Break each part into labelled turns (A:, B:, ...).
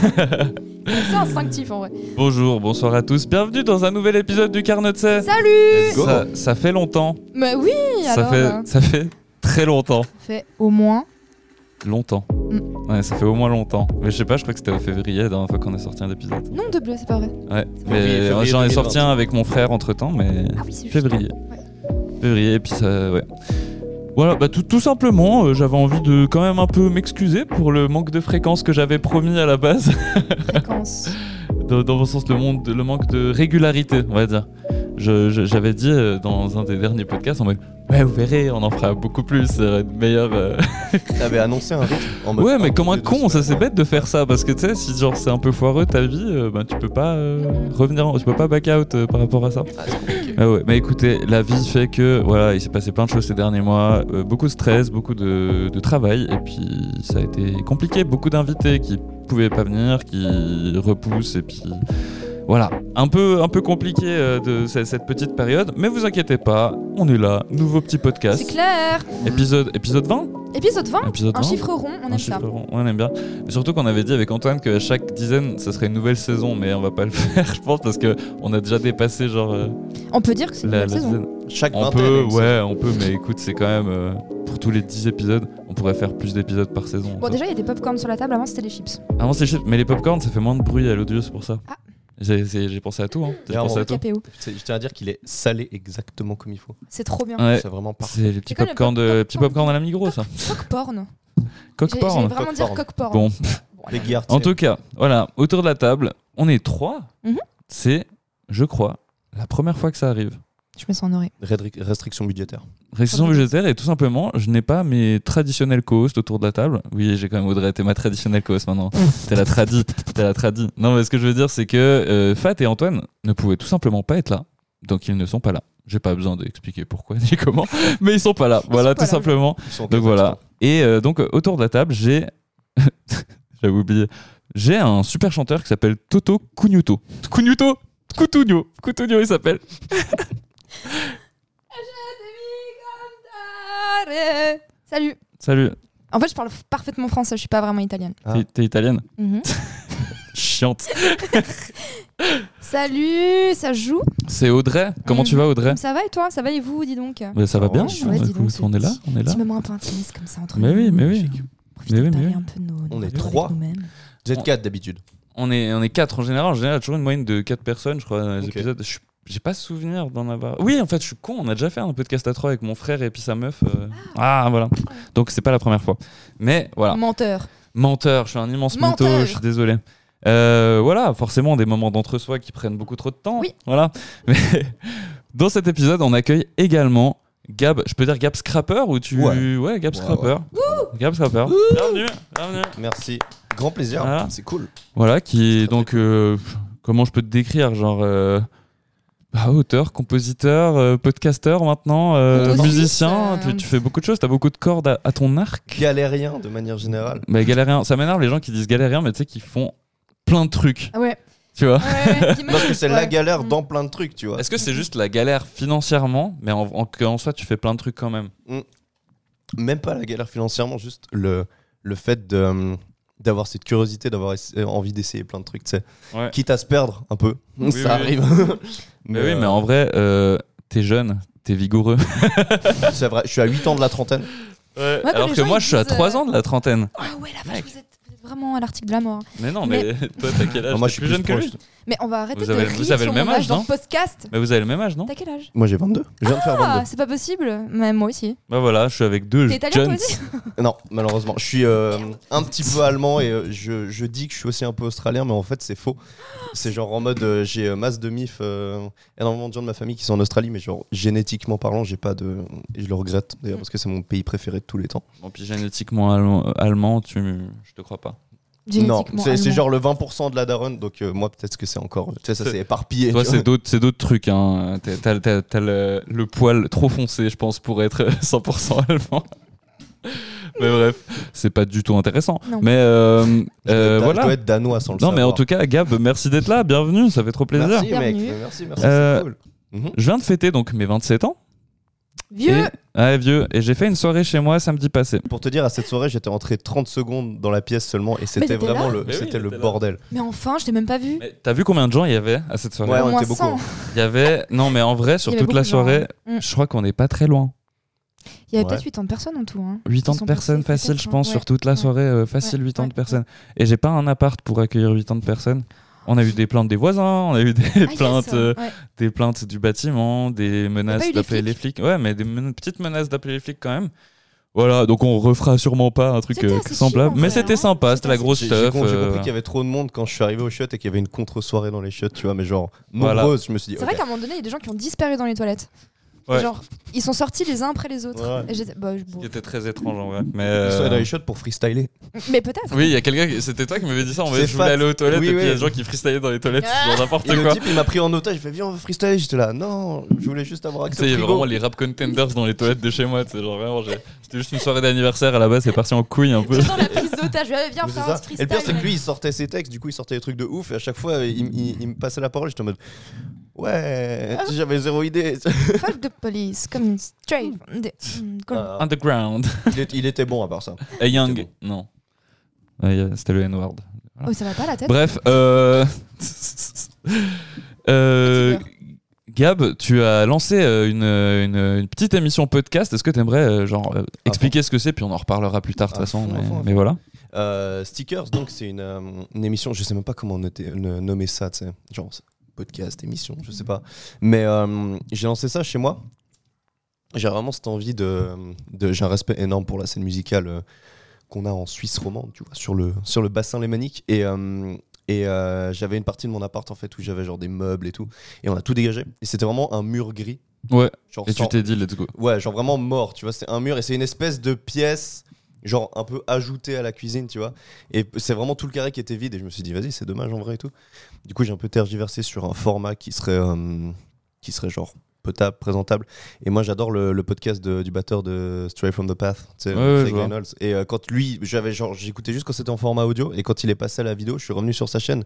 A: C'est instinctif en vrai.
B: Bonjour, bonsoir à tous. Bienvenue dans un nouvel épisode du Carnot de Sais.
A: Salut
C: Go.
B: Ça, ça fait longtemps.
A: Mais oui,
B: ça
A: alors.
B: fait,
A: euh,
B: ça fait très longtemps.
A: fait au moins.
B: Longtemps.
A: Mm.
B: Ouais, ça fait au moins longtemps. Mais je sais pas, je crois que c'était en février la dernière fois qu'on a sorti un épisode.
A: Non, de bleu, c'est pas vrai.
B: Ouais,
C: février,
B: mais euh,
C: février
B: j'en ai sorti
C: 2020.
B: un avec mon frère entre temps, mais
A: Ah oui, c'est juste.
B: février.
A: euh, Ouais.
B: Février, et puis ça, ouais. Voilà, bah tout, tout simplement, euh, j'avais envie de quand même un peu m'excuser pour le manque de fréquence que j'avais promis à la base.
A: Fréquence.
B: dans, dans mon sens, le, monde, le manque de régularité, on va dire. Je- je- J'avais dit euh, dans un des derniers podcasts en mode Ouais, vous verrez, on en fera beaucoup plus, euh, une meilleure. euh.
C: T'avais annoncé un rythme en mode. ah,
B: Ouais, mais comme un
C: toutes les
B: con,
C: deux
B: ça c'est
C: semaines.
B: bête de faire ça parce que tu sais, si genre c'est un peu foireux ta vie, euh, bah, tu peux pas euh, revenir, en- tu peux pas back out euh, par rapport à ça.
C: Ah, c'est compliqué.
B: Ah ouais, mais écoutez, la vie fait que voilà, il s'est passé plein de choses ces derniers mois, euh, beaucoup de stress, beaucoup de, de travail, et puis ça a été compliqué, beaucoup d'invités qui pouvaient pas venir, qui repoussent, et puis voilà, un peu un peu compliqué euh, de ce- cette petite période, mais vous inquiétez pas, on est là, nouveau petit
A: C'est
B: podcast,
A: clair.
B: épisode épisode 20,
A: Épisode 20,
B: épisode
A: un
B: 20.
A: chiffre rond, on
B: Un
A: aime
B: chiffre
A: ça.
B: rond, ouais, on aime bien. Et surtout qu'on avait dit avec Antoine que chaque dizaine, ça serait une nouvelle saison, mais on va pas le faire, je pense, parce que on a déjà dépassé genre euh,
A: On peut dire que c'est une
B: la, la
A: bonne saison.
B: dizaine.
C: Chaque
B: On
C: vingtaine.
B: peut,
C: une
B: ouais, on peut, mais écoute, c'est quand même euh, pour tous les 10 épisodes, on pourrait faire plus d'épisodes par saison.
A: Bon, déjà, il y a des popcorns sur la table, avant c'était les chips.
B: Avant, c'est chips, mais les popcorns, ça fait moins de bruit à l'audio, c'est pour ça.
A: Ah.
B: J'ai- c'est- J'ai pensé à tout, hein. J'ai
C: Clairement.
B: pensé à tout.
A: KPO.
C: semaine. C'est- Je tiens à dire qu'il est salé exactement comme il faut.
A: C'est trop bien.
B: Ouais,
C: C'est vraiment parfait.
B: c'est les petits
A: C'est quoi le
B: popcorns de,
A: popcorn
B: petits popcorn à la Migros, ça.
A: Coq porn. J'ai-
B: Coq
A: J'allais
B: porn.
A: vraiment
C: Coq
A: dire
C: porn.
A: coq porn.
B: Bon,
A: voilà.
C: Les Guillartiers.
B: en tout cas, voilà, autour de la table, on est trois.
A: Mhm.
B: C'est, je crois, la première fois que ça arrive.
A: Je me sens honorée.
C: Rédri- Restriction budgétaire.
B: Restriction
A: Restriction.
B: budgétaire et tout simplement, je n'ai pas mes traditionnels co-hosts autour de la table. Oui, j'ai quand même Audrey, t'es ma traditionnelle co-host maintenant. t'es la tradie, t'es la tradie. Non, mais ce que je veux dire, c'est que euh, Fat et Antoine ne pouvaient tout simplement pas être là, donc ils ne sont pas là. J'ai pas besoin d'expliquer pourquoi ni comment, mais ils sont pas là. voilà,
A: sont pas
B: tout
A: là.
B: simplement.
C: Ils sont
B: Donc voilà. Et euh, donc euh, autour de la table, j'ai, j'avais oublié, j'ai un super chanteur qui s'appelle Toto Cugnuto. Cugnuto, Coutugno, Coutugno, il s'appelle.
A: Salut.
B: Salut.
A: En fait, je parle parfaitement français, je suis pas vraiment italienne.
C: Ah.
B: T'es- T'es italienne
A: Mhm.
B: Chiante.
A: Salut, ça joue
B: C'est Audrey. Comment
A: Mhm.
B: tu vas, Audrey
A: Ça va et toi Ça va et vous, dis donc
B: Mais ça va
C: Ouais,
B: bien.
C: dis
B: on,
A: donc,
B: écoute,
A: c'est
B: on est là,
A: petit.
B: on est là.
A: Petit moment un peu intimiste comme ça entre
B: Mais
A: nous.
B: oui, mais oui.
A: Profiter
B: Mais
A: de
B: oui, mais
A: parler
B: oui.
A: un peu de nos- nos
C: On est
A: rapports
C: trois.
A: avec nous-mêmes.
C: Vous êtes quatre d'habitude.
B: On est on est quatre en général. En général, il y a toujours une moyenne de quatre personnes, je crois, dans les
C: Ok.
B: épisodes. Je suis- j'ai pas souvenir d'en avoir. Oui, en fait, je suis con. On a déjà fait un podcast à trois avec mon frère et puis sa meuf. euh. Ah, voilà. Donc c'est pas la première fois. Mais
C: Ah.
B: voilà,
A: Menteur.
B: menteur. Je suis un immense
A: Menteur.
B: mytho. Je suis désolé. Euh, voilà, forcément des moments d'entre-soi qui prennent beaucoup trop de temps.
A: Oui.
B: Voilà. Mais dans cet épisode, on accueille également Gab. Je peux dire Gab Scrapper ou tu
C: Ouais.
B: Gab
C: Ouais,
B: Scrapper. Gab Scrapper. Bienvenue. Bienvenue.
C: Merci. Grand plaisir.
B: Voilà.
C: C'est cool.
B: Voilà, qui
C: C'est
B: est
C: très,
B: donc. euh, pff, comment je peux te décrire Genre. euh, bah, auteur, compositeur, euh, podcasteur maintenant, euh,
A: Auteur.
B: musicien,
A: Euh,
B: tu, tu fais beaucoup de choses, t'as beaucoup de cordes à, à ton arc.
C: Galérien de manière générale.
B: Mais galérien, ça m'énerve les gens qui disent galérien, mais tu sais, qui font plein de trucs,
A: Ah ouais.
B: tu vois.
C: Parce que c'est la
A: gueule.
C: galère dans plein de trucs, tu vois.
B: Mm. Est-ce que c'est juste la galère financièrement, mais en, en, en soi, tu fais plein de trucs quand même
C: Même pas la galère financièrement, juste le, le fait de, euh, d'avoir cette curiosité, d'avoir essa- euh, envie d'essayer plein de trucs, tu sais.
B: Ouais.
C: Quitte à se perdre un peu.
B: Oui,
C: ça
B: oui,
C: arrive.
B: Mais oui, mais en vrai, euh, t'es jeune, t'es vigoureux.
C: euh, C'est vrai, je suis à 8 ans de la trentaine.
A: quand
B: Alors
A: les
B: que
A: gens,
B: moi,
A: ils
B: je suis à
A: disent,
B: 3
A: euh,
B: ans de la trentaine.
A: Ah ouais, la vache,
B: Mec.
A: vous êtes, vous êtes vraiment à l'article de la mort.
B: Mais non, mais,
A: Mais-
B: toi, t'as quel âge
C: Ah, moi,
B: T'es
C: je suis
B: plus jeune
C: plus
B: que lui.
C: proche.
A: Mais on va arrêter
B: Vous
A: de
B: avez-
A: rire
B: vous avez
A: sur
B: le même
A: mon
B: âge,
A: dans
B: non
A: le podcast.
B: Mais vous avez le même âge, non
A: T'as quel âge
C: Moi, j'ai 22. Je viens de faire
A: Ah,
C: 22.
A: c'est pas possible. Mais moi aussi.
B: Bah voilà, je suis avec deux
A: T'es italien toi
B: jeunes.
A: aussi
C: Non, malheureusement. Je suis euh, un petit peu allemand et euh, je, je dis que je suis aussi un peu australien, mais en fait, c'est faux. C'est genre en mode, euh, j'ai euh, masse de mif, euh, énormément de gens de ma famille qui sont en Australie, mais genre génétiquement parlant, j'ai pas de. Et je le regrette d'ailleurs parce que c'est mon pays préféré de tous les temps.
B: Bon, puis génétiquement allemand, euh, allemand, tu, je te crois pas.
C: Non,
A: Génétiquement
C: c'est c'est
A: allemand.
C: genre le 20% de la daronne, donc euh, moi, peut-être que c'est encore. Tu sais, ça
B: C'est-
C: s'est éparpillé.
B: Toi,
C: tu vois.
B: c'est d'autres, c'est d'autres trucs. Hein. T'as, t'as- t'as- t'as le, le poil trop foncé, je pense, pour être 100% allemand. mais bref, c'est pas du tout intéressant.
A: Non.
B: Mais euh,
C: Je dois
B: euh,
C: être- Je dois
B: voilà.
C: être danois sans le
B: Non, mais en
C: savoir.
B: tout cas, Gab, merci d'être là. Bienvenue, ça fait trop plaisir.
C: Merci, mec.
A: Bienvenue.
C: Merci, merci.
B: Euh,
C: c'est cool. Mhm.
B: Je viens de fêter donc mes 27 ans.
A: Vieux
B: Et, ouais, vieux. Et j'ai fait une soirée chez moi samedi passé.
C: Pour te dire, à cette soirée, j'étais rentré 30 secondes dans la pièce seulement et c'était
A: t'étais
C: vraiment
A: là
C: le,
B: Mais oui,
C: c'était le
B: t'étais là.
C: bordel.
A: Mais enfin, je t'ai même pas vu.
B: Mais T'as vu combien de gens il y avait à cette soirée
C: Ouais,
A: Au
C: on
A: moins
C: était beaucoup. hein.
A: 100.
B: Il y avait. Non, mais en vrai, sur
A: Il y avait
B: toute la
A: beaucoup de gens,
B: soirée,
A: hein. Mm.
B: je crois qu'on n'est pas très loin.
A: Il y avait
C: Ouais.
A: peut-être 80 personnes en tout. Hein.
B: 80
A: sont
B: personnes
A: passés,
B: facile, je
A: peut-être,
B: pense,
A: ouais.
B: sur toute la soirée. euh, facile,
A: Ouais,
B: 80
A: ouais.
B: personnes. Et j'ai pas un appart pour accueillir 80 personnes. On a eu des plaintes des voisins, on a eu des
A: Ah, yes,
B: plaintes. euh,
A: ouais.
B: des plaintes du bâtiment, des
A: pas
B: menaces
A: eu les
B: d'appeler les flics. Ouais, mais des men- petites menaces d'appeler les flics quand même. Voilà, donc on refera sûrement pas un truc
A: C'était
B: euh,
A: assez
B: semblable.
A: chill, en
B: mais
A: vrai,
B: c'était
A: hein.
B: sympa, c'était la
A: C'était
B: grosse
C: J'ai
B: stuff.
C: j'ai con- j'ai
B: euh,
C: compris qu'il y avait trop de monde quand je suis arrivé au shot et qu'il y avait une contre-soirée dans les shots, tu vois, mais genre
B: Voilà.
C: nombreuse, je me suis dit.
A: C'est vrai
C: ok.
A: qu'à un moment donné, il y a des gens qui ont disparu dans les toilettes.
B: Ouais.
A: Genre, ils sont sortis les uns après les autres.
C: Ouais.
A: Et j'étais- bah, je- bon.
B: qui était très étrange en vrai. Mais
C: Ils sont allés dans
B: euh,
C: les shots pour freestyler.
A: Mais peut-être.
B: oui, il y a quelqu'un, qui- c'était toi qui m'avais dit ça. On
C: C'est
B: je voulais
C: fat.
B: aller aux toilettes
C: Oui,
B: et puis il y a
C: oui.
B: des gens qui freestylaient dans les toilettes,
A: Ah.
B: dans n'importe
C: Et le
B: quoi.
C: type, il m'a pris en otage, il fait viens, on va freestyler. J'étais là, non, je voulais juste avoir
B: Tu
C: accès
B: sais, il y
C: au
B: avait
C: frigo.
B: vraiment les rap contenders dans les toilettes de chez moi. tu sais, genre vraiment, j'ai- c'était juste une soirée d'anniversaire à la base, c'est parti en couille un peu.
A: J'attends la prise d'otage. Je vais bien
C: Mais c'est
A: faire
C: ça.
A: un
C: Et
A: freestyle.
C: le pire, c'est que lui, il sortait ses textes, du coup, il sortait des trucs de ouf, et à chaque fois, il, il- il me passait la parole, j'étais en mode Ouais,
A: Ah.
C: j'avais zéro idée.
A: Fuck the police, coming straight from the- Mm, cool.
C: Ah,
B: Underground.
C: il, est- il était bon à part ça.
B: Et Young. Non. Ouais, il y a- Ah, C'était le N-word.
A: Oh, ça va pas la tête
B: Bref, euh... euh, Gab, tu as lancé euh, une, une- une petite émission podcast. Est-ce que tu aimerais genre, euh, expliquer ce que c'est Puis on en reparlera plus tard, de toute
C: À
B: façon.
C: fond, à
B: mais,
C: fond, à
B: mais
C: fond.
B: voilà.
C: Euh, Stickers, donc, c'est une, euh, une émission, je sais même pas comment noter- n- nommer ça, tu sais. Genre, c'est podcast, émission, je sais pas. Mais euh, j'ai lancé ça chez moi. J'ai vraiment cette envie de. de- j'ai un respect énorme pour la scène musicale euh, qu'on a en Suisse romande, tu vois, sur le, sur le bassin lémanique. Et. euh, et euh, j'avais une partie de mon appart en fait où j'avais genre des meubles et tout. Et on a tout dégagé. Et c'était vraiment un mur gris.
B: Ouais,
C: Genre
B: et tu
C: sans-
B: t'es dit, let's go.
C: Ouais, genre vraiment mort, tu vois. C'est un mur et c'est une espèce de pièce, genre un peu ajoutée à la cuisine, tu vois. Et p- c'est vraiment tout le carré qui était vide. Et je me suis dit, vas-y, c'est dommage en vrai et tout. Du coup, j'ai un peu tergiversé sur un format qui serait, euh, qui serait genre potable, présentable. Et moi, j'adore le, le podcast de- du batteur de Stray from the Path, tu sais,
B: Ouais, ouais,
C: Craig
B: je vois.
C: Reynolds. Et euh, quand lui, j'avais genre, j'écoutais juste quand c'était en format audio. Et quand il est passé à la vidéo, je suis revenu sur sa chaîne.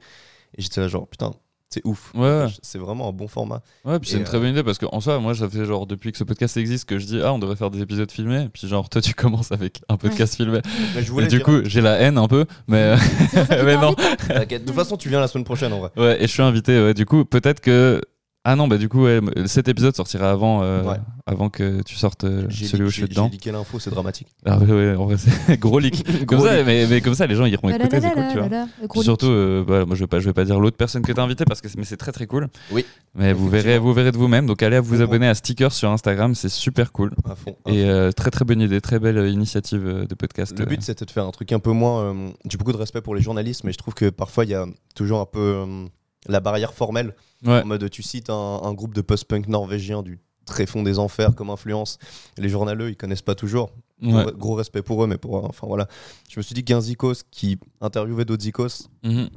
C: Et j'étais là, genre, putain, c'est ouf.
B: Ouais,
C: C'est vraiment un bon format.
B: ouais puis c'est
C: Et,
B: une très
C: euh,
B: bonne idée parce qu'en soi, moi, ça fait genre depuis que ce podcast existe que je dis, ah, on devrait faire des épisodes filmés. Puis genre, toi, tu commences avec un podcast filmé.
C: Mais je voulais
B: Et du
C: dire-
B: coup, j'ai la haine un peu, mais, mais non.
C: T'inquiète. de toute façon, tu viens la semaine prochaine en vrai.
B: Ouais, et je suis invité. ouais. Du coup, peut-être que. Ah non, bah du coup, ouais, m- cet épisode sortira avant, euh,
C: Ouais.
B: avant que tu sortes euh,
C: J'ai
B: celui où je suis dedans.
C: dit quelle info, c'est dramatique.
B: Ah ouais, ouais, en vrai, c'est gros leak. comme
C: Gros
B: ça,
C: leak.
B: Mais, mais comme ça, les gens iront écouter, c'est cool, tu vois.
A: Lalalala, le gros
B: Puis Surtout, euh, bah, moi, je vais pas, je vais pas dire l'autre personne que t'as invité parce que c'est- mais c'est très très cool.
C: Oui.
B: Mais vous verrez, vous verrez de vous-même. Donc allez vous
C: Complètement.
B: abonner à Stickers sur Instagram, c'est super cool.
C: À fond. à
B: Et
C: fond.
B: euh, très très bonne idée, très belle euh, initiative euh, de podcast.
C: le but, c'était de faire un truc un peu moins. euh, J'ai beaucoup de respect pour les journalistes, mais je trouve que parfois, il y a toujours un peu euh, la barrière formelle.
B: euh. Ouais.
C: En mode, tu cites un, un groupe de post-punk norvégien du tréfonds des enfers comme influence. Les journaleux, ils connaissent pas toujours. Gros-
B: ouais.
C: Gros, respect pour eux, mais pour. Enfin voilà. Je me suis dit qu'un Zikos qui interviewait d'autres Zikos,
B: Mhm.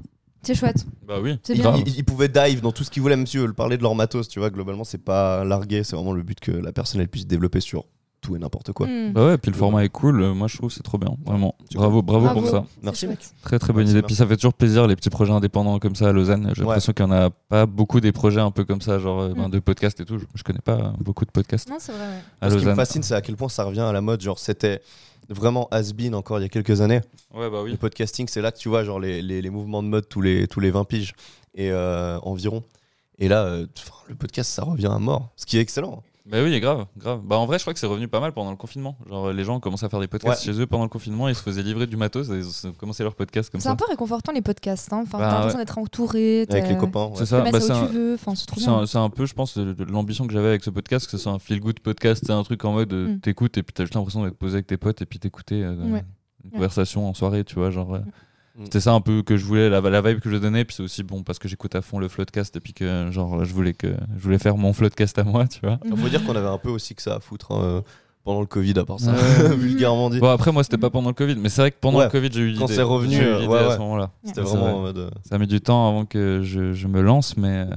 A: C'est chouette.
B: Bah oui.
A: C'est
C: ils,
A: bien.
B: grave.
C: ils- ils pouvaient dive dans tout ce qu'ils voulaient, même si eux, parler de leur matos, tu vois. Globalement, c'est pas largué, c'est vraiment le but que la personne, elle puisse développer sur tout et n'importe quoi.
A: Mm.
B: Bah ouais, puis le format est cool. euh, Moi, je trouve que c'est trop bien. Vraiment. Bravo, bravo,
A: Bravo.
B: pour ça.
A: C'est
C: Merci,
A: chouette.
B: Très très bonne
C: Merci,
B: idée. Puis ça fait toujours plaisir les petits projets indépendants comme ça à Lausanne. J'ai
C: Ouais.
B: l'impression qu'il n'y en a pas beaucoup des projets un peu comme ça, genre euh, ben,
A: Mm.
B: de podcasts et tout. Je, je connais pas euh, beaucoup de podcasts
A: Non, c'est vrai. ouais.
B: à
C: Ce qui me
B: Lausanne.
C: fascine, c'est à quel point ça revient à la mode. Genre, c'était vraiment has-been encore il y a quelques années.
B: Ouais, bah
C: Le
B: oui.
C: podcasting, c'est là que tu vois genre les, les- les mouvements de mode tous les, tous les 20 piges et euh, environ. Et là, euh, enfin, le podcast, ça revient à mort. Ce qui est excellent. hein,
B: Bah oui, grave, grave. Bah en vrai, je crois que c'est revenu pas mal pendant le confinement. Genre les gens commençaient à faire des podcasts chez eux pendant le confinement, ils se faisaient livrer du matos, et ils ont commencé leur podcast comme
A: C'est
B: ça.
A: un peu réconfortant les podcasts. hein. Enfin,
B: Bah,
A: t'as l'impression d'être entouré.
C: Avec
A: t'as-
C: les copains. ouais.
B: C'est
A: Tu
B: ça,
A: peux
B: Bah,
A: mettre
B: c'est
A: ça où
B: un-
A: tu veux. Enfin, c'est trop
B: c'est
A: bien.
B: un, c'est un peu, je pense, le- le- l'ambition que j'avais avec ce podcast, que ce soit un feel good podcast, c'est un truc en mode euh,
A: Mm.
B: t'écoutes et puis t'as juste l'impression d'être posé avec tes potes et puis t'écouter euh,
A: Ouais.
B: une conversation en soirée, tu vois, genre. euh,
C: Mm.
B: C'était ça un peu que je voulais, la, la vibe que je donnais, puis c'est aussi bon parce que j'écoute à fond le floodcast et puis que genre je voulais que je voulais faire mon floodcast à moi, tu vois.
A: Hmm.
C: Il faut dire qu'on avait un peu aussi que ça à foutre hein, euh, pendant le Covid, à part ça.
B: Ouais. Bah,
C: Vulgairement dit.
B: Bon après moi c'était pas pendant le Covid, mais c'est vrai que pendant
C: Ouais.
B: le Covid j'ai eu l'idée.
C: Quand c'est revenu,
B: J'ai eu
C: euh,
B: l'idée
C: ouais,
B: à
C: ouais.
B: ce moment-là.
C: C'était
B: Ouais,
C: vraiment
B: c'est
C: en
B: vrai.
C: mode. euh,
B: Ça a mis du temps avant que je, je me lance, mais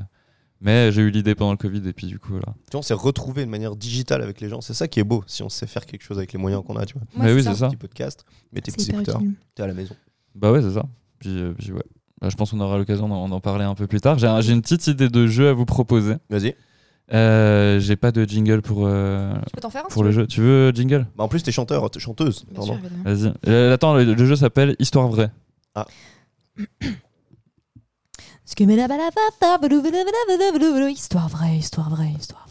B: mais j'ai eu l'idée pendant le Covid et puis du coup là.
C: Tu vois, on s'est retrouvé de manière digitale avec les gens. C'est ça qui est beau. Si on sait faire quelque chose avec les moyens qu'on a, tu vois.
A: Moi,
B: mais oui
A: ça.
B: c'est ça.
C: Petit podcast, mais tes
A: C'est
C: petits
A: hyper
C: écouteurs,
A: utile.
C: t'es à la maison.
B: Bah ouais c'est ça. Puis, euh, puis ouais. Bah, je pense qu'on aura l'occasion d'en d'en parler un peu plus tard. J'ai un- j'ai une petite idée de jeu à vous proposer.
C: Vas-y.
B: Euh, J'ai pas de jingle pour, euh,
A: Tu peux t'en faire un si
B: pour le
A: tu veux.
B: jeu. Tu veux jingle
C: Bah, en plus, t'es chanteur, t'es chanteuse.
A: Bien sûr,
C: Pardon.
A: évidemment.
B: Vas-y. Euh, attends, le, le jeu s'appelle Histoire vraie.
A: Histoire vraie, histoire vraie, histoire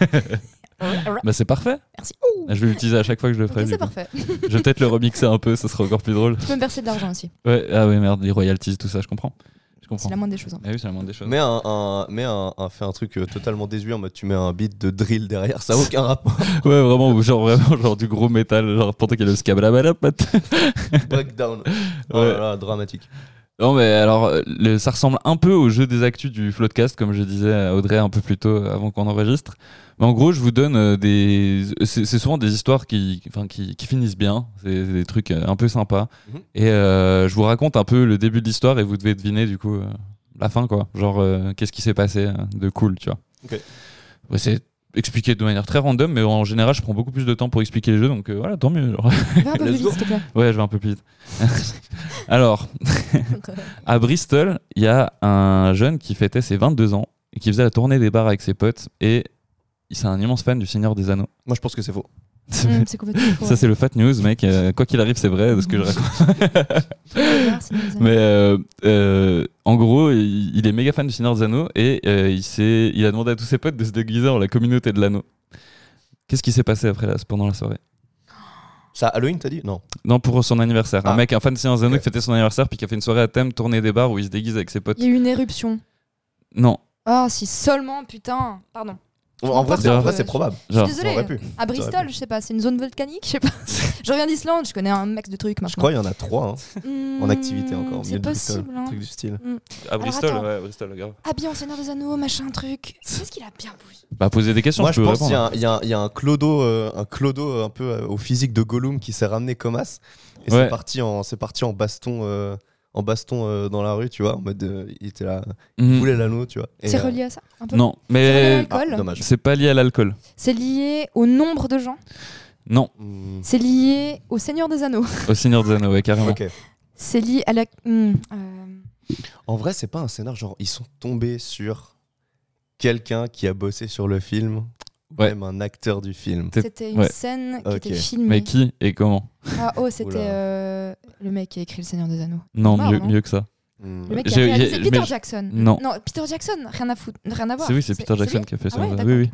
A: vraie.
B: Bah c'est parfait. Ah,
A: Merci.
B: Je vais l'utiliser à chaque fois que je le
A: Ok,
B: ferai. du
A: c'est
B: coup.
A: parfait. Tu
B: Je vais peut-être le remixer un peu, ça sera encore plus drôle.
A: peux me verser de l'argent aussi.
B: Ouais, ah ouais, merde, les royalties, tout ça, je comprends. Je comprends.
A: C'est la moindre des choses. hein. en fait.
B: Ah oui, c'est la moindre des choses.
C: Mais un, un- mais un, un- fait un truc euh, totalement désuet en mode tu mets un beat de drill derrière, ça a aucun rapport.
B: Ouais, vraiment, ou genre vraiment genre du gros métal, genre pendant qu'il y a le scabalabalap.
C: Breakdown. Oh
B: Ouais.
C: là là, dramatique.
B: Non mais alors euh, le- ça ressemble un peu au jeu des actus du Floodcast comme je disais à Audrey un peu plus tôt euh, avant qu'on enregistre. Mais en gros je vous donne euh, des c'est c'est souvent des histoires qui enfin qui, qui finissent bien, c'est c'est des trucs euh, un peu sympas
C: Mhm.
B: et euh, je vous raconte un peu le début de l'histoire et vous devez deviner du coup euh, la fin quoi. Genre euh, qu'est-ce qui s'est passé euh, de cool, tu vois.
C: Ok.
B: Ouais, c'est expliqué de manière très random mais en général je prends beaucoup plus de temps pour expliquer les jeux donc euh, voilà, tant mieux. genre.
A: Va un peu
C: Let's
A: plus
C: go.
A: vite, s'il te plaît.
B: Ouais, je vais un peu plus vite. alors à Bristol, il y a un jeune qui fêtait ses 22 ans et qui faisait la tournée des bars avec ses potes et c'est un immense fan du Seigneur des Anneaux.
C: Moi, je pense que c'est faux.
A: Hum, C'est complètement faux.
B: Ça c'est le fat news mec, Euh, quoi qu'il arrive c'est vrai de ce que je raconte.
A: Merci, Nisa.
B: Mais euh, euh, en gros il, il est méga fan du Seigneur des Anneaux et euh, il, s'est- il a demandé à tous ses potes de se déguiser en la communauté de l'anneau. Qu'est-ce qui s'est passé après là, pendant la soirée
C: Ça, Halloween, t'as dit Non.
B: Non pour son anniversaire. Un
C: Ah.
B: mec, un fan du Seigneur des Anneaux
C: Ok.
B: qui fêtait son anniversaire puis qui a fait une soirée à thème tournée des bars où il se déguise avec ses potes.
A: Il y a eu une éruption.
B: Non,
A: Ah, si seulement, putain. Pardon.
C: En vrai, c'est- en vrai, c'est
A: Je-
C: probable.
B: genre.
A: je suis
C: J'aurais
A: désolée. euh,
C: pu.
A: À Bristol,
C: J'aurais
A: je sais pas, c'est une zone volcanique, je sais pas. je reviens d'Islande, je connais un max de trucs
C: Je
A: maintenant.
C: crois qu'il y en a trois hein, en activité encore. au milieu
A: C'est
C: de Bristol.
A: possible. Hein.
C: Truc du style.
B: À Bristol,
A: attends.
B: ouais, à Bristol, grave.
A: Habillé en Seigneur des Anneaux, machin truc. Qu'est-ce qu'il a bien poussé
B: Bah poser des questions,
C: Moi,
B: je
C: je
B: peux
C: pense qu'il y,
B: répondre.
C: a un- il y a un- il y a un clodo, euh, un clodo euh, un peu euh, au physique de Gollum qui s'est ramené comme as. Et
B: Ouais.
C: c'est parti en, c'est parti en baston, euh, en baston euh, dans la rue, tu vois. En mode, euh, il était là, il
B: Mhm.
C: voulait l'anneau, tu vois. Et,
A: C'est
C: euh,
A: relié à ça un peu
B: Non, euh,
A: C'est relié à
B: mais
C: ah,
A: l'alcool
C: dommage.
B: c'est pas lié à l'alcool.
A: C'est lié au nombre de gens.
B: Non,
C: Hmm,
A: C'est lié au Seigneur des Anneaux.
B: au Seigneur des Anneaux, ouais, carrément.
C: ok.
A: C'est lié à la. Hmm, euh,
C: En vrai, c'est pas un scénar genre ils sont tombés sur quelqu'un qui a bossé sur le film,
B: Ouais.
C: même un acteur du film.
B: C'est-
A: C'était une
B: ouais.
A: scène qui
C: Ok.
A: était filmée.
B: Mais qui et comment
A: Ah, oh, c'était
C: Oula.
A: euh, le mec qui a écrit Le Seigneur des Anneaux.
B: Non,
A: Marrant,
B: mieux,
A: non
B: mieux que ça.
C: Hmm.
A: Le mec qui a
B: J'ai-
A: réalisé
B: j'ai-
A: Peter
B: mais-
A: Jackson.
B: Non.
A: Non, Peter Jackson, rien à foutre, rien à voir.
B: C'est oui, c'est Peter Jackson
A: lui
B: qui a fait ça.
A: Ah ouais,
B: oui,
A: d'accord.
B: oui.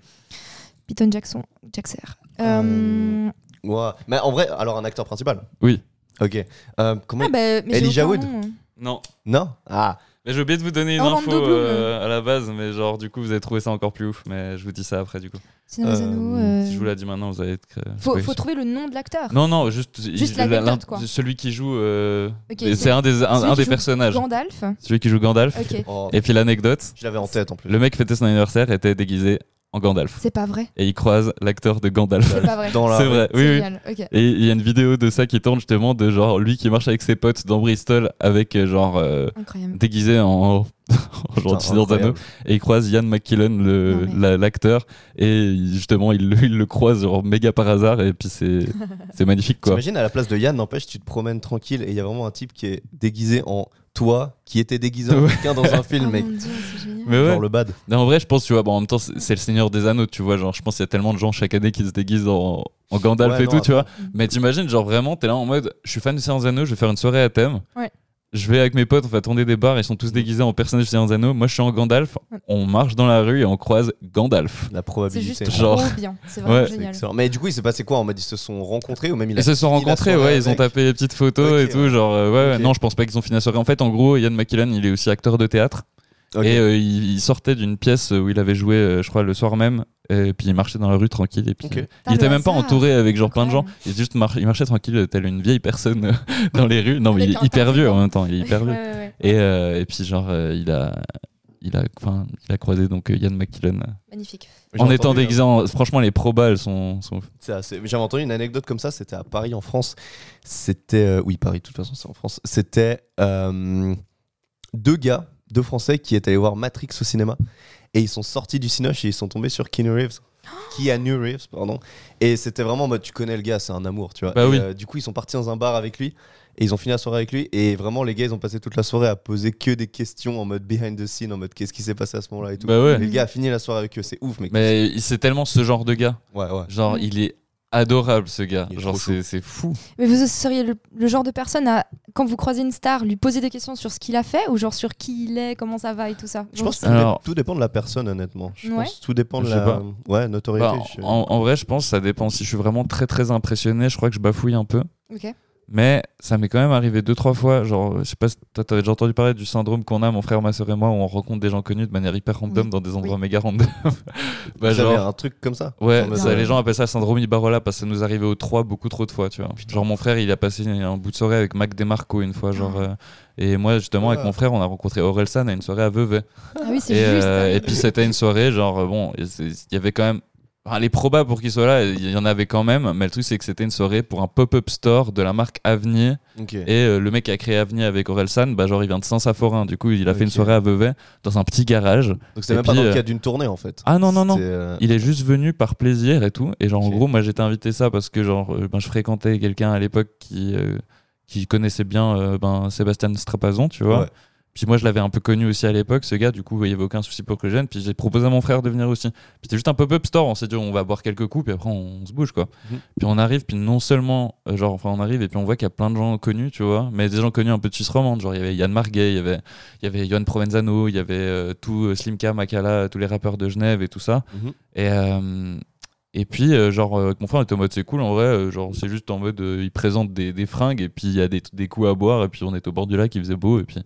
A: Peter Jackson, Jackser.
C: Euh,
A: Euh...
C: Ouais. Mais en vrai, alors un acteur principal.
B: Oui.
C: Ok. Euh, comment
A: Ah, bah, mais j'ai
C: Elijah
A: aucun
C: Wood.
A: nom, hein.
B: Non.
C: Non. Ah.
B: Mais j'ai oublié de vous donner une
A: Orlando
B: info
A: Bloom.
B: euh, à la base, mais genre du coup vous avez trouvé ça encore plus ouf, mais je vous dis ça après du coup.
A: Seigneur des
C: Euh,
A: Anneaux.
B: Si je vous
A: euh,
B: la dis maintenant, vous allez être. euh,
A: Faut,
B: spoil.
A: faut trouver le nom de l'acteur.
B: Non, non, juste,
A: Juste
B: il-
A: la
B: l'un-
A: méthode, quoi.
B: celui qui joue. euh,
A: Ok,
B: c'est
A: c'est
B: un des, un,
A: celui
B: un
A: qui
B: des
A: joue
B: personnages.
A: Gandalf.
B: Celui qui joue Gandalf.
A: Ok.
C: Oh,
B: Et puis l'anecdote,
C: je l'avais en tête en plus.
B: le mec fêtait son anniversaire était déguisé en Gandalf.
A: C'est pas vrai.
B: et il croise l'acteur de Gandalf.
A: C'est pas vrai.
C: Dans la
B: C'est vrai, oui, oui.
A: Génial. Ok.
B: Et il y a une vidéo de ça qui tourne justement de genre lui qui marche avec ses potes dans Bristol avec euh, genre euh,
A: Incroyable.
B: déguisé en, en genre
C: Putain,
B: du Seigneur des Anneaux.
C: incroyable.
B: et il croise Ian McKellen le-
A: Non, mais-
B: la- l'acteur et il- justement il, le- il le croise genre méga par hasard et puis c'est c'est magnifique quoi.
C: T'imagines à la place de Yann, n'empêche, tu te promènes tranquille et il y a vraiment un type qui est déguisé en toi, qui était déguisé en
B: Ouais.
C: quelqu'un dans un film,
A: Oh
C: mec.
A: mon Dieu, c'est génial.
B: Mais ouais.
C: Genre le bad.
B: Non, en vrai je pense tu vois bon en même temps c'est c'est le Seigneur des Anneaux tu vois genre je pense qu'il y a tellement de gens chaque année qui se déguisent en, en Gandalf
C: Ouais,
B: et
C: non,
B: tout tu vois.
C: attends.
B: Mais t'imagines, genre vraiment, t'es là en mode, je suis fan du Seigneur des Anneaux, je vais faire une soirée à thème.
A: Ouais.
B: Je vais avec mes potes, on va tourner des bars, ils sont
C: Mm.
B: tous déguisés en personnages du Seigneur des Anneaux. Moi, je suis en Gandalf, on marche dans la rue et on croise Gandalf.
C: La
A: C'est
C: probabilité.
A: juste
B: c'est- Genre-
A: trop bien. C'est vraiment
B: Ouais.
C: C'est
A: génial.
C: excellent. Mais du coup, il s'est passé quoi En mode, ils se sont rencontrés ou même il a
B: Ils se sont
C: fini la
B: rencontrés,
C: soirée
B: ouais, ils ont
C: avec
B: tapé les petites photos
C: Ok,
B: et tout,
C: ouais.
B: genre, euh, ouais, ouais.
C: Ok.
B: non, je pense pas qu'ils ont fini la soirée. En fait, en gros, Ian McKellen, il est aussi acteur de théâtre
C: Ok.
B: et euh, il, il sortait d'une pièce où il avait joué, euh, je crois, le soir même. Et puis il marchait dans la rue tranquille. Et puis,
C: Ok.
B: euh,
A: Ah,
B: il était
A: le
B: même pas
A: hasard.
B: entouré avec genre plein de gens.
A: Incroyable.
B: Il, juste mar- il marchait tranquille, euh, telle une vieille personne euh, dans les rues. Non, mais
A: Avec
B: il est
A: un
B: hyper
A: tartan.
B: vieux en même temps. Il est hyper vieux.
A: Ouais, ouais, ouais.
B: Et, euh, et puis genre euh, il a il a enfin il a croisé donc euh, Ian McKellen euh,
A: Magnifique.
C: J'ai
B: en
C: entendu,
B: étant
C: euh,
B: déguisé. en- Franchement les probas elles sont, sont ouf.
C: C'est assez- J'avais entendu une anecdote comme ça, c'était à Paris en France. C'était. euh, Oui, Paris, de toute façon, c'est en France. C'était euh, deux gars, deux Français qui étaient allés voir Matrix au cinéma. Et ils sont sortis du cinoche et ils sont tombés sur Keanu Reeves. Keanu Reeves, pardon. Et c'était vraiment en mode, tu connais le gars, c'est un amour, tu vois.
B: Bah
C: Et,
B: oui.
C: euh, du coup, ils sont partis dans un bar avec lui. Et ils ont fini la soirée avec lui. Et vraiment, les gars, ils ont passé toute la soirée à poser que des questions en mode behind the scene, en mode qu'est-ce qui s'est passé à ce moment-là et tout.
B: Bah ouais.
C: Les gars a fini la soirée avec eux, c'est ouf, mec.
B: Mais il- c'est tellement ce genre de gars.
C: Ouais, ouais.
B: Genre,
A: Mm.
B: il est adorable ce gars.
C: Ah. Il est
B: Genre,
C: trop
B: c'est c'est fou.
A: Mais vous seriez le, le genre de personne à, quand vous croisez une star, lui poser des questions sur ce qu'il a fait ou genre sur qui il est, comment ça va et tout ça
C: Je pense que
A: Vous-
C: tout dé-
B: Alors-
C: tout dépend de la personne, honnêtement. Je
A: Ouais.
C: pense que tout dépend de
B: Je
C: la
B: sais pas.
C: ouais, notoriété.
B: Bah,
C: je-
B: en, en vrai, je pense que ça dépend. Si je suis vraiment très très impressionné, je crois que je bafouille un peu.
A: Ok.
B: Mais ça m'est quand même arrivé deux trois fois. Genre, je sais pas si toi t'avais déjà entendu parler du syndrome qu'on a, mon frère, ma soeur et moi, où on rencontre des gens connus de manière hyper random
A: Oui.
B: dans des endroits méga random. bah,
C: Vous avez
B: genre.
C: un truc comme ça
B: Ouais,
C: En mode,
B: ça,
C: euh,
B: les gens appellent ça le syndrome Ibarola parce que ça nous arrivait aux trois beaucoup trop de fois, tu vois. Genre mon frère, il a passé un bout de soirée avec Mac DeMarco une fois,
A: Ah.
B: genre. euh, et moi, justement, avec
C: Ah.
B: mon frère, on a rencontré Orelsan à une soirée à Vevey.
A: Ah oui, c'est
B: Et,
A: juste.
B: euh,
A: hein.
B: et puis c'était une soirée, genre euh, bon, et c'est- il y avait quand même. enfin, les probas pour qu'ils soient là, il y en avait quand même, mais le truc c'est que c'était une soirée pour un pop-up store de la marque Avenir.
C: Ok.
B: Et euh, le mec qui a créé Avenir avec Orelsan, bah genre il vient de Saint-Saphorin, du coup il a fait une
C: Ok.
B: soirée à Vevey dans un petit garage.
C: Donc
B: Et
C: c'était même pas
B: puis,
C: dans le
B: euh,
C: cadre d'une tournée en fait.
B: Ah non, non, non.
C: C'était, euh,
B: Il est juste venu par plaisir et tout. Et genre, en
C: Ok.
B: gros, moi j'étais invité ça parce que genre, euh, ben, je fréquentais quelqu'un à l'époque qui, euh, qui connaissait bien euh, ben, Sébastien Strapazon, tu vois.
C: Ouais.
B: Puis moi je l'avais un peu connu aussi à l'époque, ce gars, du coup il n'y avait aucun souci pour que je vienne. Puis j'ai proposé à mon frère de venir aussi. Puis c'était juste un pop-up store, on s'est dit on va boire quelques coups, puis après on, on se bouge quoi.
C: Mhm.
B: Puis on arrive, puis non seulement, euh, genre, enfin on arrive et puis on voit qu'il y a plein de gens connus, tu vois, mais des gens connus un peu de Suisse romande, genre il y avait Yann Marguet, il y avait, il y avait Johan Provenzano, il y avait euh, tout euh, Slimka, Makala, tous les rappeurs de Genève et tout ça.
C: mhm.
B: Et, euh, et puis, euh, genre, euh, mon frère était en mode c'est cool en vrai, euh, genre, c'est juste en mode euh, il présente des, des fringues et puis il y a des, des coups à boire et puis on est au bord du lac, il faisait beau et puis,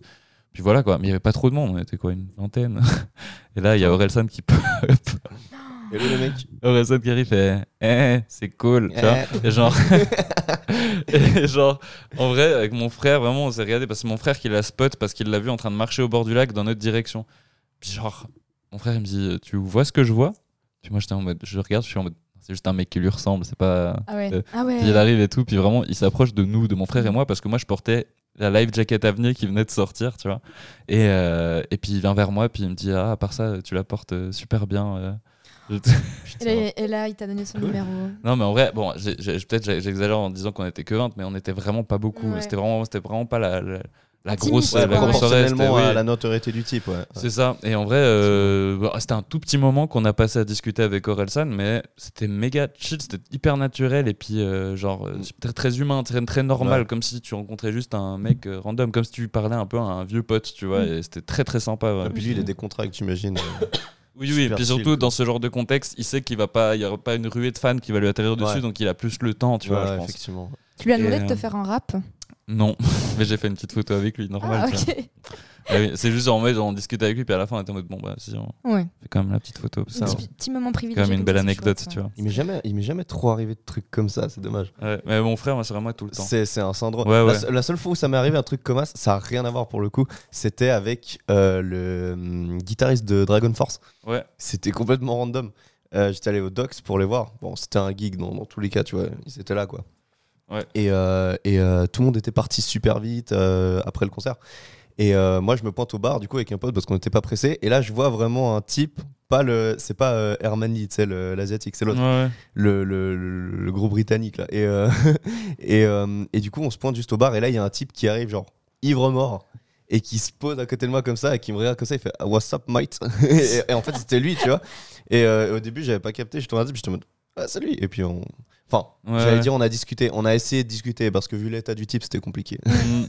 B: puis voilà quoi. Mais il y avait pas trop de monde, on était quoi, une vingtaine. Et là, il y a Orelsan qui pop.
C: Hello les mecs.
B: Orelsan qui arrive et eh, c'est cool. tu vois. Et genre, et genre, en vrai, avec mon frère, vraiment, on s'est regardé parce que c'est mon frère qui la spot parce qu'il l'a vu en train de marcher au bord du lac dans notre direction. Puis genre, mon frère, il me dit, tu vois ce que je vois Puis moi, j'étais en mode, je regarde, je suis en mode, c'est juste un mec qui lui ressemble, c'est pas.
A: ah ouais.
B: euh,
A: ah
B: Puis il
A: ouais.
B: arrive et tout, puis vraiment, il s'approche de nous, de mon frère et moi, parce que moi, je portais la live jacket Avenir qui venait de sortir, tu vois. Et, euh, et puis il vient vers moi, puis il me dit, ah, à part ça, tu la portes euh, super bien. euh. Je te-
A: Et là, et là, il t'a donné
B: Ah
A: son
C: Cool.
A: numéro.
B: non, mais en vrai, bon, j'ai- j'ai- peut-être j'ai- j'exagère en disant qu'on était que 20, mais on était vraiment pas beaucoup.
A: Ouais.
B: C'était vraiment, c'était vraiment pas la, la, la
A: Timide,
B: grosse
A: quoi.
B: la
C: Ouais,
A: vrai,
B: grosse soirée, c'était-
C: proportionnellement
B: oui,
C: à la notoriété du type, ouais.
B: C'est ça. Et en vrai, euh, bah, c'était un tout petit moment qu'on a passé à discuter avec Orelsan, mais c'était méga chill, c'était hyper naturel et puis euh, genre euh, très, très humain, très, très normal,
C: Mm. Ouais.
B: comme si tu rencontrais juste un mec euh, random, comme si tu parlais un peu à un vieux pote, tu vois.
A: Mm.
B: Et c'était très très sympa. ouais.
C: Et puis lui, il a des contrats que euh, j'imagine.
B: Oui, oui, et
C: Super
B: puis
C: chill,
B: surtout
C: quoi.
B: dans ce genre de contexte, il sait qu'il va pas, il y aura pas une ruée de fans qui va lui atterrir dessus,
C: Ouais.
B: donc il a plus le temps, tu vois.
C: Ouais,
B: je pense.
C: effectivement.
A: Tu lui
B: Et,
A: as demandé de
B: euh,
A: te faire un rap
B: Non, mais j'ai fait une petite photo avec lui, normal.
A: Ah
B: tu vois.
A: ok.
B: Ah oui, c'est juste en mode on discute avec lui, puis à la fin on était en mode bon bah si on
A: Ouais.
B: fait quand même la petite photo, ça,
A: Petit,
B: c'est
A: petit moment privilégié.
B: quand même une
A: comme
B: belle
A: ça, c'est
B: anecdote,
A: chouette,
B: tu
A: ouais.
B: vois.
C: Il m'est jamais, il m'est jamais trop arrivé de trucs comme ça, c'est dommage.
B: Ouais, mais mon frère, moi, c'est vraiment tout le temps.
C: C'est c'est un syndrome.
B: Ouais,
C: la,
B: ouais.
C: se- la seule fois où ça m'est arrivé un truc comme ça, ça a rien à voir pour le coup. C'était avec euh, le hum, guitariste de Dragon Force.
B: Ouais.
C: C'était complètement random. Euh, J'étais allé au Docs pour les voir. Bon, c'était un gig dans, dans tous les cas, tu vois. Ils étaient là, quoi.
B: Ouais.
C: Et, euh, et, euh, tout le monde était parti super vite euh, après le concert. Et euh, moi, je me pointe au bar, du coup, avec un pote parce qu'on n'était pas pressé. Et là, je vois vraiment un type. Pas le, c'est pas euh, Herman Lee, tu sais, le- l'asiatique, c'est l'autre
B: Ouais, ouais.
C: le, le, le- le gros britannique là. Et, euh, et, euh, et du coup, on se pointe juste au bar et là, il y a un type qui arrive genre ivre mort et qui se pose à côté de moi comme ça et qui me regarde comme ça. Il fait Ah, What's up, mate et, et en fait, c'était lui, tu vois. Et euh, au début, j'avais pas capté. Je tourne à la tête, puis j'étais en mode Ah, c'est lui. Et puis on. Enfin,
B: Ouais,
C: j'allais
B: ouais.
C: dire, on a discuté, on a essayé de discuter parce que vu l'état du type, c'était compliqué.
B: Mm.
A: Moi,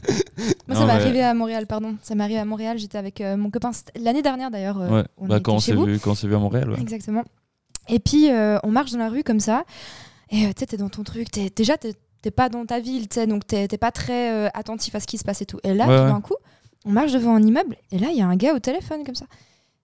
B: Non,
A: ça m'est
B: mais-
A: arrivé à Montréal, pardon. Ça m'est arrivé à Montréal. J'étais avec euh, mon copain c'était l'année dernière d'ailleurs. euh,
B: Ouais.
A: on
B: Bah,
A: était
B: quand on
A: chez
B: s'est
A: vous.
B: vu, quand on s'est vu à Montréal. ouais.
A: Exactement. Et puis, euh, on marche dans la rue comme ça. Et euh, tu sais, t'es dans ton truc. T'es, déjà, t'es, t'es pas dans ta ville, tu sais. Donc, t'es, t'es pas très euh, attentif à ce qui se passe et tout. Et là,
B: Ouais,
A: tout
B: ouais.
A: d'un coup, on marche devant un immeuble. Et là, il y a un gars au téléphone comme ça.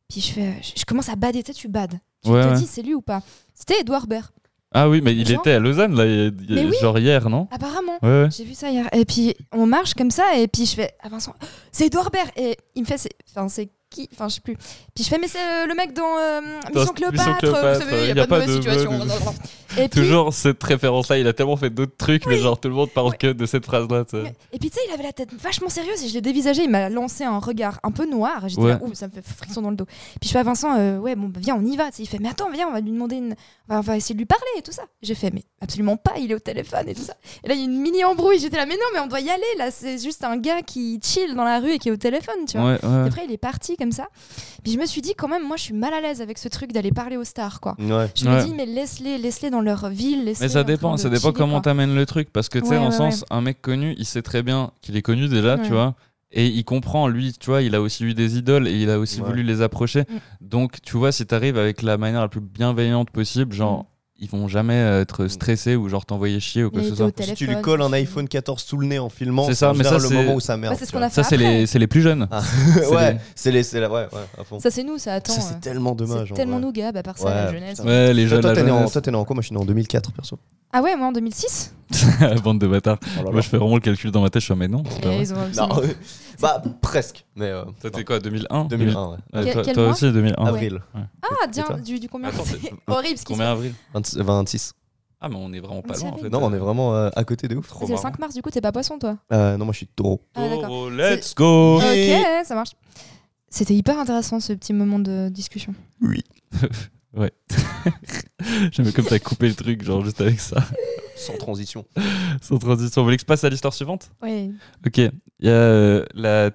A: Puis, je, fais, euh, je, je commence à bader. Tu sais, tu bades. Tu
B: Ouais,
A: te
B: ouais.
A: dis, c'est lui ou pas C'était Edouard Baird,
B: Ah oui, mais il
A: Genre-
B: était à Lausanne, là, il y a-
A: Mais oui.
B: genre hier, non
A: apparemment.
B: Ouais, ouais.
A: J'ai vu ça hier. Et puis, on marche comme ça. Et puis, je fais à Vincent, c'est Edouard Baird. Et il me fait, c'est, enfin, c'est qui Enfin, je sais plus. Puis, je fais, mais c'est euh, le mec dans euh, Mission
B: Mission
A: Cléopâtre.
B: Cléopâtre,
A: Vous savez,
B: il
A: il
B: y
A: n'y
B: a
A: a
B: pas
A: pas de
B: de
A: mauvaise situation.
B: bonne-
A: Et puis,
B: Toujours cette référence-là, il a tellement fait d'autres trucs, mais
A: Oui.
B: genre tout le monde parle
A: Ouais.
B: que de cette phrase-là. tu sais.
A: mais- et puis, tu sais, il avait la tête vachement sérieuse et je l'ai dévisagé. Il m'a lancé un regard un peu noir. J'étais
B: Ouais.
A: là, ouh, ça me fait frisson dans le dos. Puis je fais à Vincent, euh, ouais, bon, bah, viens, on y va. Tu sais, Il fait, mais attends, viens, on va lui demander une. On va, on va essayer de lui parler et tout ça. J'ai fait, mais absolument pas, il est au téléphone et tout ça. Et là, il y a une mini embrouille. J'étais là, mais non, mais on doit y aller. Là, c'est juste un gars qui chill dans la rue et qui est au téléphone, tu vois.
B: Ouais, ouais.
A: Et Après, il est parti comme ça. Puis je me suis dit, quand même, moi, je suis mal à l'aise avec ce truc d'aller parler aux stars, quoi.
C: Ouais.
A: Je me
B: Ouais.
A: dis, mais laisse-les, laisse-les dans leur ville. laisse-les
B: Mais ça
A: en train
B: dépend,
A: de
B: ça dépend
A: chiller,
B: comment
A: quoi.
B: t'amènes le truc. Parce que tu sais,
A: Ouais,
B: dans le
A: ouais,
B: sens, un mec connu, il sait très bien qu'il est connu déjà,
A: Ouais.
B: tu vois. Et il comprend, lui, tu vois, il a aussi eu des idoles et il a aussi
C: Ouais.
B: voulu les approcher.
A: Mm.
B: Donc, tu vois, si t'arrives avec la manière la plus bienveillante possible, genre,
A: Mm.
B: ils vont jamais euh,
C: Mm.
B: être stressés ou genre t'envoyer chier ou quoi
A: Il
B: que
A: était
B: ce
A: au
B: soit.
C: Si tu lui
A: téléphone,
C: colles un
A: je-
C: iPhone 14 sous le nez en filmant,
B: C'est
C: c'est
B: ça,
C: ça,
B: mais ça,
C: le
B: c'est-
C: moment où ça merde.
A: Bah, c'est ce
C: tu
A: qu'on
C: vois.
A: a fait.
B: Ça, c'est
A: après.
B: les, c'est les plus jeunes.
C: Ah,
B: c'est
C: ouais,
B: les-
C: c'est les, c'est la, ouais, ouais, à fond.
A: Ça, c'est nous, ça. Attends.
C: Ça,
A: euh,
C: c'est tellement dommage.
A: c'est
C: en
A: tellement
C: vrai.
A: nous, gars. Bah, par ça,
C: Ouais,
A: la jeunesse.
C: putain.
B: Ouais, les
C: Toi,
B: jeunes,
C: toi,
B: la
C: t'es né en-
B: jeunesse.
C: toi, t'es né en quoi Moi, je suis né en 2004, perso.
A: Ah ouais, moi, en 2006
B: Bande de bâtards.
C: Oh là là.
B: Moi, je fais vraiment le calcul dans ma tête, je suis en mais non. c'est pas vrai.
A: Eh, ils ont
C: Non,
A: absolument-
C: bah, presque. Mais. euh,
B: Toi,
C: non.
B: t'es quoi, 2001
C: 2001, ouais.
B: Euh,
A: Quel-
B: toi,
A: quel
B: toi
A: mois
B: aussi, 2001.
A: Ah ouais.
C: Avril.
A: Ah, tiens,
C: toi
A: du, du combien
B: Attends,
A: c'est
B: c'est-
A: horrible ce qui se
B: Combien avril
C: 20 26.
B: Ah, mais on est vraiment pas
A: On
B: loin en
A: savait.
B: fait.
C: Non, on est vraiment euh, à côté de ouf.
A: passe. C'est le 5 mars, du coup, t'es pas poisson, toi.
C: Euh, non, moi, je suis taureau.
A: Ah, d'accord.
B: Taureau,
A: C'est-
B: let's go
A: Ok, ça marche. C'était hyper intéressant ce petit moment de discussion.
B: Ouais. J'aime comme t'as coupé le truc, genre juste avec ça,
C: Sans transition.
B: sans transition. Vous voulez que je passe à l'histoire suivante
A: Ouais.
B: Ok. Il y a euh, la,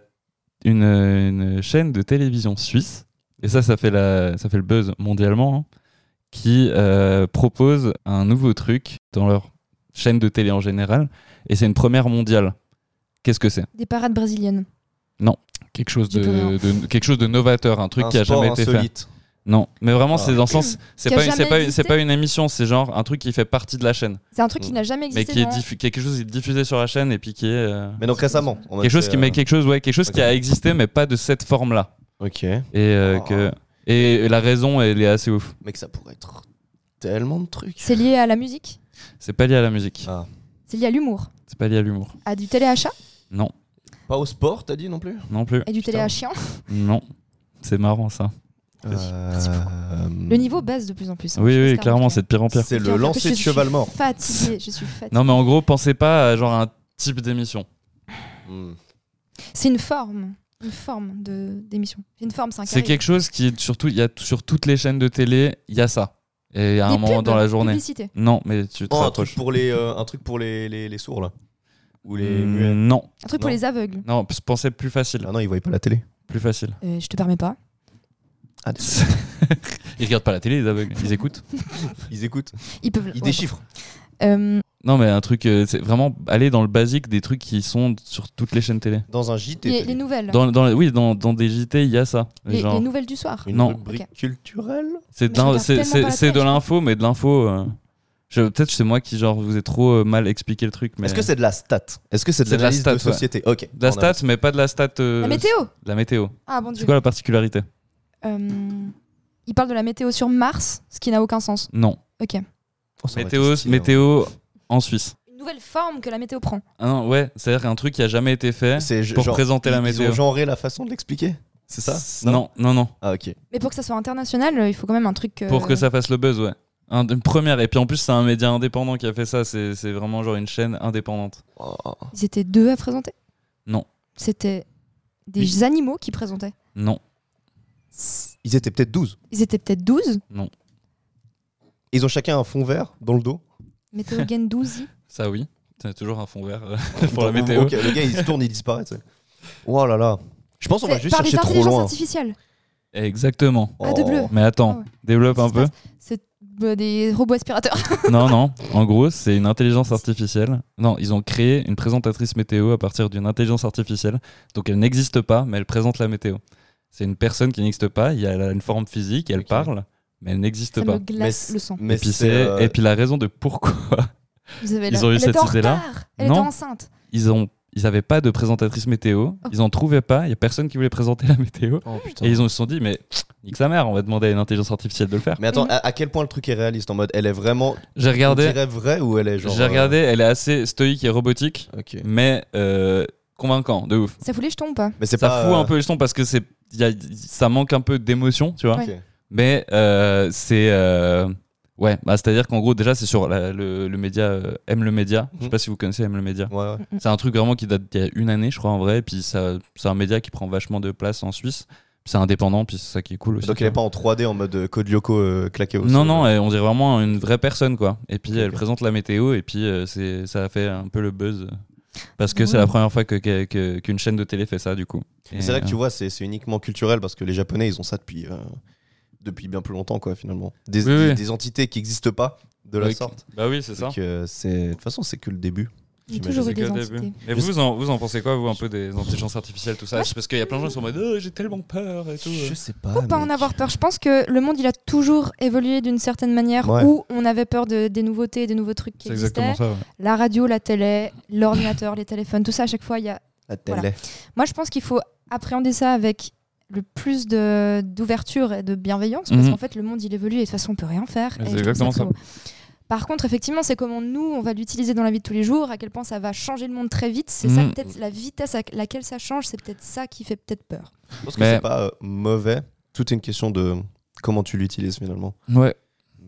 B: une, euh, une chaîne de télévision suisse, et ça, ça fait, la, ça fait le buzz mondialement, hein, qui euh, propose un nouveau truc dans leur chaîne de télé en général, et c'est une première mondiale. Qu'est-ce que c'est
A: Des parades brésiliennes.
B: quelque chose de,
A: J'ai plus rien.
B: de- quelque chose de novateur, un truc
C: Un
B: qui a
C: sport
B: jamais été fait.
C: insolite.
B: Non, mais vraiment
C: Ah.
B: c'est dans le sens, c'est
A: Qui a
B: pas une- c'est
A: jamais
B: pas une-
A: existé
B: c'est pas une émission, c'est genre un truc qui fait partie de la chaîne.
A: C'est un truc
C: Mm.
A: qui n'a jamais
B: mais
A: existé.
B: qui est
A: dans-
B: diffu- quelque chose qui est diffusé sur la chaîne et puis qui est euh,
C: Mais donc récemment. en mode,
B: quelque chose
C: c'est, euh,
B: qui mais quelque chose ouais quelque chose qui a
C: ok.
B: existé mais pas de cette forme là
C: euh, Ok.
B: et euh,
C: Oh.
B: que et la raison elle est assez ouf
C: Mec, ça pourrait être tellement de trucs.
A: C'est lié à la musique.
B: c'est pas lié à la musique
C: Ah.
A: C'est lié à l'humour.
B: c'est pas lié à l'humour
A: À du téléachat
B: non
C: Pas au sport, t'as dit non plus
B: non plus
A: et du
C: Putain.
A: téléachien.
B: non c'est marrant ça
C: Euh,
A: Le niveau baisse de plus en plus. hein,
B: oui
A: chez les
B: oui
A: stars,
B: clairement
A: donc,
B: c'est de pire en pire
C: C'est
A: euh, bien
C: le
A: sûr,
C: lancer
A: je
C: de
A: suis
C: cheval mort.
A: Fatiguée, je suis fatiguée.
B: non mais en gros pensez pas à genre un type d'émission
C: Hmm.
A: C'est une forme, une forme de d'émission. C'est une forme, c'est un
B: c'est
A: carré.
B: quelque chose qui est surtout il y a t- sur toutes les chaînes de télé il y a ça et à un
A: Des
B: moment
A: pubs,
B: dans la journée
A: Publicité.
B: non mais tu te
C: Oh, un truc
B: rapproches
C: pour les, euh, un truc pour les, les, les sourds là. Ou les
B: Mm,
C: muets.
B: non
A: Un truc
C: Non.
A: pour les aveugles.
B: non p- pensez plus facile
C: Ah non, ils voyaient pas la télé.
B: plus facile
A: Euh, je te permets pas.
C: Ah,
B: ils regardent pas la télé les aveugles ils écoutent
C: ils écoutent,
A: Ils peuvent.
C: ils
A: ouais.
C: déchiffrent.
A: Euh,
B: Non, mais un truc, euh, c'est vraiment aller dans le basique des trucs qui sont sur toutes les chaînes télé.
C: Dans un JT.
A: les,
C: télé.
A: les nouvelles.
B: Dans, dans, oui, dans, dans des JT, il y a ça.
A: les,
B: Genre,
A: les nouvelles du soir.
C: Une
B: Non.
C: rubrique
A: Ok.
C: culturelle
B: c'est
A: Mais
B: de l'in-
A: je regarde
B: c'est-
A: tellement
B: c'est-
A: pas la
B: c'est de
A: télé, je
B: l'info, mais de l'info. euh, je- Peut-être c'est moi qui, genre, vous ai trop euh, mal expliqué le truc. Mais...
C: Est-ce que c'est de la stat Est-ce que c'est de
B: C'est de la
C: l'analyse de,
B: stat, ouais.
C: société Ok.
B: De la
C: On
B: stat,
C: avance.
B: mais pas de la stat. euh,
A: La météo.
B: la météo.
A: Ah bon
B: C'est
A: dieu.
B: quoi la particularité
A: Euh, il parle de la météo sur Mars, ce qui n'a aucun sens.
B: Non.
A: Ok. Une
C: Oh, ça hein. aurait
B: Météo,
C: été stylé,
B: météo en Suisse.
A: nouvelle forme que la météo prend.
B: Ah non, ouais, c'est-à-dire qu'un truc qui a jamais été
C: hein.
B: fait
C: C'est je-
B: pour
C: genre,
B: présenter la
C: ils-
B: météo.
C: Ils ont genré la façon de l'expliquer C'est ça
B: Non, non, non.
C: Ah ok.
A: Mais pour que ça soit international, euh, il faut quand même un truc. euh,
B: Pour que ça fasse le buzz, ouais. Un- une première. Et puis en plus, c'est un média indépendant qui a fait ça. C'est c'est vraiment genre une chaîne indépendante.
C: Oh.
A: Ils étaient deux à présenter.
B: Non.
A: C'était des
B: Oui.
A: animaux qui présentaient.
B: Non.
C: Ils étaient peut-être 12.
A: Ils étaient peut-être 12.
C: Ils ont chacun un fond vert dans le dos.
A: Météo Gain 12.
B: Ça, oui. C'est toujours un fond vert euh, pour la
C: Dans-
B: météo.
C: ok, le gars il se tourne, il disparaît. tu sais. Oh là là. Je pense qu'on va
A: C'est
C: juste
A: Par les
C: chercher trop
A: intelligences
C: loin.
A: artificielles.
B: Exactement.
A: Ah, de
C: Oh.
A: bleu.
B: Mais attends,
A: Ah ouais.
B: développe un
A: Qu'est-ce qui
B: peu.
A: se C'est bah, des robots aspirateurs.
B: Non, non. En gros, c'est une intelligence artificielle. Non, ils ont créé une présentatrice météo à partir d'une intelligence artificielle. Donc elle n'existe pas, mais elle présente la météo. C'est une personne qui n'existe pas. Il y a- Elle a une forme physique, elle
C: Ok.
B: parle, mais elle n'existe
A: Ça
B: pas.
A: me glace
C: Mais-
A: le sang.
C: Mais
B: Et puis,
C: c'est,
B: c'est-
C: euh,
B: et puis la raison de pourquoi
A: Vous avez
B: Ils
A: la-
B: ont eu
A: Elle
B: cette
A: était en
B: idée-là
A: retard. Elle
B: Non.
A: était enceinte.
B: ils ont ils avaient pas de présentatrice météo,
A: Oh.
B: ils en trouvaient pas, il y a personne qui voulait présenter la météo
C: Oh, putain.
B: et ils ont- se sont dit mais nique sa mère, on va demander à une intelligence artificielle de le faire.
C: Mais attends,
A: Mhm.
C: à, à quel point le truc est réaliste En mode, elle est vraiment.
B: J'ai
C: On
B: regardé,
C: dirait euh, vrai ou elle est genre.
B: j'ai regardé, elle est assez stoïque et robotique
C: euh, Ok.
B: mais euh, convaincant de ouf.
A: Ça fout les jetons ou pas
C: Mais c'est
B: Ça
C: pas.
B: fout
C: euh,
B: un peu les jetons parce que c'est y a- ça manque un peu d'émotion, tu vois.
A: Ouais.
C: ok.
B: Mais euh, c'est euh, Ouais, bah, c'est-à-dire qu'en gros, déjà, c'est sur la- le, le média euh, Aime le média.
C: Mhm.
B: Je sais pas si vous connaissez Aime le média.
C: Ouais, ouais.
B: C'est un truc vraiment qui date d'il y a une année, je crois, en vrai. Puis ça- c'est un média qui prend vachement de place en Suisse. Puis C'est indépendant, puis c'est ça qui est cool aussi.
C: Donc il est pas en 3D en mode euh, Code Lyoko euh, claqué au
B: Non,
C: sol.
B: non, elle- on dirait vraiment une vraie personne, quoi. Et puis, elle
C: Ok.
B: présente la météo, et puis euh, c'est- ça a fait un peu le buzz. Parce que c'est
A: Ouais.
B: la première fois qu'une que, que- qu'une chaîne de télé fait ça, du coup.
C: Mais
B: Et,
C: C'est là que tu
B: euh,
C: vois, c'est c'est uniquement culturel parce que les Japonais, ils ont ça depuis, euh, depuis bien plus longtemps, quoi, finalement. Des,
B: Oui,
C: des-
B: oui.
C: des entités qui n'existent pas de la
B: Oui,
C: sorte.
B: Bah oui, c'est ça.
C: Donc, euh, c'est- de toute façon, c'est que le début.
A: J'ai toujours eu
B: C'est que
A: des
B: le
A: entités.
B: début. Et vous, vous en, vous en pensez quoi, vous, un peu des intelligences artificielles, tout ça C'est Parce qu'il y a plein de gens qui sont en mode Oh, j'ai tellement peur et tout.
C: sais pas.
B: Ah,
A: Faut pas en avoir peur. Je pense que le monde, il a toujours évolué d'une certaine manière
C: Ouais.
A: où on avait peur de, des nouveautés, et des nouveaux trucs qui
B: C'est
A: existaient.
B: exactement ça. ouais.
A: La radio, la télé, l'ordinateur, les téléphones, tout ça, à chaque fois, il y a
C: La
A: Voilà.
C: télé.
A: Moi, je pense qu'il faut appréhender ça avec le plus de- d'ouverture et de bienveillance, parce
B: Mhm.
A: qu'en fait, le monde, il évolue et de toute façon, on peut rien faire.
B: C'est
A: Et je trouve
B: exactement ça.
A: trop beau. Par contre, effectivement, c'est comment nous, on va l'utiliser dans la vie de tous les jours, à quel point ça va changer le monde très vite. C'est ça,
B: Mhm.
A: peut-être, la vitesse à laquelle ça change, c'est peut-être ça qui fait peut-être peur.
C: Je pense que
B: Mais-
C: c'est pas euh, mauvais. Tout est une question de comment tu l'utilises finalement.
B: Ouais.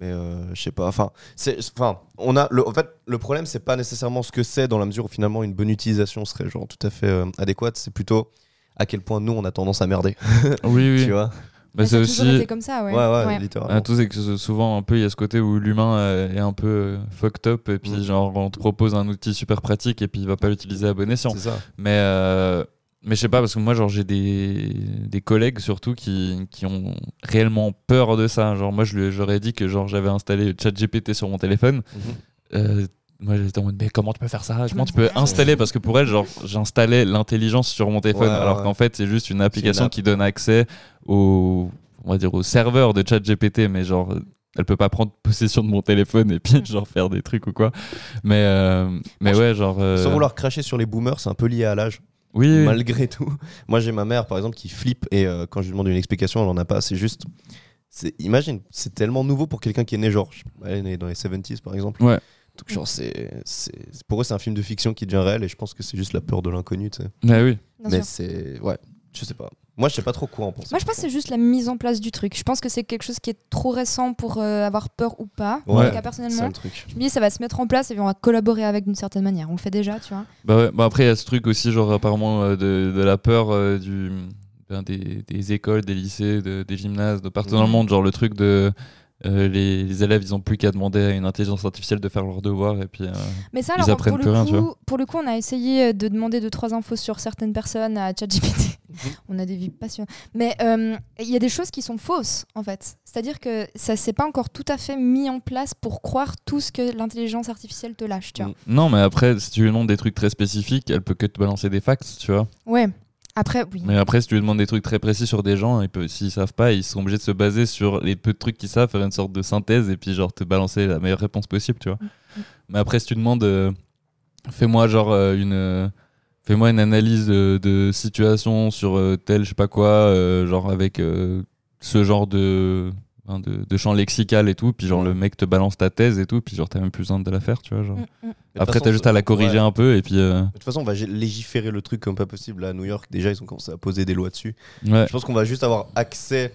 C: Mais euh, je sais pas. Enfin, c'est. Enfin, on a. Le, en fait, le problème, c'est pas nécessairement ce que c'est dans la mesure où finalement une bonne utilisation serait genre tout à fait euh, adéquate. C'est plutôt à quel point nous on a tendance à merder.
B: Oui, oui.
C: Tu vois.
B: Bah,
A: Mais
B: c'est
A: ça a toujours
B: aussi.
A: été comme ça, ouais.
C: Ouais, ouais,
A: Ouais.
C: littéralement.
B: Ah, tout c'est que ce- souvent un peu il y a ce côté où l'humain euh, est un peu euh, fucked up et puis
C: Mm.
B: genre on te propose un outil super pratique et puis il va pas l'utiliser à bon escient.
C: C'est ça.
B: Mais euh, mais je sais pas parce que moi genre j'ai des, des collègues surtout qui, qui ont réellement peur de ça. Genre moi je lui- j'aurais dit que genre j'avais installé ChatGPT sur mon téléphone.
C: Mhm.
B: Euh, moi j'étais en mode mais comment tu peux faire ça Comment tu peux installer Parce que pour elle genre j'installais l'intelligence sur mon téléphone
C: Ouais,
B: alors
C: ouais.
B: qu'en fait c'est juste une application
C: app.
B: qui donne accès au on va dire au serveur de ChatGPT mais genre elle peut pas prendre possession de mon téléphone et puis genre faire des trucs ou quoi. Mais euh, mais ouais genre euh,
C: Sans vouloir cracher sur les boomers, c'est un peu lié à l'âge,
B: oui oui.
C: malgré tout. Moi, j'ai ma mère, par exemple, qui flippe et euh, quand je lui demande une explication, elle en a pas. C'est juste. c'est- Imagine, c'est tellement nouveau pour quelqu'un qui est né, genre. je- Elle est née dans les 70s, par exemple.
B: Ouais.
C: Donc, genre, c'est. c'est- Pour eux, c'est un film de fiction qui devient réel et je pense que c'est juste la peur de l'inconnu, tu sais.
B: Bah oui.
A: Bien
C: Mais
A: sûr.
C: c'est. Ouais, je sais pas. Moi, je sais pas trop quoi en penser.
A: Moi, je pense que c'est juste la mise en place du truc. Je pense que c'est quelque chose qui est trop récent pour euh, avoir peur ou pas. En
C: Ouais.
A: tout cas,
C: c'est ça
A: personnellement,
C: le truc.
A: je me dis ça va se mettre en place et on va collaborer avec d'une certaine manière. On le fait déjà, tu vois.
B: Bah ouais, bah après, il y a ce truc aussi, genre, apparemment, euh, de, de la peur euh, du, ben, des, des écoles, des lycées, de- des gymnases, de partout dans le
C: Mhm.
B: monde. Genre, le truc de. euh, les, les élèves, ils ont plus qu'à demander à une intelligence artificielle de faire leurs devoirs. Et puis, euh,
A: Mais ça,
B: Ils
A: alors,
B: apprennent
A: pour, le
B: plus rien,
A: coup,
B: tu vois.
A: pour le coup, on a essayé euh, de demander deux, trois infos sur certaines personnes à ChatGPT. on a des vies passionnantes. Mais euh, il y a des choses qui sont fausses, en fait. C'est-à-dire que ça s'est pas encore tout à fait mis en place pour croire tout ce que l'intelligence artificielle te lâche, tu vois.
B: Non, mais après, si tu lui demandes des trucs très spécifiques, elle peut que te balancer des facts, tu vois.
A: Ouais. Après, oui.
B: Mais après, si tu lui demandes des trucs très précis sur des gens, ils peuvent- s'ils savent pas, ils sont obligés de se baser sur les peu de trucs qu'ils savent, faire une sorte de synthèse et puis genre te balancer la meilleure réponse possible, tu vois. Mais après, si tu demandes, euh, fais-moi genre euh, une, euh, fais-moi une analyse euh, de situation sur euh, tel, je sais pas quoi, euh, genre avec euh, ce genre de, hein, de de champ lexical et tout, puis genre le mec te balance ta thèse et tout, puis genre t'as même plus besoin de la faire, tu vois. Genre.
A: Mm, mm.
C: Mais de
B: Après,
C: toute
B: t'as
C: façon,
B: juste à la corriger
C: ouais.
B: un peu et puis. euh,
C: De toute façon, on va gé- légiférer le truc comme pas possible. Là, à New York, déjà, ils ont commencé à poser des lois dessus.
B: ouais.
C: Je pense qu'on va juste avoir accès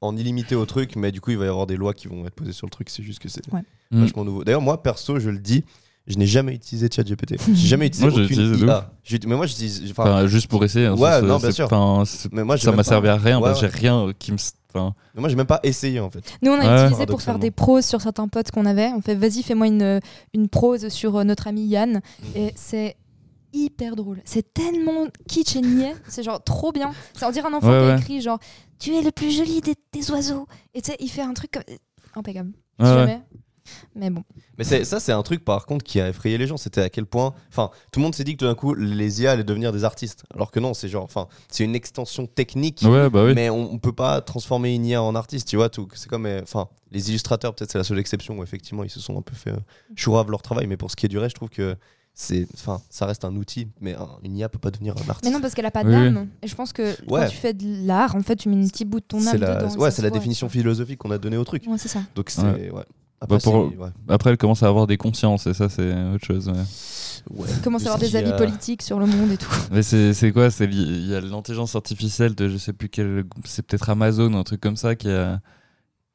C: en illimité au truc, mais du coup, il va y avoir des lois qui vont être posées sur le truc. C'est juste que c'est
A: Ouais.
B: Mm.
C: vachement nouveau. D'ailleurs, moi, perso, je le dis, je n'ai jamais utilisé ChatGPT. J'ai jamais utilisé
B: Moi, je
C: aucune
B: l'utilise de
C: IA. J'ut- Mais moi, j'utilise. enfin,
B: Enfin, juste pour essayer. hein,
C: Ouais,
B: ça, ça-
C: non, bien
B: c'est-
C: sûr.
B: enfin, c'est-
C: mais moi, j'ai
B: ça
C: même
B: m'a
C: pas-
B: servi à rien.
C: Ouais,
B: parce que
C: ouais.
B: j'ai rien qui me. Enfin,
C: mais Moi, j'ai même pas essayé en fait.
A: Nous, on a
B: Ouais, ah,
A: utilisé pour faire
C: paradoxalement.
A: des proses sur certains potes qu'on avait. On fait, vas-y, fais-moi une, une prose sur euh, notre ami
B: Mhm.
A: Yann. Et c'est hyper drôle. C'est tellement kitsch et niais. C'est genre trop bien. C'est on dirait un enfant
B: Ouais,
A: qui
B: ouais.
A: écrit genre, tu es le plus joli des, des oiseaux. Et tu sais, il fait un truc comme... impeccable. Si
B: ouais, ouais.
A: jamais. Mais bon.
C: Mais c'est- ça, c'est un truc par contre qui a effrayé les gens. C'était à quel point. Enfin, tout le monde s'est dit que tout d'un coup, les IA allaient devenir des artistes. Alors que non, c'est genre. Enfin, c'est une extension technique.
B: Ouais, bah oui.
C: Mais on, on peut pas transformer une IA en artiste, tu vois. tout C'est comme, euh, enfin, les illustrateurs, peut-être c'est la seule exception où effectivement ils se sont un peu fait euh, chourave leur travail. Mais pour ce qui est du reste, je trouve que c'est, enfin, ça reste un outil, mais un- une IA peut pas devenir un
A: Mais
C: artiste.
A: non, parce qu'elle a pas
B: Oui,
A: d'âme. Et je pense que quand
C: Ouais.
A: tu fais de l'art, en fait, tu mets un petit bout de ton âme
C: c'est la,
A: dedans. et
C: ouais,
A: ça
C: c'est
A: se
C: la
A: voit.
C: définition philosophique qu'on a donnée au truc.
A: Ouais, c'est ça.
C: Donc c'est,
B: Ouais.
C: ouais. Après,
B: Bah, pour-
C: c'est- ouais.
B: Après, elle commence à avoir des consciences et ça, c'est autre chose. ouais.
C: Ouais.
A: Commence à
C: Je
A: avoir
C: sais
A: des
C: qu'il y
A: avis
C: a-
A: politiques sur le monde et tout.
B: Mais c'est c'est quoi C'est li- Il y a l'intelligence artificielle de je sais plus quel. C'est peut-être Amazon, un truc comme ça, qui a,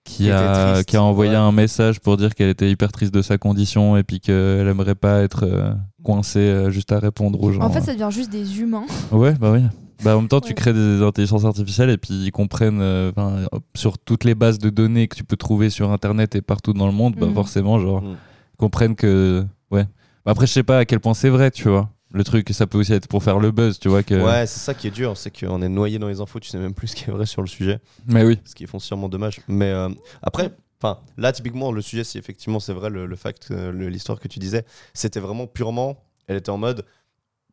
B: qui
C: était
B: a,
C: triste,
B: qui a envoyé
C: ouais.
B: un message pour dire qu'elle était hyper triste de sa condition et puis qu'elle aimerait pas être euh, coincée euh, juste à répondre aux gens.
A: En fait, ça devient juste des humains.
B: Ouais, bah oui. Bah, en même temps, tu
A: Ouais.
B: crées des intelligences artificielles et puis ils comprennent euh, enfin, sur toutes les bases de données que tu peux trouver sur Internet et partout dans le monde, bah
A: Mhm.
B: forcément, genre,
C: Mhm.
B: ils comprennent que. Ouais. Bah, après, je sais pas à quel point c'est vrai, tu vois. Le truc, ça peut aussi être pour faire le buzz, tu vois. Que...
C: Ouais, c'est ça qui est dur, c'est qu'on est noyé dans les infos, tu sais même plus ce qui est vrai sur le sujet,
B: Mais oui.
C: ce qui est foncièrement dommage. Mais euh, après, enfin, là typiquement le sujet, si effectivement c'est vrai le, le fact, euh, le- l'histoire que tu disais, c'était vraiment purement, elle était en mode,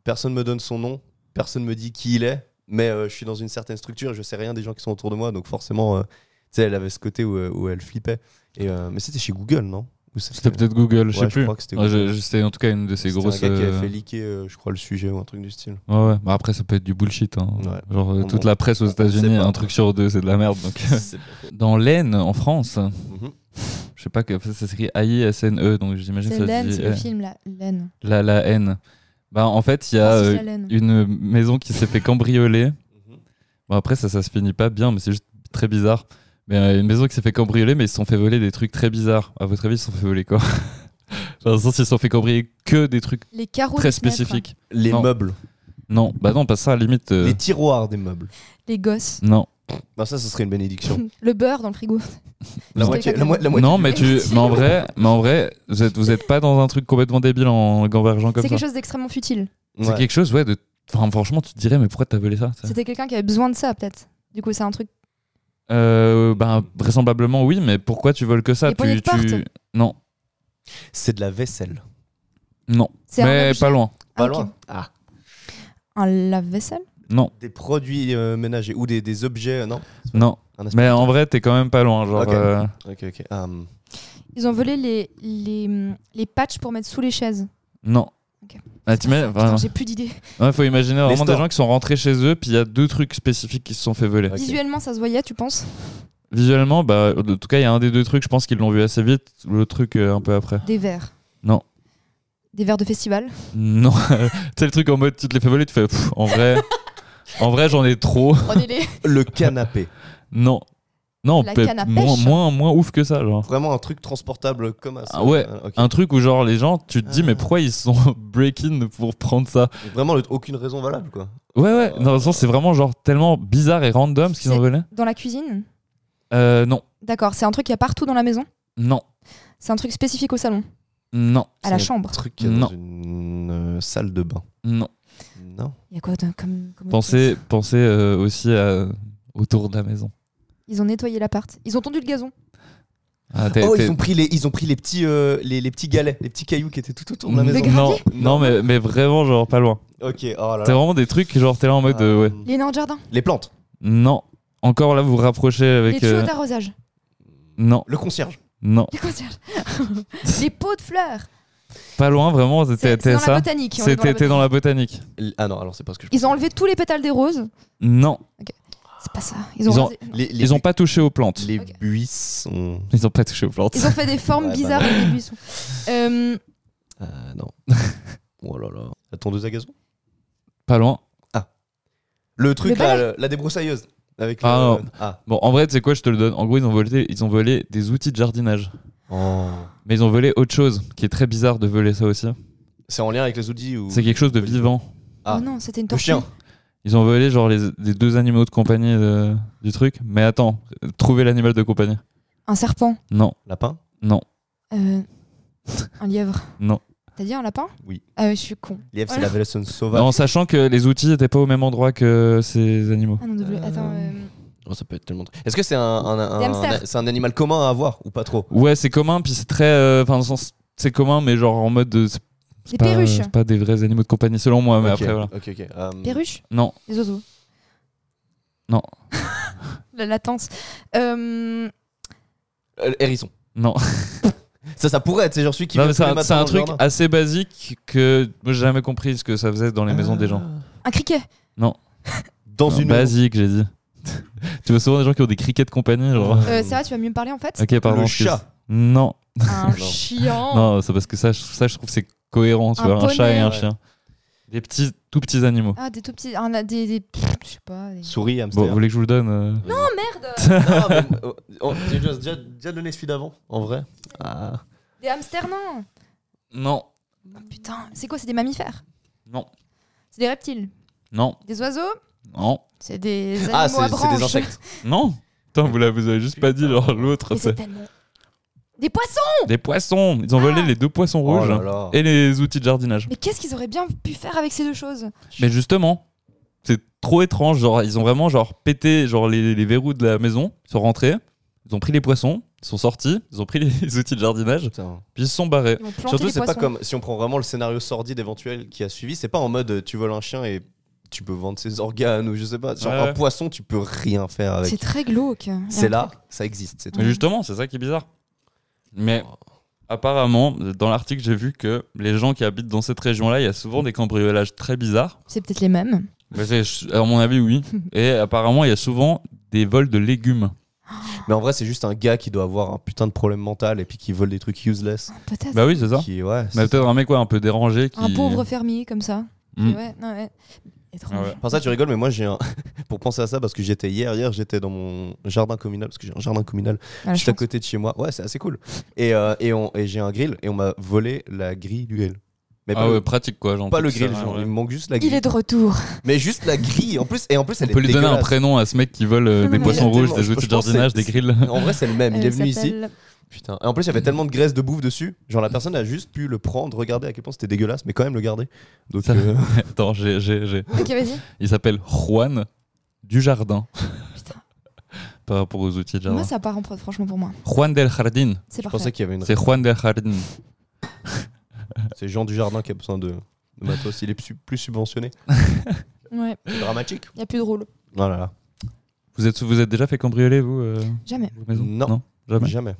C: personne me donne son nom, personne me dit qui il est, mais euh, je suis dans une certaine structure, je sais rien des gens qui sont autour de moi, donc forcément, euh, tu sais, elle avait ce côté où, euh, où elle flippait. Et, euh, mais c'était chez Google, non Ou c'était-
B: C'était peut-être Google, je sais
C: Ouais,
B: plus.
C: crois que c'était
B: Ouais,
C: Google.
B: je- je- C'était en tout cas une de ces
C: C'était
B: grosses.
C: un gars qui
B: euh,
C: avait fait leaker, euh, je crois, le sujet ou un truc du style.
B: Ouais, ouais. Bah, après, ça peut être du bullshit. hein.
C: Ouais.
B: Genre, euh,
C: On-
B: toute la presse aux
C: on sait
B: États-Unis,
C: pas.
B: un truc sur deux, c'est de la merde. Donc...
C: C'est-
B: Dans l'Aisne, en France,
C: Mhm.
B: je sais pas, que ça s'écrit A-I-S-N-E, E, donc j'imagine que
A: C'est
B: ça
A: laine,
B: se dit,
A: c'est
B: euh,
A: le film, là. Laine.
B: la, la haine. Bah, en fait, il y a
A: Ah, c'est
B: euh,
A: ça, laine.
B: une maison qui s'est fait cambrioler.
C: Mhm.
B: Bon, après, ça, ça se finit pas bien, mais c'est juste très bizarre. Mais euh, une maison qui s'est fait cambrioler, mais ils se sont fait voler des trucs très bizarres. À votre avis, ils se sont fait voler quoi Dans le sens, ils se sont fait cambrioler que des trucs
A: Les carreaux
B: très
A: des fenêtres,
B: spécifiques.
C: Les
B: Non.
C: meubles.
B: Non, bah non, pas ça, à la limite. euh,
C: Les tiroirs des meubles.
A: Les gosses.
B: Non.
C: Non, ça, ce serait une bénédiction.
A: Le beurre dans le frigo.
C: La
A: Parce
C: moitié,
A: que-
C: la mo- la moitié
B: non,
C: du-
B: mais tu, mais en vrai, mais en vrai, vous êtes, vous êtes pas dans un truc complètement débile en gambergeant
A: C'est
B: comme ça.
A: quelque chose d'extrêmement futile.
B: C'est
C: Ouais.
B: quelque chose, ouais, de. Enfin, franchement, tu te dirais, mais pourquoi t'as volé ça ça
A: C'était quelqu'un qui avait besoin de ça, peut-être. Du coup, c'est un truc.
B: euh, Ben, vraisemblablement, oui, mais pourquoi tu voles que ça
A: Les poignées
B: tu,
A: de
B: tu...
A: porte
B: Non,
C: C'est de la vaisselle.
B: non.
A: C'est un
B: Mais
A: objet.
B: pas loin.
A: Ah,
C: Pas
A: ok.
C: loin. Ah.
A: Un lave-vaisselle
B: Non,
C: Des produits euh, ménagers ou des, des objets. euh, Non.
B: non.
C: Un
B: Mais en vrai, t'es quand même pas loin. Genre,
C: Ok.
B: euh,
C: Ok, ok. Hum,
A: Ils ont volé les, les, les patchs pour mettre sous les chaises.
B: non.
A: Ok.
B: Ah, t'imagines-
A: Putain,
B: enfin,
A: J'ai plus d'idées.
B: ouais, faut imaginer vraiment des
C: stores.
B: gens qui sont rentrés chez eux, puis il y a deux trucs spécifiques qui se sont fait voler.
C: Ok.
A: Visuellement, ça se voyait, tu penses
B: Visuellement, bah, en tout cas, il y a un des deux trucs, je pense qu'ils l'ont vu assez vite, le truc euh, un peu après.
A: Des verres.
B: Non.
A: Des verres de festival.
B: Non, tu sais, le truc en mode tu te les fais voler, tu fais pff, en vrai, en vrai, j'en ai trop.
A: Prenez-les.
C: Le canapé.
B: Non, non,
A: La
B: peut-
A: canne à pêche.
B: moins, moins, moins ouf que ça, genre.
C: Vraiment un truc transportable comme ça.
B: Ah ouais,
C: Euh, ok.
B: Un truc où genre les gens, tu te dis
C: Ah.
B: mais pourquoi ils sont break-in pour prendre ça
C: Vraiment le- aucune raison valable quoi.
B: Ouais ouais, dans le sens c'est vraiment genre tellement bizarre et random ce qu'ils en
A: C'est-
B: venaient.
A: Dans la cuisine
B: Euh non,
A: D'accord, c'est un truc qu'il y a partout dans la maison
B: non,
A: C'est un truc spécifique au salon,
B: non,
A: à la
C: C'est
A: chambre.
C: Un truc qui est dans
B: Non.
C: une euh, salle de bain.
B: non.
C: Non.
A: Il y a quoi de- comme, comme autre chose
B: Pensez, pensez euh, aussi à- autour de la maison.
A: Ils ont nettoyé l'appart. Ils ont tendu le gazon.
B: Mm. Ah, t'es-
C: Oh,
B: t'es-
C: ils ont pris les, ils ont pris les petits, euh, les, les petits galets, les petits cailloux qui étaient tout autour de la
B: Non,
C: maison.
A: gravier
B: non, non, mais, mais vraiment genre pas loin.
C: Ok. Oh là
B: T'es
C: là.
B: vraiment des trucs genre t'es là en mode euh, ouais.
C: Euh,
A: Les nains de jardin.
C: Les plantes.
B: Non. Encore là vous vous rapprochez
A: Les
B: avec
A: tuyaux
B: euh,
A: d'arrosage.
B: non,
C: Le concierge.
B: non,
A: Les concierges. les pots de fleurs.
B: pas loin vraiment, c'était
A: C'est c'est
B: t'es
A: dans la
B: ça.
A: botanique. on est dans la
B: C'était t'es dans la botanique.
C: L- Ah non, alors c'est pas ce que je.
A: botanique. Ils ont enlevé tous les pétales des roses.
B: Non,
A: C'est pas ça. Ils ont,
B: Ils ont-
A: rasé-
C: Les, les,
B: ils ont pas touché aux plantes.
C: les
A: Ok.
C: buissons.
B: Ils ont pas touché aux plantes.
A: Ils ont fait des formes
C: Ouais, bah
A: bizarres avec des buissons. Euh,
C: Euh, non. oh là là. La tondeuse à gazon
B: Pas loin.
C: Le truc
A: Le
C: là,
A: balai.
C: le- la débroussailleuse. Avec le-
B: Ah non.
C: Ah.
B: Bon, en vrai, tu sais quoi, je te le donne. En gros, ils ont volé, ils ont volé des outils de jardinage. Mais ils ont volé autre chose, qui est très bizarre de voler ça aussi.
C: C'est en lien avec les outils ou.
B: C'est quelque chose de vivant.
C: Ah.
A: Oh non, c'était une
C: Le
A: tortue.
C: chien.
B: Ils ont volé genre les, les deux animaux de compagnie euh, du truc. Mais attends, euh, trouver l'animal de compagnie.
A: Un serpent.
B: Non,
C: Lapin
B: non,
A: Euh, un lièvre.
B: non.
A: T'as dit un lapin
C: Oui.
A: Ah, je suis con.
C: Lièvre, c'est
A: Voilà.
C: la version sauvage.
B: En sachant que les outils n'étaient pas au même endroit que ces animaux.
A: Ah non, double.
C: Euh,
A: Attends. euh,
C: Oh, ça peut être tellement. Est-ce que c'est un, un, un-
A: Des hamsters.
C: un- c'est un animal commun à avoir ou pas trop
B: Ouais, c'est commun, puis c'est très. euh, Enfin, dans le sens, c'est commun, mais genre en mode. de- c'est
A: Des
B: pas, euh,
A: perruches.
B: c'est pas des vrais animaux de compagnie, selon moi, mais
C: Ok,
B: après, voilà.
C: Ok, ok. Euh,
A: Perruche
B: Non,
A: Des oiseaux.
B: Non.
A: La latence. Euh,
C: euh, hérisson.
B: non.
C: Ça, ça pourrait être. C'est genre celui qui.
B: Non,
C: vient
B: mais
C: tous les
B: c'est un,
C: matins
B: c'est un
C: dans le
B: truc
C: jardin.
B: assez basique que moi j'ai jamais compris ce que ça faisait dans
C: Ah.
B: les maisons des gens.
A: un criquet.
C: Dans
B: Non,
C: une maison.
B: basique, j'ai dit. tu vois souvent des gens qui ont des criquets de compagnie, genre.
A: Euh, Sarah, tu vas mieux me parler en fait
B: ok, pardon.
C: le
B: excuse.
C: chat.
B: Non,
A: Un
C: Non.
A: chien.
B: non, c'est parce que ça, je- ça je trouve que c'est cohérent, tu
A: Oh. Un
B: vois, un chat
A: poney.
B: et un
C: Ouais.
B: chien. Des petits, tout petits animaux.
A: Ah, des tout petits. ah, on a des. des- pff, je sais pas. des-
C: Souris,
B: Bon,
C: hamster.
B: vous voulez que je vous le donne euh,
A: Oh merde
C: Non, mais, euh, oh, j'ai déjà- déjà, déjà donné celui d'avant, en vrai. Ah.
A: Des hamsters, non
B: Non,
A: Ah, Putain, c'est quoi C'est des mammifères
B: non,
A: C'est des reptiles
B: non,
A: Des oiseaux
B: non,
A: C'est des animaux
C: Ah, c'est
A: à
C: c'est
A: branches
C: des insectes.
B: non. Putain, vous, l'avez- vous avez juste pas dit l'un- l'autre.
A: Mais c'est
B: c'est-
A: tellement. Des poissons
B: Des poissons Ils ont volé
A: Ah.
B: les deux poissons
C: Oh
B: rouges
C: là là.
B: et les outils de jardinage.
A: Mais qu'est-ce qu'ils auraient bien pu faire avec ces deux choses
B: Mais justement, c'est trop étrange. Genre, ils ont vraiment genre pété genre les, les verrous de la maison, ils sont rentrés, ils ont pris les poissons, ils sont sortis, ils ont pris les outils de jardinage,
C: Putain.
B: puis ils se sont barrés.
A: Ils vont planter
C: Surtout,
A: les
C: c'est pas
A: poissons.
C: comme si on prend vraiment le scénario sordide éventuel qui a suivi. C'est pas en mode euh, tu voles un chien et tu peux vendre ses organes ou je sais pas. Genre
B: Ouais.
C: un poisson, tu peux rien faire
A: C'est
C: avec.
A: très glauque.
C: C'est là, ça existe. C'est tout.
B: Mais justement, c'est ça qui est bizarre. Mais apparemment, dans l'article, j'ai vu que les gens qui habitent dans cette région-là, il y a souvent des cambriolages très bizarres.
A: C'est peut-être les mêmes.
B: Mais c'est- à mon avis, oui. Et apparemment, il y a souvent des vols de légumes.
C: Mais en vrai, c'est juste un gars qui doit avoir un putain de problème mental et puis qui vole des trucs useless.
A: Peut-être.
B: Bah oui, c'est ça.
C: Qui, ouais, c'est-
B: Mais peut-être un mec quoi, un peu dérangé qui.
A: Un pauvre fermier comme ça.
C: Hmm.
B: Mm.
A: Ouais, non, ouais. Étrange.
B: Ouais.
C: Par ça, tu rigoles, mais moi, j'ai un. Pour penser à ça, parce que j'étais hier, hier, j'étais dans mon jardin communal, parce que j'ai un jardin communal
A: Ah, je
C: juste à
A: pense.
C: côté de chez moi. Ouais, c'est assez cool. Et, euh, et, on- et j'ai un grill, et on m'a volé la grille du grill. Mais
B: Ah
C: pas,
B: ouais,
C: le,
B: pratique quoi. genre,
C: pas le
B: tout
C: grill,
B: ça,
C: genre,
B: ouais.
C: il me manque juste la
A: Il
C: grille.
A: est de retour.
C: Mais juste la grille, en plus, et en plus, elle
B: On peut
C: est
B: lui donner un
C: dégueulasse.
B: prénom à ce mec qui vole euh,
A: Non,
B: des
A: mais
B: poissons
C: exactement,
B: rouges, des
C: je-
B: outils
C: je
B: de
C: pense que
B: jardinage,
C: c'est-
B: des grilles.
C: En vrai, c'est le même, il
A: Elle
C: est venu ici.
A: Euh, s'appelle-
C: Putain. Et en plus, il y avait tellement de graisse de bouffe dessus. Genre, la personne a juste pu le prendre, regarder à quel point c'était dégueulasse, mais quand même le garder. Donc,
B: Ça-
C: euh,
B: Attends, j'ai, j'ai, j'ai.
A: Ok, vas-y.
B: Il s'appelle Juan Dujardin.
A: Putain.
B: Par rapport aux outils de jardin.
A: Moi, ça part en prod, franchement, pour moi.
B: Juan del Jardin.
A: C'est
C: je
A: parfait.
C: pensais qu'il y avait une.
B: C'est Juan del Jardin.
C: C'est Jean Dujardin qui a besoin de, de matos. Il est su- plus subventionné.
A: Ouais,
C: C'est dramatique.
A: il n'y a plus de rôle.
C: Oh là là.
B: Vous êtes, vous êtes déjà fait cambrioler, vous, euh,
A: Jamais.
B: vos maisons
C: Non.
B: jamais.
C: Jamais.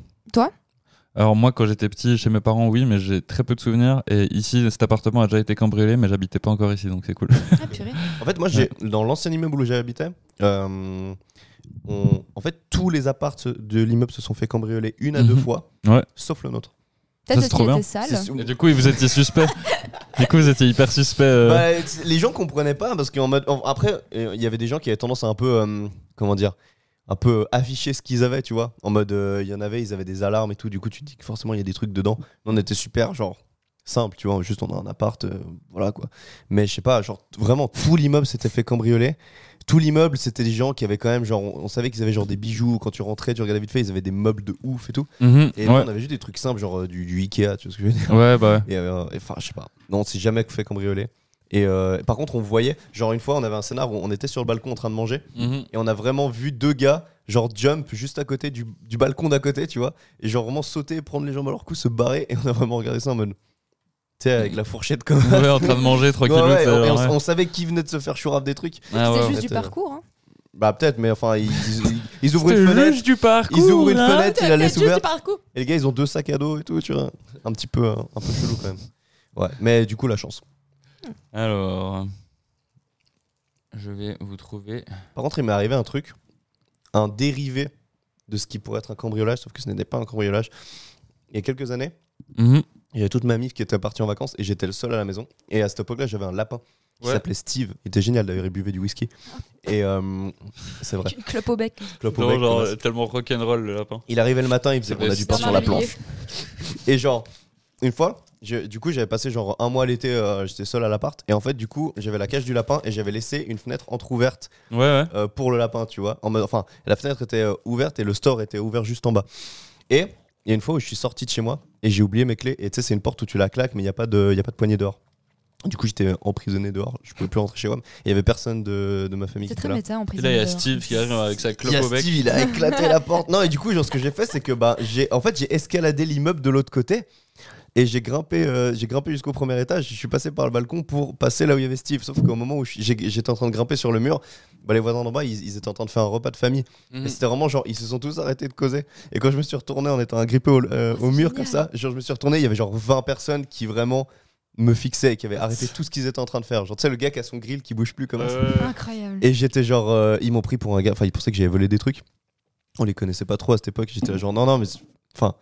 B: Alors, moi, quand j'étais petit, chez mes parents, oui, mais j'ai très peu de souvenirs. Et ici, cet appartement a déjà été cambriolé, mais j'habitais pas encore ici, donc c'est cool.
A: Ah, purée.
C: En fait, moi, j'ai dans l'ancien immeuble où j'habitais, euh, on- en fait, tous les apparts de l'immeuble se sont fait cambrioler une à
B: Mhm.
C: deux fois,
B: Ouais.
C: sauf le nôtre.
B: Ça,
A: Peut-être
B: c'est
A: parce
B: trop
A: qu'il
B: bien.
A: était sale.
C: C'est-
B: Et du coup, vous étiez suspect. du coup, vous étiez hyper suspect. euh,
C: Bah, t- les gens comprenaient pas parce qu'en mode en- après euh, il y avait des gens qui avaient tendance à un peu euh, comment dire un peu euh, afficher ce qu'ils avaient tu vois en mode euh, il y en avait ils avaient des alarmes et tout du coup tu te dis que forcément il y a des trucs dedans Nous, on était super genre simple tu vois juste on a un appart euh, voilà quoi mais je sais pas genre t- vraiment tout l'immeuble s'était fait cambrioler tout l'immeuble c'était des gens qui avaient quand même genre on, on savait qu'ils avaient genre des bijoux quand tu rentrais tu regardais vite fait ils avaient des meubles de ouf et tout
B: mhm,
C: et nous,
B: ouais.
C: on avait juste des trucs simples genre euh, du, du Ikea tu vois ce que je veux dire
B: ouais, bah ouais.
C: et euh, et enfin, je sais pas. Non, on s'est jamais fait cambrioler. Et euh, par contre, on voyait, genre une fois, on avait un scénar où on était sur le balcon en train de manger
B: Mhm.
C: et on a vraiment vu deux gars, genre jump juste à côté du, du balcon d'à côté, tu vois, et genre vraiment sauter, prendre les jambes à leur cou, se barrer. Et on a vraiment regardé ça en mode, tu sais, avec la fourchette comme.
B: Ouais, en train de manger
C: Ouais,
B: tranquillou.
C: ouais,
B: c'est-
C: on, et on-
B: ouais.
C: on savait qui venait de se faire chourave des trucs.
B: Ah, ouais,
A: C'était
B: ouais.
A: juste du
C: Peut-être,
A: parcours. hein.
C: Bah, peut-être, mais enfin, ils, ils- ils ouvraient une
B: C'était
C: fenêtre.
B: juste du parcours.
C: Ils ouvrent une
B: hein.
C: fenêtre, ils la laissent
A: Peut-être Ah, juste
C: ouverte.
A: du parcours.
C: Et les gars, ils ont deux sacs à dos et tout, tu vois. Un petit peu, hein, un peu chelou quand même. Ouais, mais du coup, la chance.
B: Alors, je vais vous trouver.
C: Par contre, il m'est arrivé un truc, un dérivé de ce qui pourrait être un cambriolage, sauf que ce n'était pas un cambriolage. Il y a quelques années, il y avait toute ma mif qui était partie en vacances et j'étais le seul à la maison. Et à cette époque-là, j'avais un lapin qui
B: Ouais.
C: s'appelait Steve. Il était génial d'ailleurs, il buvait du whisky. Et euh, c'est vrai,
A: Une clope au bec.
C: clope au bec, connasse.
B: tellement rock'n'roll le lapin.
C: Il arrivait le matin, il faisait
B: C'est
C: on a
B: vrai,
C: du
B: c'est
C: pain
B: un
C: sur la
A: marlier.
C: planche. Et genre, une fois, je- du coup, j'avais passé genre un mois l'été, euh, j'étais seul à l'appart. Et en fait, du coup, j'avais la cage du lapin et j'avais laissé une fenêtre entrouverte
B: Ouais, ouais.
C: euh, pour le lapin, tu vois. En mode, enfin, la fenêtre était euh, ouverte et le store était ouvert juste en bas. Et il y a une fois où je suis sorti de chez moi et j'ai oublié mes clés. Et tu sais, c'est une porte où tu la claques, mais il n'y a, pas de- il y a pas de poignée dehors. Du coup, j'étais emprisonné dehors. Je pouvais plus rentrer chez moi. Et Il y avait personne de, de ma famille qui
A: C'est
C: était
A: très
C: là.
A: méta en
B: Et
A: prison.
B: là, il y a
A: d'ailleurs.
B: Steve qui arrive euh, avec sa
C: Il
B: clope
C: y a
B: au bec.
C: Steve, il a éclaté la porte. Non, et du coup, genre, ce que j'ai fait, c'est que bah, j'ai, en fait, j'ai escaladé l'immeuble de l'autre côté et j'ai grimpé, euh, j'ai grimpé jusqu'au premier étage. Je suis passé par le balcon pour passer là où il y avait Steve. Sauf qu'au moment où je- j'ai- j'étais en train de grimper sur le mur, bah, les voisins d'en bas, ils- ils étaient en train de faire un repas de famille.
B: Mhm.
C: Et c'était vraiment genre, ils se sont tous arrêtés de causer. Et quand je me suis retourné en étant agrippé au, euh,
A: Oh, c'est
C: au mur
A: génial.
C: comme ça, genre je me suis retourné, il y avait genre 20 personnes qui vraiment me fixaient et qui avaient arrêté tout ce qu'ils étaient en train de faire. Genre, tu sais, le gars qui a son grill qui bouge plus comme ça.
B: Euh,
A: Incroyable.
C: Et j'étais genre, euh, ils m'ont pris pour un gars, enfin, ils pensaient que j'avais volé des trucs. On les connaissait pas trop à cette époque. J'étais là genre, non, non, mais. c'est- Enfin,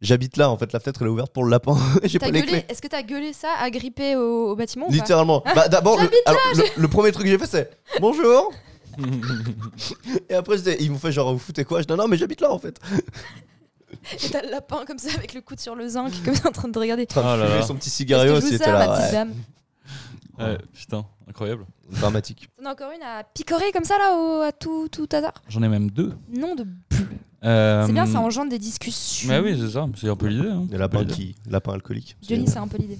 C: J'habite là, en fait, la fenêtre elle est ouverte pour le lapin. J'ai
A: T'as
C: pas les
A: gueulé-
C: clés.
A: Est-ce que t'as gueulé ça, agrippé au, au bâtiment ou pas
C: Littéralement. Bah, d'abord, le,
A: J'habite
C: alors, le- le premier truc que j'ai fait, c'est bonjour. Et après, j'étais- ils m'ont fait genre, vous foutez quoi Je dis non, non, mais j'habite là en fait.
A: Et t'as le lapin comme ça avec le coude sur le zinc, comme ça en train de regarder.
C: En train
B: Oh
C: de
B: là
C: fumer
B: là.
C: son petit
A: Qu'est-ce que
C: cigario
A: je vous
C: aussi, était
A: sers, ma
C: là.
A: petite
C: ouais.
A: dame Ah.
B: Ouais, putain, incroyable.
C: Dramatique.
A: T'en as encore une à picorer comme ça là, au- à tout, tout hasard
B: J'en ai même deux.
A: Non de.
B: Euh,
A: C'est bien, ça engendre des discussions.
B: Mais Bah oui, c'est ça, c'est un peu l'idée. hein.
C: Le lapin, qui... lapin alcoolique.
A: Johnny, c'est un peu l'idée.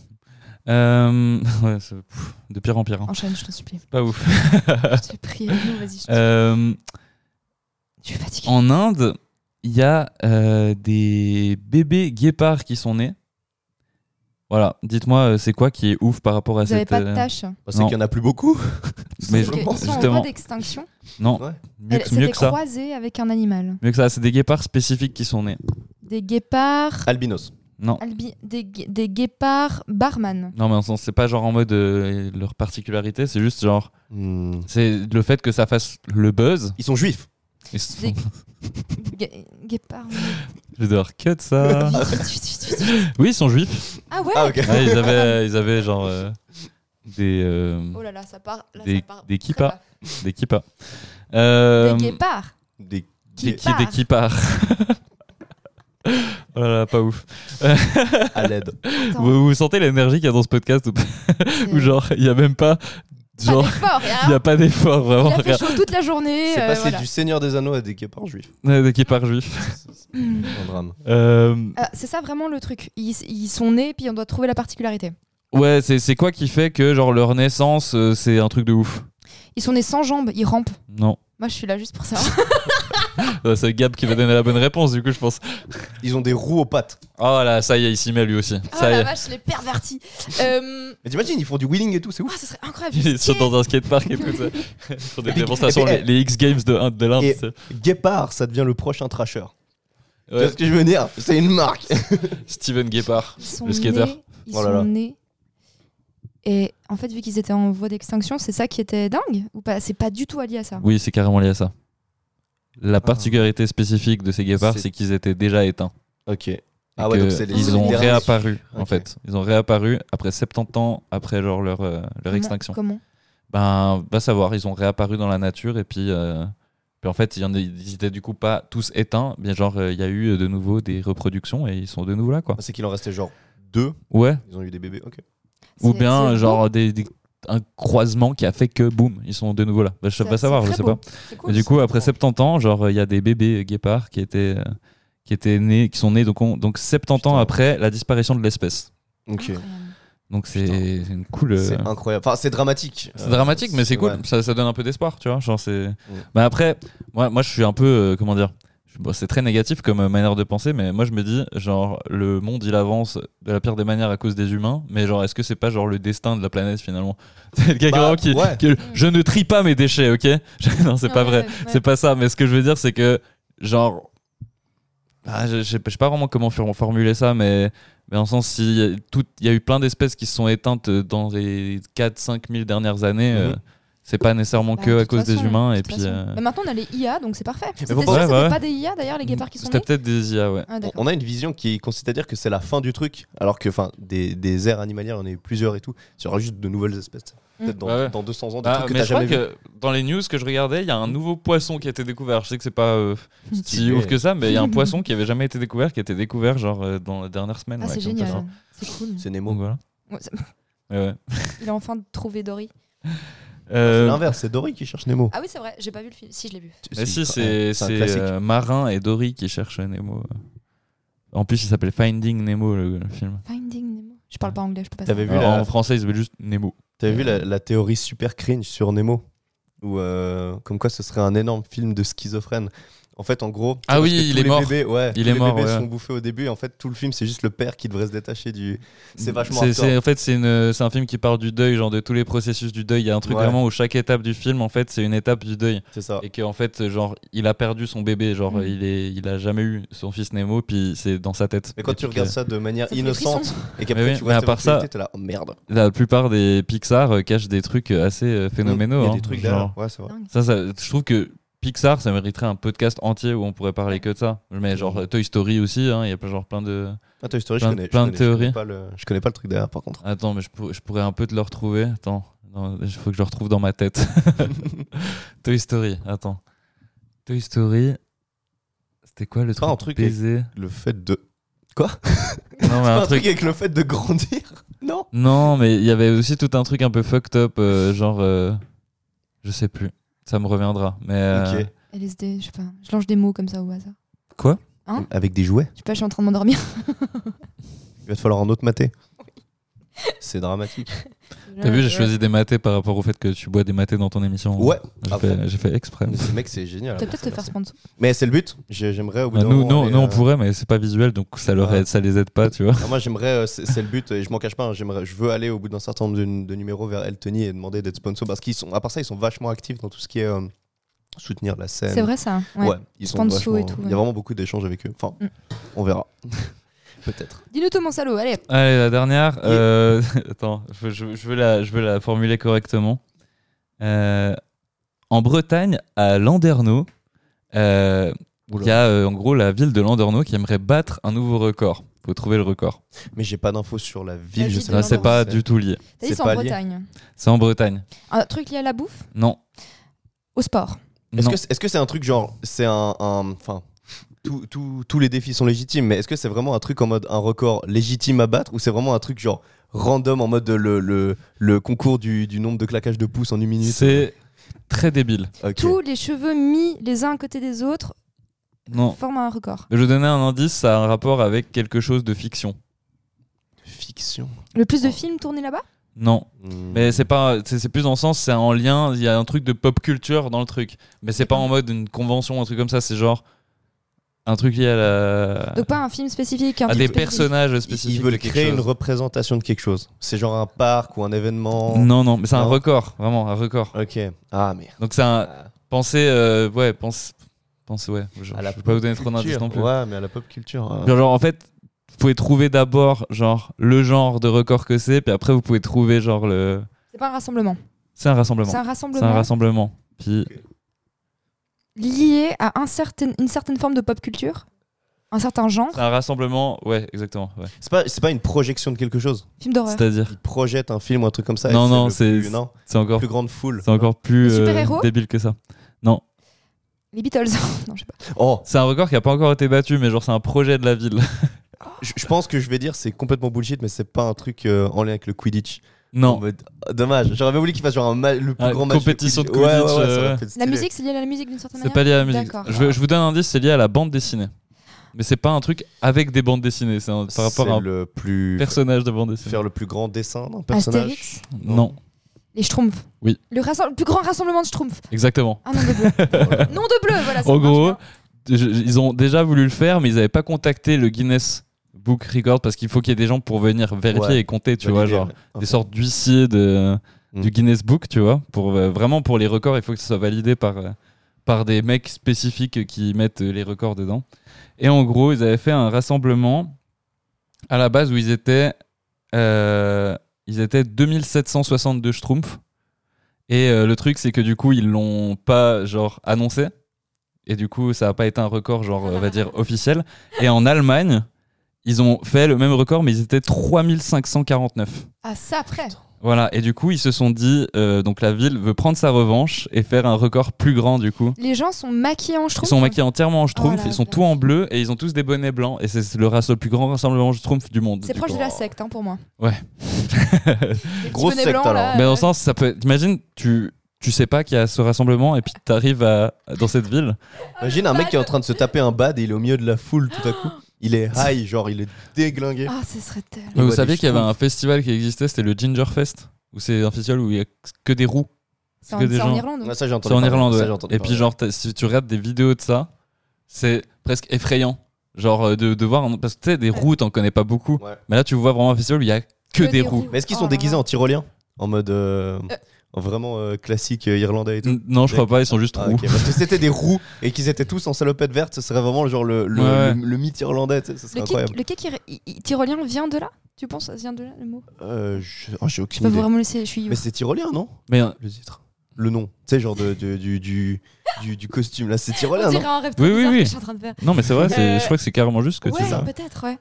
B: Euh, ouais, c'est- pff, de pire en pire. hein.
A: Enchaîne, je t'en supplie.
B: Pas ouf.
A: je te prie, nous, vas-y. Je, te-
B: Euh,
A: je suis fatiguée.
B: en Inde, il y a euh, des bébés guépards qui sont nés. Voilà, dites-moi, euh, c'est quoi qui est ouf par rapport à
A: Vous avez
B: cette.
A: pas de
B: euh,
A: tâches.
C: Bah, c'est
B: Non.
C: qu'il y en a plus beaucoup.
B: mais
A: C'est
C: je
A: que-
C: pense
A: ils sont en
B: justement.
A: voie d'extinction.
B: euh, Non,
C: Ouais.
B: mieux
A: Elle
B: que, mieux
A: s'était
B: que ça.
A: croisée avec un animal.
B: Mieux que ça, c'est des guépards spécifiques qui sont nés.
A: Des guépards.
C: Albinos.
B: Non.
A: albi- des, gue- des guépards barman.
B: Non, mais en sens, c'est pas genre en mode euh, leur particularité, c'est juste genre.
C: Hmm.
B: C'est le fait que ça fasse le buzz.
C: Ils sont juifs.
B: Et c'est-
A: Des- Gue- Guépards.
B: Je dors que de ça. oui, ils sont juifs.
A: ah ouais
C: Ah, ok.
B: Ouais, ils, avaient, ils avaient genre euh, des, euh,
A: Oh là là, ça part. Là,
B: Des-
A: ça part
B: des
A: très
B: kippas.
A: bas.
B: des kippas. Euh,
A: Des guépards.
C: Des...
B: Des,
A: kippas.
B: qui, des kippas. oh là là, pas ouf.
C: À l'aide.
A: Attends,
B: Vous, vous sentez l'énergie qu'il y a dans ce podcast ou pas
A: c'est-
B: Ou genre, il n'y a même pas.
A: Pas
B: Genre,
A: d'effort,
B: il
A: y a
B: n'y
A: rien.
B: a pas d'effort vraiment.
A: Il a fait chaud toute la journée.
C: C'est
A: euh,
C: passé
A: voilà.
C: du Seigneur des Anneaux à des guépards juifs.
B: Ouais, Des kippas juifs.
C: C'est
A: Hmm.
C: un drame.
B: Euh,
A: Ah, c'est ça vraiment le truc. Ils, ils sont nés, puis on doit trouver la particularité.
B: Ouais, c'est c'est quoi qui fait que genre leur naissance euh, c'est un truc de ouf
A: Ils sont nés sans jambes, ils rampent.
B: Non,
A: Moi, je suis là juste pour ça.
B: Euh, c'est Gab qui va donner la bonne réponse du coup je pense.
C: Ils ont des roues aux pattes.
B: Oh là, ça y est, il s'y met lui aussi.
A: Ah
B: ça y
A: la
B: est,
A: vache, les pervertis. Euh,
C: Mais t'imagines, ils font du wheeling et tout, c'est
A: ouah,
C: ouf.
A: ce serait incroyable.
B: il
A: Skier.
B: saute dans un skatepark et tout ça. Ils font des démonstrations,
C: Et puis,
B: les, les X Games de, Inde- de l'Inde.
C: Et-
B: tu sais.
C: Guépard, ça devient le prochain trasher. Tu
B: Ouais,
C: vois ce que je veux dire C'est une marque.
B: Steven Guépard.
A: Ils sont
B: Le skater.
A: nés- Ils
C: Oh là
A: sont
C: là.
A: nés. Et en fait, vu qu'ils étaient en voie d'extinction, c'est ça qui était dingue ou pas C'est pas du tout allié à ça.
B: Oui, c'est carrément lié à ça. La particularité spécifique de ces guépards,
C: Ah. C'est-
B: c'est qu'ils étaient déjà éteints.
C: Ok.
B: Et
C: Ah ouais,
B: que
C: donc c'est les-
A: c'est
B: ils
A: les
B: ont
A: derniers.
B: réapparu en
C: Ok.
B: fait. Ils ont réapparu après 70 ans après genre leur, euh, leur extinction.
A: Comment
B: Ben, va savoir, ils ont réapparu dans la nature et puis, euh, puis en fait, il y en a- ils étaient du coup pas tous éteints, bien genre euh, il y a eu euh, de nouveau des reproductions et ils sont de nouveau là quoi.
C: Ah, C'est qu'il en restait genre deux.
B: Ouais,
C: Ils ont eu des bébés. Ok.
B: ou
A: C'est-
B: bien
A: c'est beau.
B: genre des, des- un croisement qui a fait que boum, ils sont de nouveau là. Ben, je
A: C'est-
B: va
A: c'est
B: savoir, je
A: très
B: sais
A: beau.
B: pas.
A: C'est cool,
B: Mais du coup, après 70 ans, genre euh, il y a des bébés euh, guépards qui étaient euh, qui étaient nés qui sont nés donc on- donc 70 ans
C: Putain.
B: après la disparition de l'espèce.
C: Ok.
A: Incroyable. Bah
B: Donc c'est
C: Putain.
B: c'est une cool euh,
C: Ah, C'est incroyable. Enfin, c'est dramatique.
B: C'est
C: Euh,
B: dramatique, mais c'est cool.
C: ouais.
B: Ça, ça donne un peu d'espoir, tu vois. Genre, c'est.
C: Ouais.
B: Bah après, moi, moi, je suis un peu, euh, comment dire. je- bon, c'est très négatif comme euh, manière de penser, mais moi, je me dis, genre, le monde, il avance de la pire des manières à cause des humains. Mais genre, est-ce que c'est pas genre le destin de la planète finalement C'est le gars
C: Bah,
B: vraiment qui,
C: ouais.
B: qui- je ne trie pas mes déchets, ok Je- Non, c'est
A: Ouais,
B: pas
A: ouais,
B: vrai.
A: ouais.
B: C'est pas ça. Mais ce que je veux dire, c'est que, genre, ah, je, je sais pas je sais pas vraiment comment for- formuler ça, mais. Mais en sens, si y a tout- il y a eu plein d'espèces qui se sont éteintes euh, dans les 4-5 000 dernières années, euh,
C: Mhm.
B: c'est pas nécessairement
A: Bah,
B: que
A: de
B: à
A: toute
B: cause des
A: façon,
B: humains.
A: de
B: Et
A: toute
B: puis,
A: façon.
B: euh,
A: Mais maintenant, on a les IA, donc c'est parfait. C'était
C: faut
A: sûr
C: pas-
A: que
B: Ouais,
A: c'était
B: ouais.
A: pas des IA d'ailleurs, les guépards qui sont
B: c'était
A: nés
B: peut-être des IA, ouais.
A: Ah, d'accord.
C: On a une vision qui consiste à dire que c'est la fin du truc, alors que enfin des, des aires animalières, on en a eu plusieurs et tout. Il y aura juste de nouvelles espèces. Peut-être dans,
B: Ouais, ouais.
C: dans 200 ans, des
B: Ah,
C: trucs que
B: mais
C: t'as
B: je crois
C: jamais vu.
B: que dans les news que je regardais, il y a un nouveau poisson qui a été découvert. Je sais que c'est pas euh, si ouf que ça, mais il y a un poisson qui avait jamais été découvert, qui a été découvert genre euh, dans la dernière semaine.
A: Ah,
B: ouais,
A: c'est
B: comme ça.
A: génial. C'est cool.
C: C'est
B: Donc
C: Nemo.
B: voilà.
A: Ouais, ça-
B: Ouais, ouais.
A: Il a enfin trouvé Dory.
B: Euh,
C: Ah, C'est l'inverse, c'est Dory qui cherche Nemo.
A: Ah oui, c'est vrai, j'ai pas vu le film. Si, je l'ai vu.
B: mais si,
C: Ouais,
B: c'est
C: c'est un
B: c'est,
C: classique.
B: euh, Marin et Dory qui cherchent Nemo. En plus, il s'appelle Finding Nemo, le, le film.
A: Finding Nemo. Je parle pas anglais, je peux pas
C: T'avais
A: savoir.
C: vu
B: Alors,
C: la-
B: En français, il s'appelle juste Nemo.
C: T'avais vu la, la théorie super cringe sur Nemo Ou comme quoi ce serait un énorme film de schizophrène. En fait, en gros,
B: Ah
C: parce
B: oui,
C: que
B: il
C: tous
B: est
C: les
B: mort.
C: Bébés, ouais,
B: Il
C: tous
B: est
C: les
B: mort,
C: bébés
B: ouais.
C: sont bouffés au début. Et en fait, tout le film, c'est juste le père qui devrait se détacher du. C'est vachement.
B: C'est-
C: hardcore.
B: c'est- en fait c'est une c'est un film qui parle du deuil genre de tous les processus du deuil il y a un truc
C: Ouais. Ah.
B: vraiment où chaque étape du film en fait c'est une étape du deuil
C: C'est ça.
B: et que en fait genre il a perdu son bébé genre
A: Mm.
B: il est il a jamais eu son fils Nemo puis c'est dans sa tête
C: Mais quand
B: Et
C: tu
B: puis que
C: regardes ça de manière
A: Ça fait
C: innocente
A: frisson.
C: et
B: Mais
C: qu'après
B: oui,
C: tu
B: mais
C: vois
B: à
C: cette
B: part ça-
C: actualité, t'es là, oh merde.
B: la plupart des Pixar euh, cachent des trucs assez euh, phénoménaux
C: Il y a
B: hein,
C: des trucs
B: genre.
C: derrière. Ouais, c'est vrai.
A: Dingue.
B: ça, ça je trouve que Pixar, ça mériterait un podcast entier où on pourrait parler que de ça. Mais genre Toy Story aussi, hein, il y a pas genre plein de.
C: Ah, Toy Story,
B: Plein-
C: je connais. je
B: plein de
C: connais- je connais
B: théories.
C: pas le- Je connais pas le truc derrière, par contre.
B: Attends, mais je, pour- je pourrais un peu te le retrouver. Attends, il faut que je le retrouve dans ma tête. Toy Story, attends. Toy Story. C'était quoi le
C: C'est pas
B: truc,
C: un truc
B: baiser
C: Le fait de.
B: Non, mais
C: Pas
B: un
C: un truc
B: truc.
C: avec le fait de grandir Non
B: Non, mais il y avait aussi tout un truc un peu fucked up, euh, genre. euh, Je sais plus. Ça me reviendra. Mais. euh,
C: Ok.
A: LSD, je sais pas. Je lance des mots comme ça au hasard.
B: Quoi
A: Hein
C: Avec des jouets
A: Je sais pas, je suis en train de m'endormir.
C: Il va te falloir un autre maté. C'est dramatique.
B: T'as vu, j'ai choisi des matés par rapport au fait que tu bois des matés dans ton émission.
C: Ouais.
B: J'ai
C: Ah, bon.
B: fait, j'ai fait exprès.
C: Mais ce mec, c'est génial.
A: T'as peut-être te faire sponsor.
C: Mais c'est le but. J'ai- J'aimerais au bout
B: Bah,
C: d'un
B: nous,
C: moment,
B: non,
C: aller,
B: nous, on
C: euh,
B: pourrait, mais c'est pas visuel, donc ça, leur
C: Ouais.
B: aide- ça les aide pas, tu vois.
C: Ah, moi, j'aimerais, euh, c'est c'est le but, et je m'en cache pas, hein, j'aimerais, je veux aller au bout d'un certain nombre de, de numéros vers Eltony et demander d'être sponsor parce qu'ils sont, à part ça, ils sont vachement actifs dans tout ce qui est euh, soutenir la scène.
A: C'est vrai ça. Ouais.
C: Ouais, ils sont
A: Sponsor
C: vachement-
A: et tout,
C: Il y
A: ouais.
C: a vraiment beaucoup d'échanges avec eux. Enfin,
A: Mm.
C: on verra. Peut-être.
A: Dis-nous tout, mon salaud. Allez.
B: Allez, la dernière. euh, attends, je, je- je veux la, je veux la formuler correctement. Euh, en Bretagne, à Landerneau, euh, il y a euh, en gros la ville de Landerneau qui aimerait battre un nouveau record. faut trouver le record.
C: Mais j'ai pas d'infos sur la ville,
A: La
C: je
A: ville
B: Ça,
C: sais
A: de
B: Bah, c'est pas
C: C'est-
B: du tout lié.
A: T'as dit
C: C'est
A: c'est en
C: pas lié.
A: Bretagne.
B: C'est en Bretagne.
A: Un truc lié à la bouffe
B: Non.
A: Au sport.
C: Est-ce
B: non.
C: que c'est est-ce que c'est un truc genre, c'est un. un- Enfin, tout- tout- tous les défis sont légitimes, mais est-ce que c'est vraiment un truc en mode un record légitime à battre ou c'est vraiment un truc genre random en mode le, le, le concours du, du nombre de claquages de pouces en une minute
B: C'est très débile.
C: Ok.
A: Tous les cheveux mis les uns à côté des autres
B: Non.
A: forment un record.
B: Je vais donner un indice, ça a un rapport avec quelque chose de fiction.
C: Fiction. Hmm.
A: Le plus de films tournés là-bas
C: Euh.
B: Non. Mais c'est pas, c'est c'est plus dans le sens, c'est en lien, il y a un truc de pop culture dans le truc. Mais c'est pas en mode une convention, un truc comme ça, c'est genre un truc lié à, la,
A: Donc pas un film spécifique. Un
B: à
A: film
B: Ah, des
A: spécifique.
B: personnages
C: ils,
B: spécifiques.
C: ils veulent
B: de quelque
C: créer une
B: chose.
C: représentation de quelque chose. C'est genre un parc ou un événement.
B: Non, non, mais c'est un
C: Non.
B: record, vraiment, un record.
C: Ok. Ah, mais.
B: Donc c'est un.
C: Ah,
B: Pensez, euh, ouais, pense, pensez, ouais. Je,
C: à la
B: je peux pas vous donner
C: pop
B: trop d'indices
C: culture.
B: non plus.
C: Ouais, mais à la pop culture. euh.
B: Genre, genre, en fait, vous pouvez trouver d'abord, genre, le genre de record que c'est, puis après, vous pouvez trouver, genre, le.
A: C'est pas un rassemblement.
B: C'est un rassemblement.
A: C'est un
B: C'est
A: rassemblement
B: un rassemblement. Puis,
A: lié à un certain, une certaine forme de pop culture, un certain genre.
B: c'est un rassemblement, ouais, exactement. ouais.
C: C'est pas, c'est pas une projection de quelque chose.
A: Film d'horreur.
B: C'est-à-dire,
C: Ils projettent un film ou un truc comme ça. et
B: Non, non,
C: le
B: c'est-
C: plus- Non,
B: c'est encore
C: plus grande foule.
B: C'est encore plus
A: Les
B: euh,
A: super-héros
B: débile que ça. Non,
A: Les Beatles. non, je sais pas.
C: Oh,
B: c'est un record qui a pas encore été battu, mais genre c'est un projet de la ville.
C: je je pense que je vais dire c'est complètement bullshit, mais c'est pas un truc euh, en lien avec le Quidditch. En
B: non,
C: mode- ah, Dommage. J'aurais voulu qu'il fasse genre un ma- le plus
B: Ah,
C: grand match.
B: compétition de
C: Ouais,
B: Quidditch,
C: ouais, ouais, ça
B: euh,
C: aurait
B: ouais.
C: pu être
A: La
C: stylé.
A: musique, c'est lié à la musique d'une certaine
B: c'est
A: manière.
B: pas lié à la musique.
A: D'accord.
B: Je, veux- je vous donne un indice, c'est lié à la bande dessinée. Mais c'est pas un truc avec des bandes dessinées, c'est un- par rapport à
C: C'est
B: un
C: le plus.
B: personnage de bande dessinée.
C: Faire le plus grand dessin d'un personnage.
A: Astérix,
B: Non,
A: les Schtroumpfs.
B: Oui.
A: Le, rassemble- le plus grand rassemblement de Schtroumpfs.
B: exactement.
A: Un nom de bleu.
C: Voilà.
A: nom de bleu, voilà. Ah, ça
B: En
A: marche
B: gros,
A: bien.
B: je- je- ils ont déjà voulu le faire, mais ils avaient pas contacté le Guinness Book Record parce qu'il faut qu'il y ait des gens pour venir vérifier
C: Ouais.
B: et compter, tu vois,
C: Valider,
B: genre
C: ouais.
B: des sortes d'huissiers de-
C: Mm.
B: du Guinness Book, tu vois. Pour, euh, vraiment, pour les records, il faut que ça soit validé par, euh, par des mecs spécifiques qui mettent euh, les records dedans. Et en gros, ils avaient fait un rassemblement à la base où ils étaient, euh, ils étaient 2762 schtroumpfs. Et euh, le truc, c'est que du coup, ils l'ont pas genre annoncé. Et du coup, ça n'a pas été un record, genre, on va dire, officiel. Et en Allemagne, ils ont fait le même record, mais ils étaient 3549.
A: Ah, ça après.
B: Voilà, et du coup, ils se sont dit, euh, donc la ville veut prendre sa revanche et faire un record plus grand du coup.
A: Les gens sont maquillés en
B: Ils
A: Schtroumpfs.
B: sont maquillés entièrement en schtroumpf,
A: Oh la
B: ils sont
A: vache.
B: tout en bleu et ils ont tous des bonnets blancs. Et c'est le, rassemblement- le plus grand rassemblement schtroumpf du monde.
A: C'est
B: du
A: proche
B: coup. oh.
A: de la secte hein, pour moi.
B: Ouais.
A: Les
C: Grosse
A: petits bonnets
C: secte,
A: blancs, là,
C: alors.
B: Mais dans
A: euh,
B: le sens, ça peut. Imagine, tu, tu sais pas qu'il y a ce rassemblement et puis t'arrives à, dans cette ville.
C: Imagine un mec qui est en train de se taper un bad et il est au milieu de la foule tout à coup. Il est high, genre il est déglingué.
A: Ah, ce serait tel.
B: Mais vous
C: Ouais,
B: saviez
C: des
B: qu'il y avait un
C: schtroumpfs.
B: festival qui existait, c'était le Ginger Fest, où c'est un festival où il y a que des roues.
A: C'est en,
B: que des
A: c'est en
B: gens.
A: Irlande.
C: Ouais, Ah, ça, j'ai entendu
B: C'est en
C: parler,
B: Irlande,
C: ça,
B: ouais.
C: j'ai entendu
B: Et puis,
C: parler.
B: genre, t'as- si tu regardes des vidéos de ça, c'est presque effrayant. Genre, euh, de, de voir. un- Parce que tu sais, des
A: Ouais.
B: roues, t'en connais pas beaucoup.
C: Ouais.
B: Mais là, tu vois vraiment un festival où il y a que, des, roues.
C: Mais est-ce qu'ils
A: Oh
C: sont
A: là
C: déguisés
A: là.
C: en tyrolien En mode euh,
A: Euh.
C: en vraiment euh, classique euh, irlandais et tout
B: N- Non, je crois pas, ils sont juste
C: Ah,
B: roues.
C: ok, Parce que c'était des roues et qu'ils étaient tous en salopette verte, ce serait vraiment genre le, le,
B: Ouais.
C: le- le mythe irlandais, tu sais, ce serait
A: Le
C: incroyable.
A: cake, le cake ir- i- i- tyrolien vient de là Tu penses Ça vient de là le mot
C: Euh, je- oh, j'ai
A: Je
C: aucune
A: peux
C: idée.
A: vraiment laisser. Je suis.
C: Mais c'est tyrolien, non
B: Mais euh,
C: Le titre. le nom, tu sais, genre de, de- du, du, du, du costume. Là, c'est
A: On
C: tyrolien, non
A: dirait un rêve
B: Oui,
A: trop
B: oui,
A: bizarre
B: oui.
A: que je suis en train de faire.
B: Non, mais c'est vrai, c'est-
A: Euh,
B: je crois que c'est carrément juste ce que tu dis.
A: Ouais,
C: ça.
A: peut-être, ouais.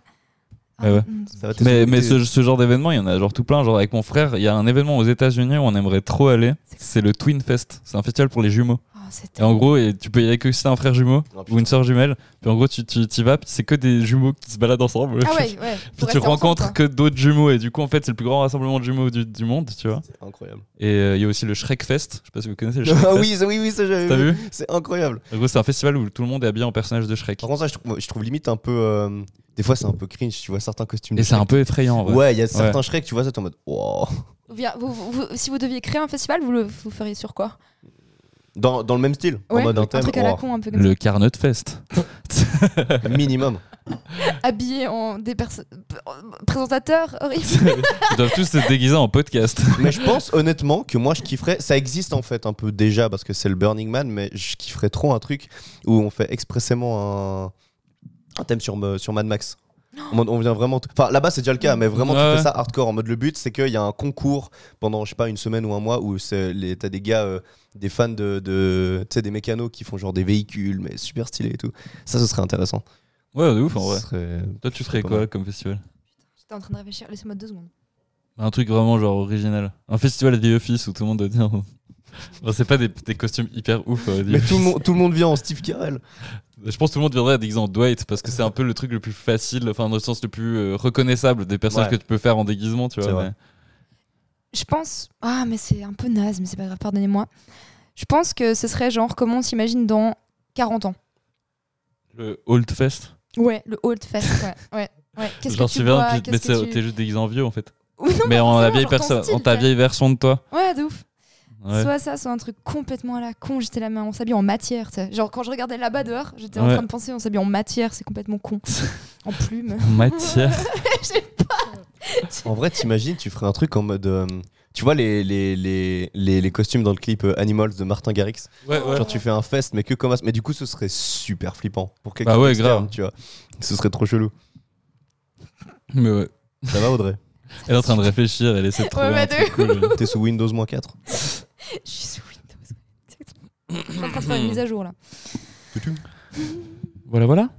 B: Ouais, ouais.
A: Mm.
C: Ça va
B: Mais,
C: t'étonner.
B: mais ce, ce genre d'événement, il y en a genre tout plein. Genre avec mon frère, il y a un événement aux États-Unis où on aimerait trop aller. C'est le Twin Fest. C'est un festival pour les jumeaux.
A: Oh, c'était-
B: Et en gros, et tu peux y aller que si t'as un frère jumeau
C: Oh, putain.
B: ou une sœur jumelle. Puis en gros, tu tu- t'y vas, puis c'est que des jumeaux qui se baladent ensemble.
A: Ah ouais, ouais.
B: Puis
A: faut
B: tu
A: rester ensemble,
B: rencontres
A: quoi.
B: que d'autres jumeaux. Et du coup, en fait, c'est le plus grand rassemblement de jumeaux du, du monde, tu vois.
C: C'est incroyable.
B: Et euh, il y a aussi le Shrek Fest. Je sais pas si vous connaissez le Shrek
C: Ah
B: Fest.
C: oui, ça- oui, oui, ça j'avais
B: T'as vu
C: C'est incroyable.
B: En gros, c'est un festival où tout le monde est habillé en personnage de Shrek.
C: Par contre, ça, je trouve, je trouve limite un peu. euh, des fois, c'est un peu cringe, tu vois certains costumes.
B: Et
C: de
B: c'est un
C: Shrek.
B: peu effrayant. en vrai.
C: Ouais, il y a certains Shrek, tu vois ça, t'es en mode. oh. Wow.
A: Ou bien, vous- vous- vous- si vous deviez créer un festival, vous le vous feriez sur quoi
C: Dans, dans le même style, en
A: Ouais,
C: mode un
A: Un
C: thème. Oh.
A: truc à la
C: wow.
A: con, un peu comme
B: Le Carnot Fest.
C: Minimum.
A: ça. Habillé en des perso- p- en- présentateurs horribles.
B: Ils doivent tous se déguiser en podcast.
C: mais je pense honnêtement que moi je kifferais. Ça existe en fait un peu déjà parce que c'est le Burning Man, mais je kifferais trop un truc où on fait expressément un, un thème sur, me- sur Mad Max. En mode, On vient vraiment. t- Enfin, là-bas, c'est déjà le cas, mais vraiment,
B: Ouais.
C: tu fais ça hardcore. En mode, le but, c'est qu'il y a un concours pendant, je sais pas, une semaine ou un mois où c'est les- t'as des gars, euh, des fans de. de tu sais, des mécanos qui font genre des véhicules, mais super stylés et tout. Ça, ce serait intéressant.
B: Ouais, de ouf en vrai.
C: Ce serait-
B: Toi, tu ferais
C: pas
B: quoi
C: mal.
B: comme festival
A: J'étais en train de réfléchir, laissez-moi deux secondes.
B: Un truc vraiment genre original. Un festival des office où tout le monde doit dire. Bon, c'est pas des, des costumes hyper ouf. euh, The
C: Mais tout le,
B: Office.
C: monde, tout le monde vient en Steve Carell.
B: Je pense que tout le monde viendrait déguisé en Dwight parce que c'est un peu le truc le plus facile, enfin dans le sens le plus euh, reconnaissable des personnages
C: Ouais.
B: que tu peux faire en déguisement, tu
C: C'est
B: vois.
C: vrai.
B: mais-
A: Je pense. Ah, mais c'est un peu naze, mais c'est pas grave, pardonnez-moi. Je pense que ce serait genre comment on s'imagine dans 40 ans.
B: Le Old Fest.
A: Ouais, le Old Fest, ouais. ouais. ouais. Qu'est-ce
B: genre
A: que
B: tu
A: tu
B: viens,
A: vois
B: puis- mais
A: qu'est-ce que
B: c'est- t'es
A: tu-
B: juste déguisé en vieux en fait.
A: Ou non,
B: mais en la
A: forcément,
B: vieille
A: genre ton
B: personne,
A: style,
B: en ta
A: t'as-
B: vieille version de toi.
A: Ouais, de ouf.
B: Ouais.
A: Soit ça, soit un truc complètement à la con. J'étais là, mais on s'habille en matière. tu sais. Genre, quand je regardais là-bas dehors, j'étais en
B: Ouais.
A: train de penser, on s'habille en matière, c'est complètement con. en plume.
B: En Matière.
C: En vrai, t'imagines, tu ferais un truc en mode. euh, tu vois les, les, les, les, les costumes dans le clip euh, Animals de Martin Garrix
B: ouais, ouais.
C: Genre, tu fais un fest, mais que comme. as- Mais du coup, ce serait super flippant pour quelqu'un
B: Bah ouais,
C: d'externe,
B: grave.
C: tu vois. Ce serait trop chelou.
B: Mais ouais.
C: Ça va, Audrey
B: Elle est en train de réfléchir, elle essaie de trouver
A: bah,
B: un
A: de
B: truc cool.
C: T'es sous Windows 4
B: Euh,
A: Je suis sous Windows. Exactement. Je suis en train de faire une mise à jour là.
B: Voilà, voilà.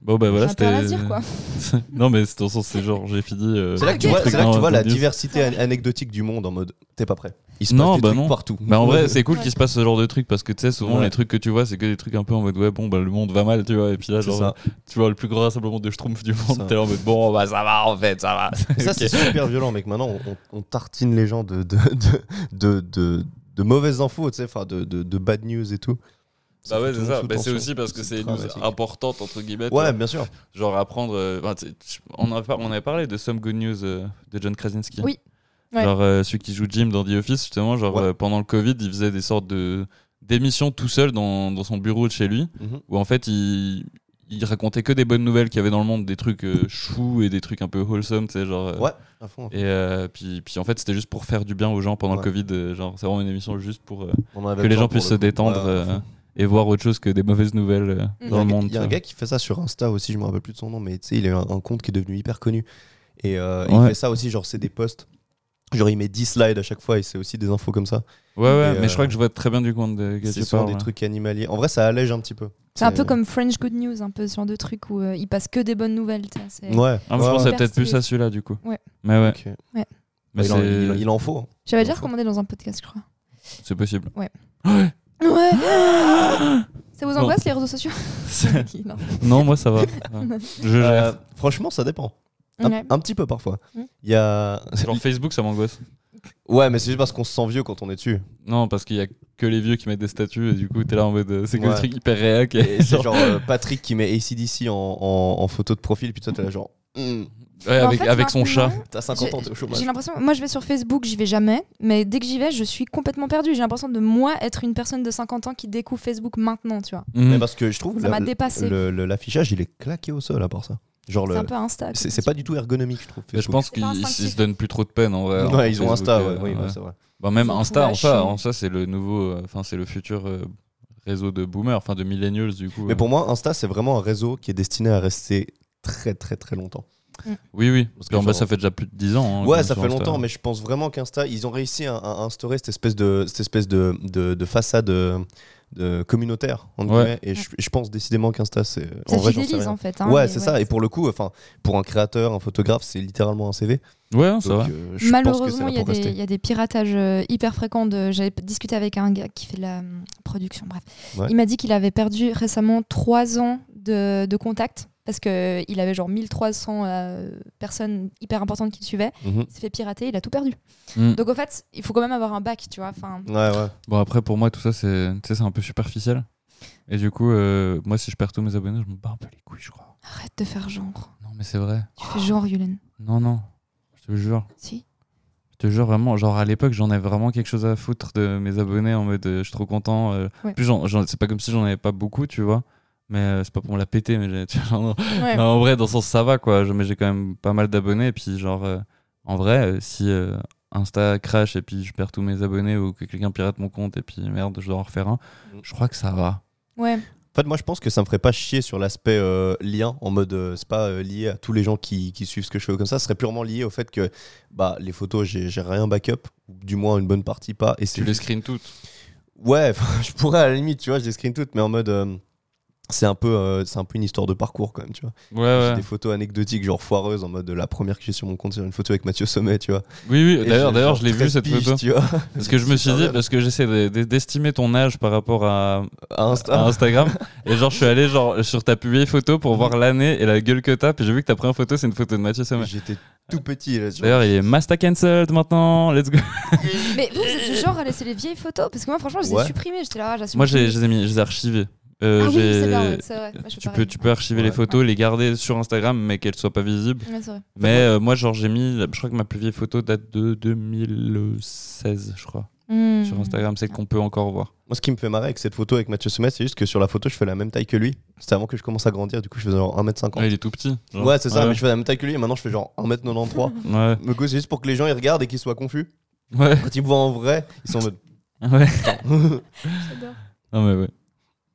B: Bon, bah voilà,
A: J'ai un peu un
B: c'était.
A: laser, quoi.
B: non, mais c'est dans le sens, c'est genre, j'ai fini. euh,
C: C'est là que tu
A: Ok.
C: vois, c'est là que tu vois la
B: Truc dans-
C: diversité an- anecdotique du monde en mode. T'es pas prêt. Il se passe
B: Non,
C: des
B: bah
C: trucs
B: non.
C: partout.
B: Bah en vrai, c'est cool
A: Ouais.
B: qu'il se passe ce genre de truc parce que tu sais, souvent
C: Ouais.
B: les trucs que tu vois, c'est que des trucs un peu en mode ouais, bon, bah le monde va mal, tu vois. Et puis là,
C: C'est
B: genre,
C: ça.
B: tu vois le plus grand rassemblement de schtroumpfs du
C: ça.
B: monde, t'es là en mode bon, bah ça va en fait, ça va.
C: Ça,
B: euh, Ok.
C: c'est super violent, mec. Maintenant, on, on- on tartine les gens de, de, de, de, de- de mauvaises infos, tu sais, enfin, de, de, de bad news et tout. Ça
B: Bah ouais,
C: fout
B: c'est
C: tout le
B: ça.
C: monde sous
B: Bah, c'est
C: tension.
B: aussi parce que c'est une news
C: dramatique.
B: importante, entre guillemets. tu
C: Ouais,
B: vois.
C: bien sûr.
B: Genre apprendre. euh, enfin, tu sais, je- on, a par- on avait parlé de Some Good News euh, de John Krasinski.
A: Oui. Ouais.
B: Genre euh, celui qui joue Jim dans The Office, justement, genre
C: Ouais.
B: euh, pendant le Covid, il faisait des sortes de d'émissions tout seul dans, dans son bureau de chez lui.
C: Mhm.
B: où en fait il, il racontait que des bonnes nouvelles qu'il y avait dans le monde, des trucs euh, choux et des trucs un peu wholesome, tu sais, genre. euh,
C: Ouais, à fond.
B: Et euh, puis, puis en fait, c'était juste pour faire du bien aux gens pendant
C: Ouais.
B: le Covid. euh, genre, c'est vraiment une émission juste pour euh,
C: On en avait
B: que les
C: besoin
B: gens
C: pour
B: puissent se
C: le coup. Bah,
B: détendre
C: Ouais, à
B: euh,
C: fond.
B: et voir autre chose que des mauvaises nouvelles euh,
A: Mhm.
B: dans le monde.
C: Il y a un
B: tu vois.
C: gars qui fait ça sur Insta aussi, je me rappelle plus de son nom, mais tu sais, il a eu un, un compte qui est devenu hyper connu. Et euh, il
B: Ouais.
C: fait ça aussi, genre, c'est des posts. Genre, il met 10 slides à chaque fois et c'est aussi des infos comme ça.
B: Ouais, ouais,
C: Et,
B: mais
C: euh,
B: je crois que je vois très bien du compte de gars
C: C'est
B: tu
C: souvent
B: parles,
C: des
B: là.
C: trucs animaliers. En vrai, ça allège un petit peu.
A: C'est un peu comme French Good News, un peu ce genre de truc où euh, il passe que des bonnes nouvelles. tu sais, c'est-
C: Ouais.
B: Ah, mais
C: ouais,
B: je pensais
C: ouais.
A: ouais.
B: peut-être plus
A: Stylé.
B: à celui-là du coup.
A: Ouais.
B: Mais ouais.
C: Ok.
B: Mais
C: il, en,
B: c'est-
C: il en- il en faut. hein.
A: J'avais déjà recommandé dans un podcast, je crois.
B: c'est possible.
A: Ouais. ça vous angoisse les réseaux sociaux Ok, non.
B: non, moi ça va. Ouais. Je gère.
C: Euh, franchement, ça dépend. Un,
A: Ouais.
C: un petit peu parfois.
A: Mm.
C: Il y a.
B: Genre Facebook, ça m'angoisse.
C: Ouais, mais c'est juste parce qu'on se sent vieux quand on est dessus.
B: Non, parce qu'il y a que les vieux qui mettent des statues et du coup, t'es là en mode. euh, C'est que
C: Ouais.
B: le truc hyper réac.
C: Et c'est
B: genre-
C: genre euh, Patrick qui met ACDC en, en, en photo de profil, puis toi, t'es là, genre. Hmm,
B: Ouais,
A: Mais en
B: avec,
A: fait,
B: avec son
A: maintenant,
B: chat.
C: T'as 50 ans, t'es au chômage.
A: J'ai l'impression, moi je vais sur Facebook, j'y vais jamais, mais dès que j'y vais, je suis complètement perdue. J'ai l'impression de moi être une personne de 50 ans qui découvre Facebook maintenant, tu vois.
C: Mais
B: Mm.
C: parce que je trouve que
A: Ça
C: la-
A: m'a dépassé.
C: le- le- l'affichage, il est claqué au sol à part ça. Genre,
A: C'est
C: le,
A: un peu Insta.
C: c'est c'est pas du tout ergonomique, je trouve.
B: Mais je
C: Facebook.
B: pense
A: C'est pas
B: qu'ils ils
A: instinctif.
B: se donnent plus trop de peine en vrai.
C: Ouais, ils ont
B: Facebook,
C: Insta, ouais,
B: euh,
C: oui,
B: ouais.
C: bah, c'est vrai.
B: Bah, même
A: Ils ont
B: Insta,
A: tout
B: en ça,
A: lâché.
B: en ça, c'est le nouveau. euh, Enfin, c'est le futur euh, réseau de boomers, enfin de millennials du coup. euh.
C: Mais pour moi, Insta, c'est vraiment un réseau qui est destiné à rester très, très, très longtemps.
B: Oui, oui. Parce
C: que
B: qu'en bas,
C: genre-
B: ça fait déjà plus de 10 ans. hein,
C: Ouais,
B: qu'on
C: ça
B: est
C: fait
B: sur Insta.
C: longtemps, mais je pense vraiment qu'Insta, ils ont réussi à, à instaurer cette espèce de, cette espèce de, de, de façade euh, de communautaire, en
B: Ouais.
C: guillemets. Et je, je pense décidément qu'Insta, c'est.
A: Ça
C: en vrai, j'en sais
A: fidélise
C: rien.
A: en fait. hein,
C: ouais,
A: mais
C: c'est ça. Et pour le coup, enfin, pour un créateur, un photographe, c'est littéralement un CV.
B: Ouais, non, ça
C: Donc,
B: va.
C: euh, je pense que c'est
A: Malheureusement,
C: là
A: il y, a
C: pour
A: des-
C: rester.
A: il y a des piratages euh, hyper fréquents. de- J'avais p- discuté avec un gars qui fait de la hum, production, bref.
C: Ouais.
A: Il m'a dit qu'il avait perdu récemment 3 ans de, de contact parce qu'il avait genre 1300 euh, personnes hyper importantes qui le suivaient.
C: Mhm.
A: Il s'est fait pirater, il a tout perdu.
B: Mm.
A: Donc en fait, il faut quand même avoir un bac, tu vois. Enfin,
C: Ouais, ouais.
B: Bon, après, pour moi, tout ça, c'est tu sais, c'est un peu superficiel. Et du coup, euh, moi, si je perds tous mes abonnés, je me bats un peu les couilles, je crois.
A: arrête de faire genre.
B: Non, mais c'est vrai.
A: Tu
C: Oh.
A: fais genre, Yulen.
B: Non, non. Je te jure.
A: Si.
B: Je te jure vraiment, genre à l'époque, j'en avais vraiment quelque chose à foutre de mes abonnés en mode euh, je suis trop content. euh,
A: Ouais.
B: Plus, j'en- j'en- c'est pas comme si j'en avais pas beaucoup, tu vois. Mais euh, c'est pas pour me la péter, mais j'ai- tu vois, genre, non.
A: Ouais.
B: Non, en vrai, dans ce sens, ça va quoi. Je- Mais j'ai quand même pas mal d'abonnés. Et puis, genre, euh, en vrai, euh, si euh, Insta crash et puis je perds tous mes abonnés ou que quelqu'un pirate mon compte et puis merde, je dois en refaire un, je crois que ça va.
A: Ouais.
C: En fait, moi, je pense que ça me ferait pas chier sur l'aspect euh, lien, en mode euh, c'est pas euh, lié à tous les gens qui, qui suivent ce que je fais ou comme ça. Ce serait purement lié au fait que bah, les photos, j'ai j'ai rien backup, ou du moins une bonne partie pas. Et c'est
B: Tu les
C: juste-
B: screens toutes.
C: Ouais, enfin, je pourrais à la limite, tu vois, je les screen toutes, mais en mode. euh, c'est un, peu, euh, c'est un peu une histoire de parcours quand même, tu vois.
B: Ouais,
C: J'ai
B: Ah ouais.
C: des photos anecdotiques, genre foireuses, en mode euh, la première que j'ai sur mon compte, c'est une photo avec Mathieu Sommet, tu vois.
B: Oui, oui.
C: Et
B: D'ailleurs,
C: j'ai
B: d'ailleurs,
C: genre
B: je l'ai
C: 13
B: vu cette
C: piges,
B: photo.
C: Tu vois,
B: Parce que je me suis dit,
C: Superman.
B: parce que j'essaie de- de- d'estimer ton âge par rapport à,
C: à
B: à
C: Insta.
B: Instagram. et genre, je suis allé genre, sur ta publiée photo pour voir l'année et la gueule que t'as. Puis j'ai vu que t'as pris en photo, c'est une photo de Mathieu Sommet.
C: J'étais tout petit. Là, genre.
B: D'ailleurs, il est Masta Cancelled maintenant. Let's go.
A: Mais vous, vous êtes du genre à laisser les vieilles photos Parce que moi, franchement, je les ai
C: Ouais.
A: supprimées. J'étais là, ah, j'assume
B: Moi,
A: plus.
B: j'ai- je les ai mis, je les ai archivés. Euh,
A: Ah oui,
B: j'ai-
A: c'est bien, ouais, c'est vrai. Moi, je suis
B: tu,
A: pareil.
B: peux, tu peux archiver les
C: Ouais.
B: photos, les garder sur Instagram, mais qu'elles soient pas visibles.
A: Ouais, c'est vrai.
B: Mais euh, moi, genre, j'ai mis, je crois que ma plus vieille photo date de 2016, je crois,
A: Hmm.
B: sur Instagram, c'est qu'on peut encore voir.
C: Moi, ce qui me fait marrer avec cette photo avec Mathieu Sommet, c'est juste que sur la photo, je fais la même taille que lui. C'était avant que je commence à grandir, du coup, je faisais genre 1m50.
B: Ouais, il est tout petit. genre.
C: Ouais, c'est ça, mais
B: Ouais,
C: je fais la même taille que lui, et maintenant, je fais genre 1m93.
B: ouais.
C: Du coup, c'est juste pour que les gens ils regardent et qu'ils soient confus.
B: Ouais.
C: Quand ils me voient en vrai, ils sont en mode.
B: Ouais. Non, mais ouais.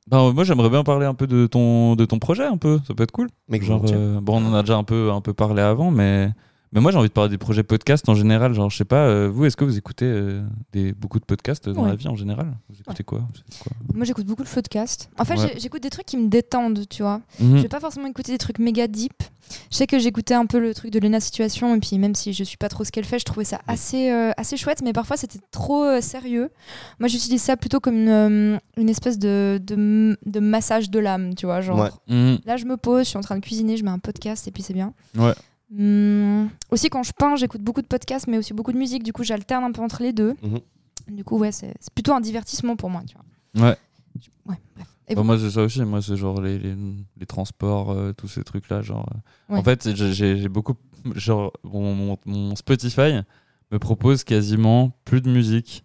B: Ben, moi, j'aimerais bien parler un peu de ton, de ton projet, un peu. Ça peut être cool.
C: Mec,
B: Genre, euh, bon, on en a déjà un peu, un peu parlé avant, mais, mais moi j'ai envie de parler des projets podcasts en général. Genre, je sais pas, euh, vous, est-ce que vous écoutez euh, des, beaucoup de podcasts dans
A: Ouais.
B: la vie en général Vous écoutez quoi, Vous écoutez quoi
A: Moi, j'écoute beaucoup le podcast. En fait,
B: Ouais.
A: j'ai- j'écoute des trucs qui me détendent, tu vois.
B: Mhm.
A: Je vais pas forcément écouter des trucs méga deep. Je sais que j'écoutais un peu le truc de Lena Situation, et puis même si je suis pas trop ce qu'elle fait, je trouvais ça assez, euh, assez chouette, mais parfois c'était trop euh, sérieux. Moi, j'utilise ça plutôt comme une, euh, une espèce de, de, de massage de l'âme, tu vois. Genre,
C: Ouais.
B: Mhm.
A: Là, je me pose, je suis en train de cuisiner, je mets un podcast et puis c'est bien.
B: Ouais.
A: Hum, aussi, quand je peins, j'écoute beaucoup de podcasts, mais aussi beaucoup de musique. Du coup, j'alterne un peu entre les deux.
C: Mhm.
A: Du coup, ouais, c'est c'est plutôt un divertissement pour moi, tu vois.
B: Ouais.
A: Je- ouais, bref. Et
B: Bah,
A: vous
B: moi, c'est ça aussi. Moi, c'est genre les, les, les transports, euh, tous ces trucs-là. Genre, euh.
A: Ouais.
B: En fait, j'ai- j'ai j'ai beaucoup. Genre, mon, mon- mon Spotify me propose quasiment plus de musique.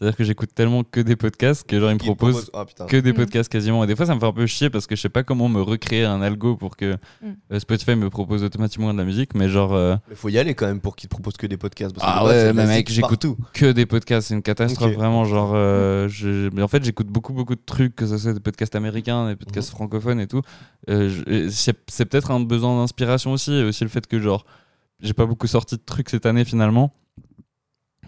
B: C'est-à-dire que j'écoute tellement que des podcasts que genre, il me propose
C: Ah putain.
B: que des
A: Mm.
B: podcasts quasiment. Et des fois, ça me fait un peu chier parce que je sais pas comment me recréer un algo pour que
A: Mm.
B: euh, Spotify me propose automatiquement de la musique, mais genre euh,
C: Mais faut y aller quand même pour qu'ils te proposent que des podcasts. parce que
B: Ah
C: de base,
B: ouais,
C: c'est
B: mais
C: basique
B: mec, j'écoute
C: partout.
B: que des podcasts, c'est une catastrophe
C: Ok.
B: vraiment. Genre,
A: Mm.
B: euh, je- mais en fait, j'écoute beaucoup beaucoup de trucs, que ce soit des podcasts américains, des podcasts francophones et tout. Euh, je- et c'est c'est peut-être un besoin d'inspiration aussi, et aussi le fait que genre j'ai pas beaucoup sorti de trucs cette année finalement.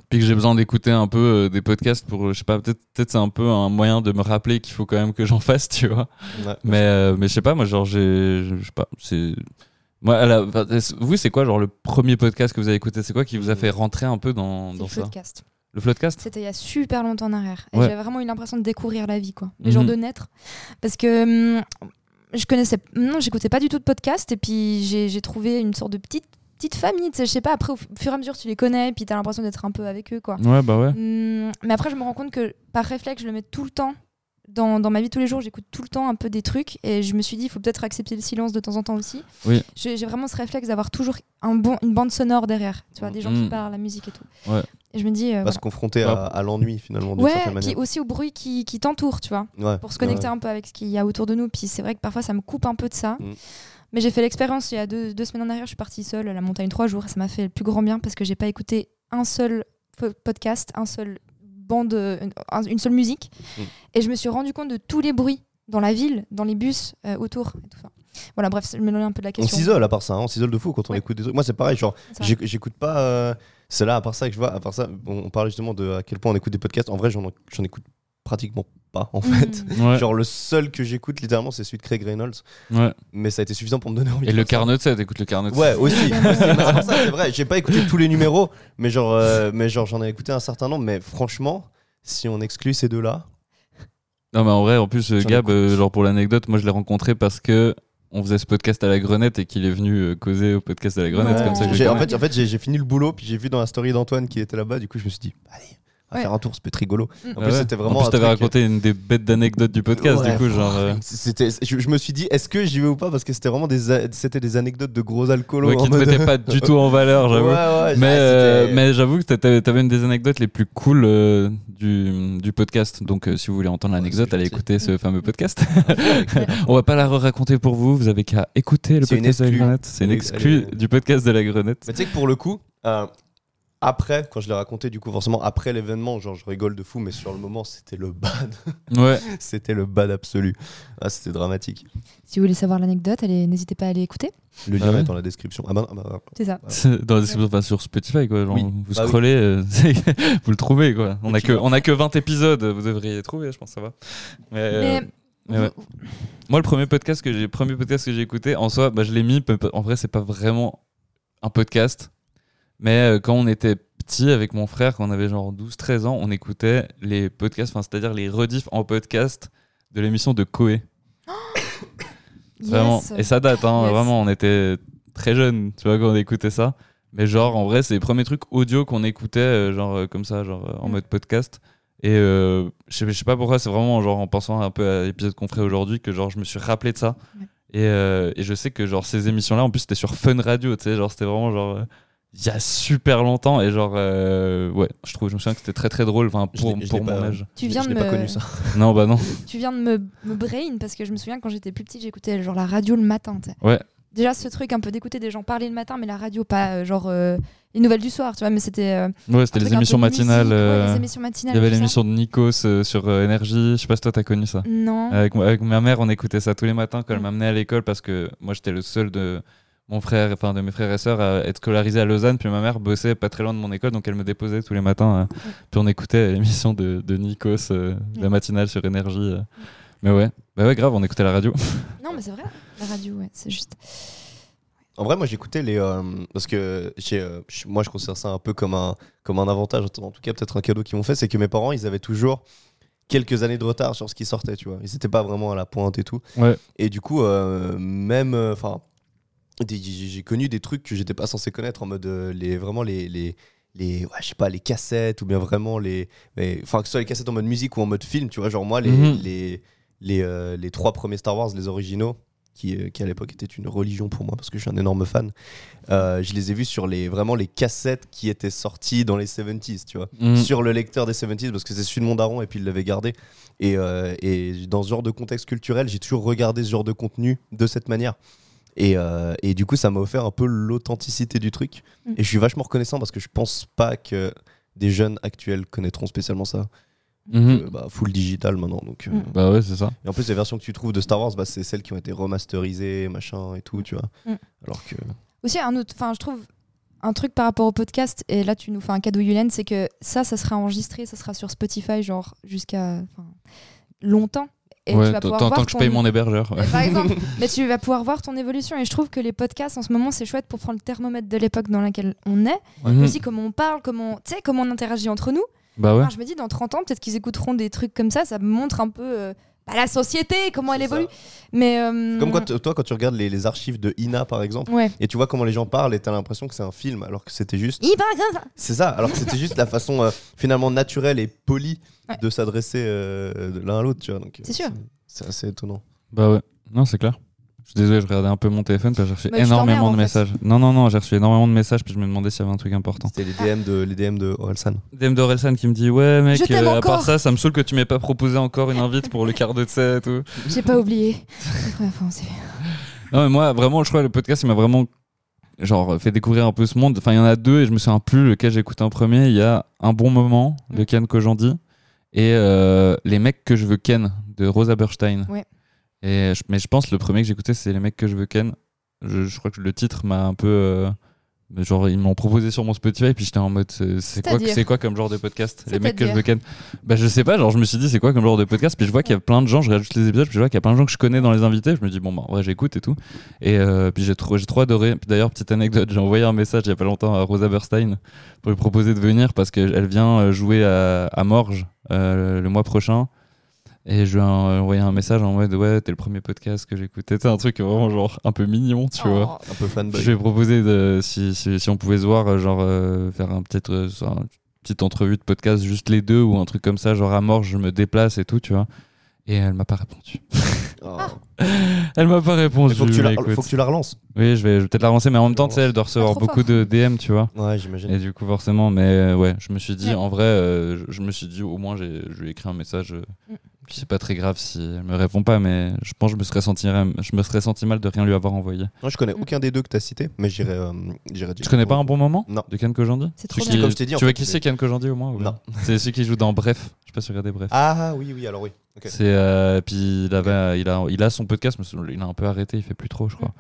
B: Puis que j'ai besoin d'écouter un peu euh, des podcasts pour, euh, je sais pas, peut-être peut c'est un peu un moyen de me rappeler qu'il faut quand même que j'en fasse, tu vois.
C: Ouais.
B: Mais, euh, mais je sais pas, moi, genre, j'ai. Je sais pas. C'est. Moi, à la- enfin, est-ce- vous, c'est quoi, genre, le premier podcast que vous avez écouté C'est quoi qui vous a fait rentrer un peu dans,
A: C'est
B: dans
A: le
B: ça
A: podcast.
B: Le Floodcast
A: C'était il y a super longtemps en arrière. Et
B: Ouais.
A: J'avais vraiment eu l'impression de découvrir la vie, quoi. Les
B: Mhm.
A: gens de naître. Parce que hum, je connaissais. Non, j'écoutais pas du tout de podcast. Et puis j'ai j'ai trouvé une sorte de petite, petite famille. Tu sais, je sais pas, après, au fur et à mesure, tu les connais. Puis t'as l'impression d'être un peu avec eux, quoi.
B: Ouais, bah ouais.
A: Hum, mais après, je me rends compte que par réflexe, je le mets tout le temps. Dans, dans ma vie de tous les jours, j'écoute tout le temps un peu des trucs et je me suis dit, il faut peut-être accepter le silence de temps en temps aussi.
B: Oui.
A: J'ai j'ai vraiment ce réflexe d'avoir toujours un bon, une bande sonore derrière, tu vois, des gens
B: Mhm.
A: qui parlent, la musique et tout.
B: Ouais.
A: Et je me dis, euh,
C: Pas se confronter à, à l'ennui finalement d'une
A: voilà.
C: certaine
A: ouais, puis
C: manière.
A: aussi au bruit qui, qui t'entoure, tu vois,
C: Ouais.
A: pour se connecter un peu avec ce qu'il y a autour de nous. Puis c'est vrai que parfois, ça me coupe un peu de ça.
C: Mhm.
A: Mais j'ai fait l'expérience il y a deux, deux semaines en arrière, je suis partie seule à la montagne trois jours et ça m'a fait le plus grand bien parce que j'ai pas écouté un seul po- podcast, un seul bande, euh, une, un- une seule musique.
C: Mm.
A: Et je me suis rendu compte de tous les bruits dans la ville, dans les bus, euh, autour. et tout ça. Voilà, bref, je m'éloigne un peu de la
C: On
A: question.
C: s'isole à part ça, hein, on s'isole de fou quand on
A: Ouais.
C: écoute des trucs. Moi, c'est pareil, genre,
A: C'est vrai.
C: j'éc- j'écoute pas. euh, c'est là, à part ça, que je vois. À part ça, on, on parlait justement de à quel point on écoute des podcasts. En vrai, j'en j'en écoute pratiquement pas, en fait.
A: Mm.
B: Ouais,
C: Genre, le seul que j'écoute, littéralement, c'est celui de Craig Reynolds.
B: ouais.
C: Mais ça a été suffisant pour me donner envie.
B: Et
C: de
B: le
C: faire ça.
B: carnet de 7, écoute le carnet de
C: Ouais, aussi. aussi. Mais c'est pour ça, c'est vrai. J'ai pas écouté tous les numéros, mais genre, euh, mais genre, j'en ai écouté un certain nombre. Mais franchement, si on exclut ces deux-là,
B: Non, mais en vrai, en plus, euh,
C: J'en ai
B: Gab,
C: compris.
B: euh, genre pour l'anecdote, moi je l'ai rencontré parce que on faisait ce podcast à la grenette et qu'il est venu euh, causer au podcast à la grenette. c'est comme ça que
C: j'ai-
B: j'ai
C: en fait, en fait, j'ai j'ai fini le boulot, puis j'ai vu dans la story d'Antoine qui était là-bas. Du coup, je me suis dit, allez, on va
A: Ouais.
C: faire un tour, ça peut être rigolo.
A: Mm.
C: En plus, c'était vraiment.
B: Ah En plus,
C: un
B: t'avais
C: truc- euh,
B: raconté une des bêtes d'anecdotes du podcast,
C: Ouais,
B: du coup, genre. euh,
C: C'était, je, je me suis dit, est-ce que j'y vais ou pas Parce que c'était vraiment des, a- c'était des anecdotes de gros alcoolos.
B: ouais,
C: en
B: qui te
C: mode-
B: mettaient pas du tout en valeur,
C: Ouais,
B: j'avoue.
C: ouais,
B: Mais,
C: ouais,
B: euh,
C: Ah, c'était-
B: mais j'avoue que t'as- t'avais t'avais une des anecdotes les plus cool euh, du, du podcast. Donc, euh, si vous voulez entendre l'anecdote,
C: c'est Ah,
B: allez
C: gentil.
B: écouter ce fameux podcast. On va pas la raconter pour vous. Vous avez qu'à écouter le
C: C'est une
B: podcast de la
C: exclue.
B: grenette. C'est une
C: Oui,
B: exclue
C: allez.
B: du podcast de la grenette.
C: Mais tu sais que pour le coup, euh, après, quand je l'ai raconté, du coup, forcément, après l'événement, genre, je rigole de fou, mais sur le moment, c'était le bad.
B: Ouais.
C: c'était le bad absolu. Ah, c'était dramatique.
A: Si vous voulez savoir l'anecdote, allez, n'hésitez pas à aller écouter.
C: Le
B: Ah
C: lien
B: ouais
C: est dans la description. Ah bah, ah bah, ah bah.
A: C'est ça.
B: C'est Dans la description, enfin, sur Spotify, quoi. genre,
C: Oui.
B: Vous
C: Bah oui.
B: scrollez, euh, c'est- vous le trouvez, quoi. On a,
C: Petit
B: que,
C: lien.
B: on a que 20 épisodes, vous devriez les trouver, je pense, ça va. Mais, euh,
A: Mais
B: mais ouais.
A: vous-
B: Moi, le premier podcast que j'ai, premier podcast que j'ai écouté, en soi, bah, je l'ai mis. peu- peu- En vrai, c'est pas vraiment un podcast. Mais euh, quand on était petit avec mon frère, quand on avait genre 12-13 ans, on écoutait les podcasts, enfin, c'est-à-dire les rediffs en podcast de l'émission de Koé. Vraiment.
A: yes.
B: Et ça date, hein,
A: Yes.
B: vraiment, on était très jeunes, tu vois, quand on écoutait ça. Mais genre, en vrai, c'est les premiers trucs audio qu'on écoutait, euh, genre euh, comme ça, genre euh, en
A: Mm.
B: mode podcast. Et euh, je sais- je sais pas pourquoi, c'est vraiment genre en pensant un peu à l'épisode qu'on ferait aujourd'hui que genre je me suis rappelé de ça.
A: Ouais.
B: Et, euh, et je sais que genre ces émissions-là, en plus, c'était sur Fun Radio, tu sais, genre c'était vraiment genre. euh, il y a super longtemps et genre euh, ouais je trouve je me souviens que c'était très très drôle enfin
C: Je
B: pour,
C: l'ai- je
B: pour
C: l'ai
B: mon
C: pas-
B: âge
A: Tu
C: Je-
A: viens
C: je
A: de
C: l'ai
A: me-
C: pas connu ça.
B: non bah non
A: Tu viens de me, me brain parce que je me souviens quand j'étais plus petite, j'écoutais genre la radio le matin. tu sais.
B: Ouais.
A: Déjà ce truc un peu d'écouter des gens parler le matin, mais la radio pas euh, genre euh, les nouvelles du soir, tu vois. Mais c'était euh,
B: ouais
A: un
B: c'était les
A: truc un peu
B: émissions
A: de musique,
B: matinales
A: ouais,
B: euh,
A: les émissions matinales.
B: Il y avait
A: tout ça.
B: l'émission de Nikos euh, sur euh, Énergie. Je sais pas si toi t'as connu ça.
A: Non.
B: Avec, avec ma mère, on écoutait ça tous les matins quand elle
A: Mm.
B: m'amenait à l'école parce que moi j'étais le seul de mon frère, enfin de mes frères et sœurs à être scolarisé à Lausanne. Puis ma mère bossait pas très loin de mon école, donc elle me déposait tous les matins. euh, Puis on écoutait l'émission de, de Nikos, euh, la
A: Mm.
B: matinale sur Énergie. euh. Mais ouais, bah ouais, grave, on écoutait la radio.
A: Non, mais c'est vrai. La radio, ouais, c'est juste.
C: En vrai, moi, j'écoutais les. euh, parce que j'ai, euh, je- moi, je considère ça un peu comme un, comme un avantage, en tout cas, peut-être un cadeau qu'ils m'ont fait, c'est que mes parents, ils avaient toujours quelques années de retard sur ce qui sortait, tu vois. Ils étaient pas vraiment à la pointe et tout.
B: Ouais.
C: Et du coup, euh, même. Enfin. j'ai connu des trucs que j'étais pas censé connaître, en mode. euh, les, vraiment les. les les ouais, je sais pas les cassettes ou bien vraiment les mais- enfin que ce soit les cassettes en mode musique ou en mode film tu vois genre moi les
B: Mhm.
C: les les, euh, les trois premiers Star Wars les originaux qui, euh, qui à l'époque était une religion pour moi parce que je suis un énorme fan. Euh, je les ai vus sur les vraiment les cassettes qui étaient sorties dans les 70s, tu vois.
B: Mm.
C: Sur le lecteur des 70s parce que c'est celui de mon daron et puis il l'avait gardé. Et, euh, et dans ce genre de contexte culturel, j'ai toujours regardé ce genre de contenu de cette manière. Et, euh, et du coup, ça m'a offert un peu l'authenticité du truc.
A: Mm.
C: Et je suis vachement reconnaissant parce que je pense pas que des jeunes actuels connaîtront spécialement ça.
B: Mhm.
C: Euh, bah, full digital maintenant, donc. euh,
A: Mm.
B: Bah ouais, c'est ça.
C: et en plus, les versions que tu trouves de Star Wars, bah, c'est celles qui ont été remasterisées, machin et tout, tu vois.
A: Mm.
C: Alors que.
A: Aussi, un autre. Enfin, je trouve un truc par rapport au podcast, et là, tu nous fais un cadeau, Yulen, c'est que ça, ça sera enregistré, ça sera sur Spotify, genre jusqu'à. enfin, longtemps. Et
B: Ouais,
A: tu
B: tant-
A: vas pouvoir
B: tant
A: voir
B: tant que je paye
A: ton-
B: mon hébergeur. ouais.
A: par exemple. Mais tu vas pouvoir voir ton évolution. Et je trouve que les podcasts, en ce moment, c'est chouette pour prendre le thermomètre de l'époque dans laquelle on est.
B: Mhm.
A: Aussi, comment on parle, comment, tu sais, comment on interagit entre nous.
B: Bah ouais.
A: Enfin, je me dis, dans 30 ans, peut-être qu'ils écouteront des trucs comme ça. Ça me montre un peu euh, bah, la société, comment elle
C: C'est ça.
A: évolue. Mais, euh,
C: Comme quand, toi, quand tu regardes les, les archives de Ina, par exemple,
A: Ouais.
C: et tu vois comment les gens parlent, et t'as l'impression que c'est un film, alors que c'était juste.
A: Il parle comme ça.
C: C'est ça, alors que c'était juste la façon euh, finalement naturelle et polie
A: Ouais.
C: de s'adresser euh, de l'un à l'autre, tu vois. donc, euh,
A: C'est sûr.
C: C'est assez étonnant.
B: Bah ouais, non, c'est clair. Je suis désolé, je regardais un peu mon téléphone parce que j'ai reçu
A: Bah, tu
B: énormément
A: t'emmerdes,
B: de
A: en fait.
B: messages. Non, non, non, j'ai reçu énormément de messages puis je me demandais s'il y avait un truc important.
C: C'était les DM de, les DM de Orelsan.
B: DM d'Orelsan qui me dit Ouais, mec,
A: Je t'aime
B: euh, à part
A: encore.
B: ça, ça me saoule que tu m'aies pas proposé encore une invite pour le quart de set ou.
A: J'ai pas oublié. C'est la première fois, on s'est fait.
B: Non, mais moi, vraiment, je crois que le podcast, il m'a vraiment genre fait découvrir un peu ce monde. Enfin, il y en a deux et je me souviens plus lequel j'écoute en premier. Il y a Un bon moment de
A: Mm.
B: Ken Kojandi et euh, Les mecs que je veux Ken de Rosa Burstein.
A: Ouais.
B: Et je- mais je pense le premier que j'écoutais, c'est Les mecs que je veux ken. Je, je crois que le titre m'a un peu. euh, genre, ils m'ont proposé sur mon Spotify, et puis j'étais en mode, c'est c'est quoi,
A: C'est-à-dire
B: c'est quoi comme genre de podcast Les mecs que je
A: C'est-à-dire
B: veux ken. Bah, je sais pas, genre, je me suis dit, c'est quoi comme genre de podcast Puis je vois qu'il y a plein de gens, je regarde juste les épisodes, puis je vois qu'il y a plein de gens que je connais dans les invités. Je me dis, bon, bah, en vrai, j'écoute et tout. Et euh, puis j'ai trop, j'ai trop adoré. Puis D'ailleurs, petite anecdote, j'ai envoyé un message il y a pas longtemps à Rosa Berstein pour lui proposer de venir parce qu'elle vient euh, jouer à, à Morges euh, le mois prochain. Et je lui ai en- envoyé un message en mode ouais, t'es le premier podcast que j'écoutais. C'est un truc vraiment genre un peu mignon, tu vois.
A: Oh.
C: Un peu fanboy.
B: Je lui ai proposé de, si, si, si on pouvait se voir, euh, genre euh, faire un petit, euh, ça, une petite entrevue de podcast, juste les deux ou un truc comme ça, genre à mort, je me déplace et tout, tu vois. Et elle m'a pas répondu.
C: Oh.
A: Ah.
B: Elle m'a pas répondu.
C: Mais faut, que tu
B: mais
C: la,
B: écoute.
C: faut que tu la relances.
B: Oui, je vais, je vais peut-être la lancer, mais en même temps, tu sais, elle doit recevoir
A: Pas trop
B: beaucoup de DM, tu vois.
C: Ouais, j'imagine.
B: Et du coup, forcément, mais euh, ouais, je me suis dit,
A: Ouais.
B: en vrai, euh, je, je me suis dit, au moins, j'ai- je lui ai écrit un message. euh,
A: Mm.
B: puis c'est pas très grave si elle me répond pas, mais je pense que je me serais senti, je me serais senti mal de rien lui avoir envoyé.
C: Moi, je connais aucun des deux que t'as cité, mais j'irai. euh, j'irai
B: Tu connais pas un bon moment
C: Non.
B: de Ken Kojandi
A: C'est
B: Tu
A: trop
B: qui-
A: bien.
C: Comme je t'ai dit, en
B: Tu vois
C: fait,
B: qui
C: c'est-
B: c'est Ken Kojandi au moins ou
C: Non.
B: pas C'est celui qui joue dans Bref. Je sais pas si vous regardez Bref.
C: Ah oui, oui, alors oui. ok.
B: C'est euh, puis il avait, il a, il a son podcast, mais il a un peu arrêté, il fait plus trop, je crois.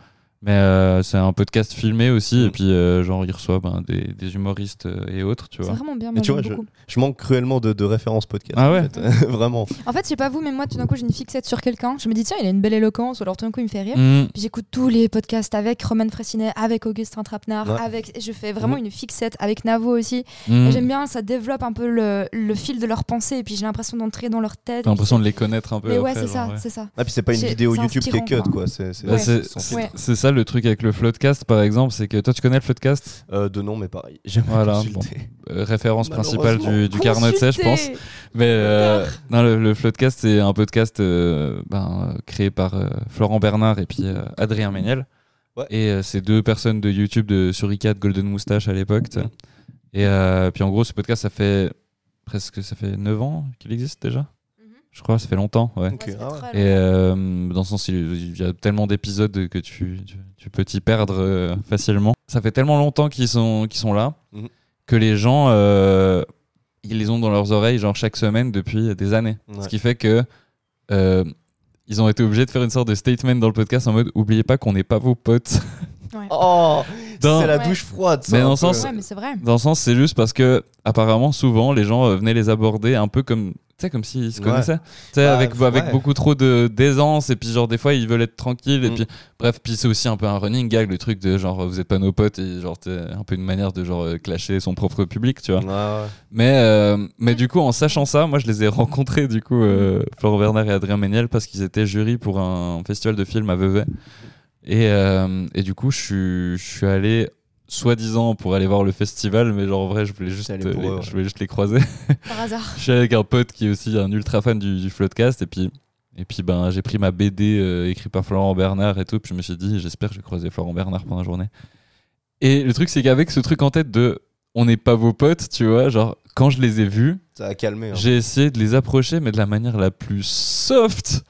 B: Mais euh, c'est un podcast filmé aussi, et
C: Mm.
B: puis euh, genre il reçoit ben, des, des humoristes euh, et autres, tu
A: C'est
B: vois.
A: vraiment bien,
C: Mais
A: moi,
C: tu vois,
A: j'aime beaucoup.
C: Je manque cruellement de, de références podcast.
B: Ah
C: en
B: ouais
C: fait. Vraiment.
A: En fait, je sais pas vous, mais moi, tout d'un coup, j'ai une fixette sur quelqu'un. Je me dis, tiens, il a une belle éloquence, ou alors tout d'un coup, il me fait rire.
B: Mm.
A: Puis j'écoute tous les podcasts avec Roman Fressinet, avec Augustin Trapenard,
C: Ouais.
A: avec. Je fais vraiment
C: Mhm.
A: une fixette avec Navo aussi.
B: Mm.
A: Et J'aime bien, ça développe un peu le, le fil de leur pensée, et puis j'ai l'impression d'entrer dans leur tête.
B: J'ai l'impression de les connaître un peu.
A: Mais ouais,
B: après,
A: c'est
B: genre,
A: ça,
B: ouais.
A: c'est ça.
C: Ah, puis c'est pas une
A: C'est-
C: vidéo
A: c'est
C: YouTube qui est cut,
A: inspirant,
C: quoi. C'est c'est-
B: Bah,
A: Ouais.
B: c'est-
C: sans
B: c'est-
A: filtre.
B: C'est ça le truc avec le Floodcast par exemple, c'est que toi tu connais le Floodcast
C: Euh, de nom, mais pareil. Jamais
B: Voilà,
C: consulté.
B: Euh, Référence principale du, du carnet,
A: Consultez
B: je pense. Mais euh, non, le, le Floodcast, c'est un podcast euh, ben, euh, créé par euh, Florent Bernard et puis euh, Adrien Méniel.
C: Ouais.
B: Et euh, c'est deux personnes de YouTube de Suricat, Golden Moustache à l'époque. tu sais. Et euh, puis en gros, ce podcast, ça fait presque ça fait 9 ans qu'il existe déjà.
A: Mhm.
B: Je crois, ça fait longtemps. Ouais.
C: Ok,
A: Ouais, ça fait
C: ah ouais.
A: très
B: Et
A: long.
B: euh, dans le sens, il il y a tellement d'épisodes que tu, tu, tu peux t'y perdre euh, facilement. Ça fait tellement longtemps qu'ils sont, qu'ils sont là
C: Mhm.
B: que les gens, euh, ils les ont dans leurs oreilles genre chaque semaine depuis des années.
C: Ouais.
B: Ce qui fait que euh, ils ont été obligés de faire une sorte de statement dans le podcast en mode oubliez pas qu'on n'est pas vos potes.
C: Oh,
B: Dans-
C: c'est la
A: Ouais.
C: douche froide. Ça,
B: Mais
C: un
B: dans le
C: peu.
B: sens-
A: Ouais, mais c'est vrai.
B: Dans le sens, c'est juste parce que apparemment, souvent, les gens euh, venaient les aborder un peu comme, tu sais, comme s'ils se
C: Ouais.
B: connaissaient, tu sais,
C: Bah,
B: avec,
C: ouais.
B: avec beaucoup trop de d'aisance et puis genre des fois ils veulent être tranquilles et
C: Mm.
B: puis bref, puis c'est aussi un peu un running gag le truc de genre vous êtes pas nos potes et genre c'est un peu une manière de genre euh, clasher son propre public, tu vois.
C: Ouais, ouais.
B: Mais, euh, mais du coup, en sachant ça, moi je les ai rencontrés, du coup, euh, Florent Bernard et Adrien Méniel, parce qu'ils étaient jury pour un festival de films à Vevey. Et, euh, et du coup, je suis, je suis allé, soi-disant, pour aller voir le festival, mais genre en vrai, je voulais juste,
C: T'es allé
B: euh,
C: pour
B: les,
C: eux, ouais.
B: je voulais juste les croiser.
A: Par hasard.
B: je suis avec un pote qui est aussi un ultra fan du, du Floodcast, et puis. Et puis ben, j'ai pris ma BD euh, écrite par Florent Bernard et tout, puis je me suis dit j'espère que je vais croiser Florent Bernard pendant la journée. Et le truc c'est qu'avec ce truc en tête de on n'est pas vos potes, tu vois, genre quand je les ai vus,
C: Ça a calmé. hein.
B: j'ai essayé de les approcher, mais de la manière la plus soft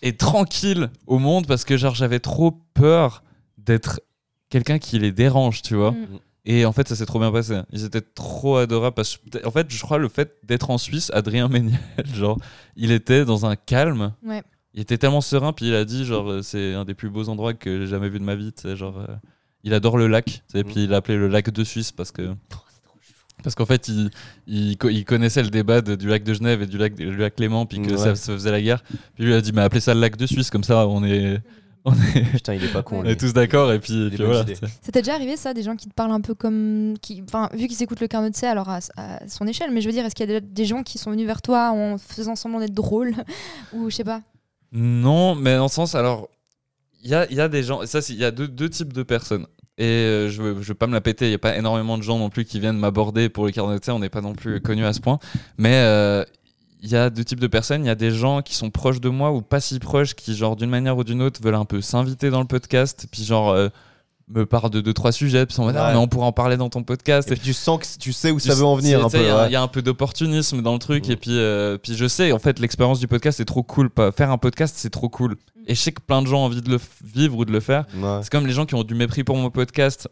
B: et tranquille au monde, parce que genre j'avais trop peur d'être quelqu'un qui les dérange, tu vois.
A: Mm.
B: Et en fait, ça s'est trop bien passé. Ils étaient trop adorables. Parce que, en fait, je crois le fait d'être en Suisse, Adrien Méniel, genre, il était dans un calme.
A: Ouais.
B: Il était tellement serein, puis il a dit, genre, euh, c'est un des plus beaux endroits que j'ai jamais vu de ma vie. tu sais, Genre, euh, il adore le lac. Et
C: Mhm.
B: puis il l'appelait le lac de Suisse parce que. Parce qu'en fait, il, il, co- il connaissait le débat de- du lac de Genève et du lac, du lac Clément, puis que
C: Ouais.
B: ça se faisait la guerre. Puis lui il a dit, mais appelez ça le lac de Suisse, comme ça, on est, on est,
C: Putain, il est pas con.
B: on
C: lui.
B: est tous d'accord. Et puis,
C: Les
B: puis
C: bonnes
B: voilà.
C: idées.
B: tu sais.
A: C'était déjà arrivé ça, des gens qui te parlent un peu comme. Qui... Enfin, vu qu'ils écoutent le carnet de C, alors à, à son échelle, mais je veux dire, est-ce qu'il y a des, des gens qui sont venus vers toi en faisant semblant d'être drôle Ou je sais pas.
B: Non, mais dans le sens, alors, il y a, il y a des gens, ça, c'est- il y a deux, deux types de personnes. Et euh, je veux, je veux pas me la péter, il n'y a pas énormément de gens non plus qui viennent m'aborder pour le carnet de thé, on n'est pas non plus connu à ce point. Mais euh, il y a deux types de personnes, il y a des gens qui sont proches de moi ou pas si proches, qui, genre, d'une manière ou d'une autre, veulent un peu s'inviter dans le podcast, puis genre. euh, me parlent de deux trois sujets puis sont en mode, Ah,
C: Ouais.
B: mais on pourra en parler dans ton podcast
C: Et puis tu sens que tu sais où ça
B: tu-
C: veut en venir un
B: tu sais,
C: peu.
B: Il y a-
C: ouais.
B: il y, a un peu d'opportunisme dans le truc.
C: Mm.
B: Et puis, euh, puis je sais, en fait, l'expérience du podcast est trop cool. Pas, faire un podcast, c'est trop cool. Et je sais que plein de gens ont envie de le f- vivre ou de le faire.
C: Ouais.
B: C'est comme les gens qui ont du mépris pour mon podcast,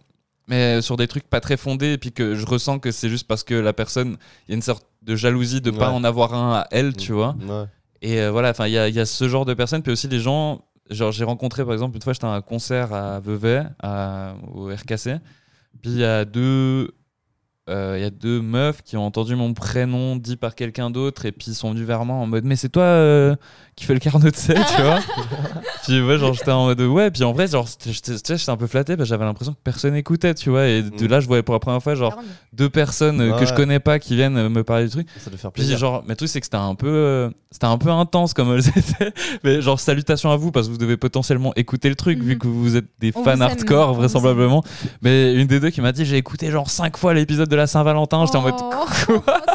B: mais sur des trucs pas très fondés. Et puis que je ressens que c'est juste parce que la personne, il y a une sorte de jalousie de pas
C: Ouais. Mm.
B: en avoir un à elle, tu vois.
C: Ouais.
B: Et euh, voilà, enfin, il y a, il y a ce genre de personnes, puis aussi les gens. Genre, j'ai rencontré par exemple une fois, j'étais à un concert à Vevey, à- au RKC. Puis il y a deux. euh, Il y a deux meufs qui ont entendu mon prénom dit par quelqu'un d'autre et puis ils sont venus vers moi en mode mais c'est toi euh, qui fais le carnot de sel tu vois puis ouais genre j'étais en mode ouais puis en vrai genre j'étais- j'étais tu sais, j'étais un peu flatté parce que j'avais l'impression que personne écoutait tu vois et de
C: Mm.
B: là je voyais pour la première fois genre
A: Aaron,
B: deux personnes euh, que
C: Ouais.
B: je connais pas qui viennent euh, me parler du truc.
C: Ça doit faire
B: Puis
C: plaisir.
B: genre, mais le truc c'est que c'était un peu, euh, c'était un peu intense comme elles étaient. Mais genre salutations à vous parce que vous devez potentiellement écouter le truc vu
A: Mhm.
B: que vous êtes des fans
A: On vous aime, on
B: hardcore
A: vous aime.
B: vraisemblablement. Mais une des deux qui m'a dit j'ai écouté genre cinq fois l'épisode de la Saint-Valentin. J'étais en mode
A: Oh,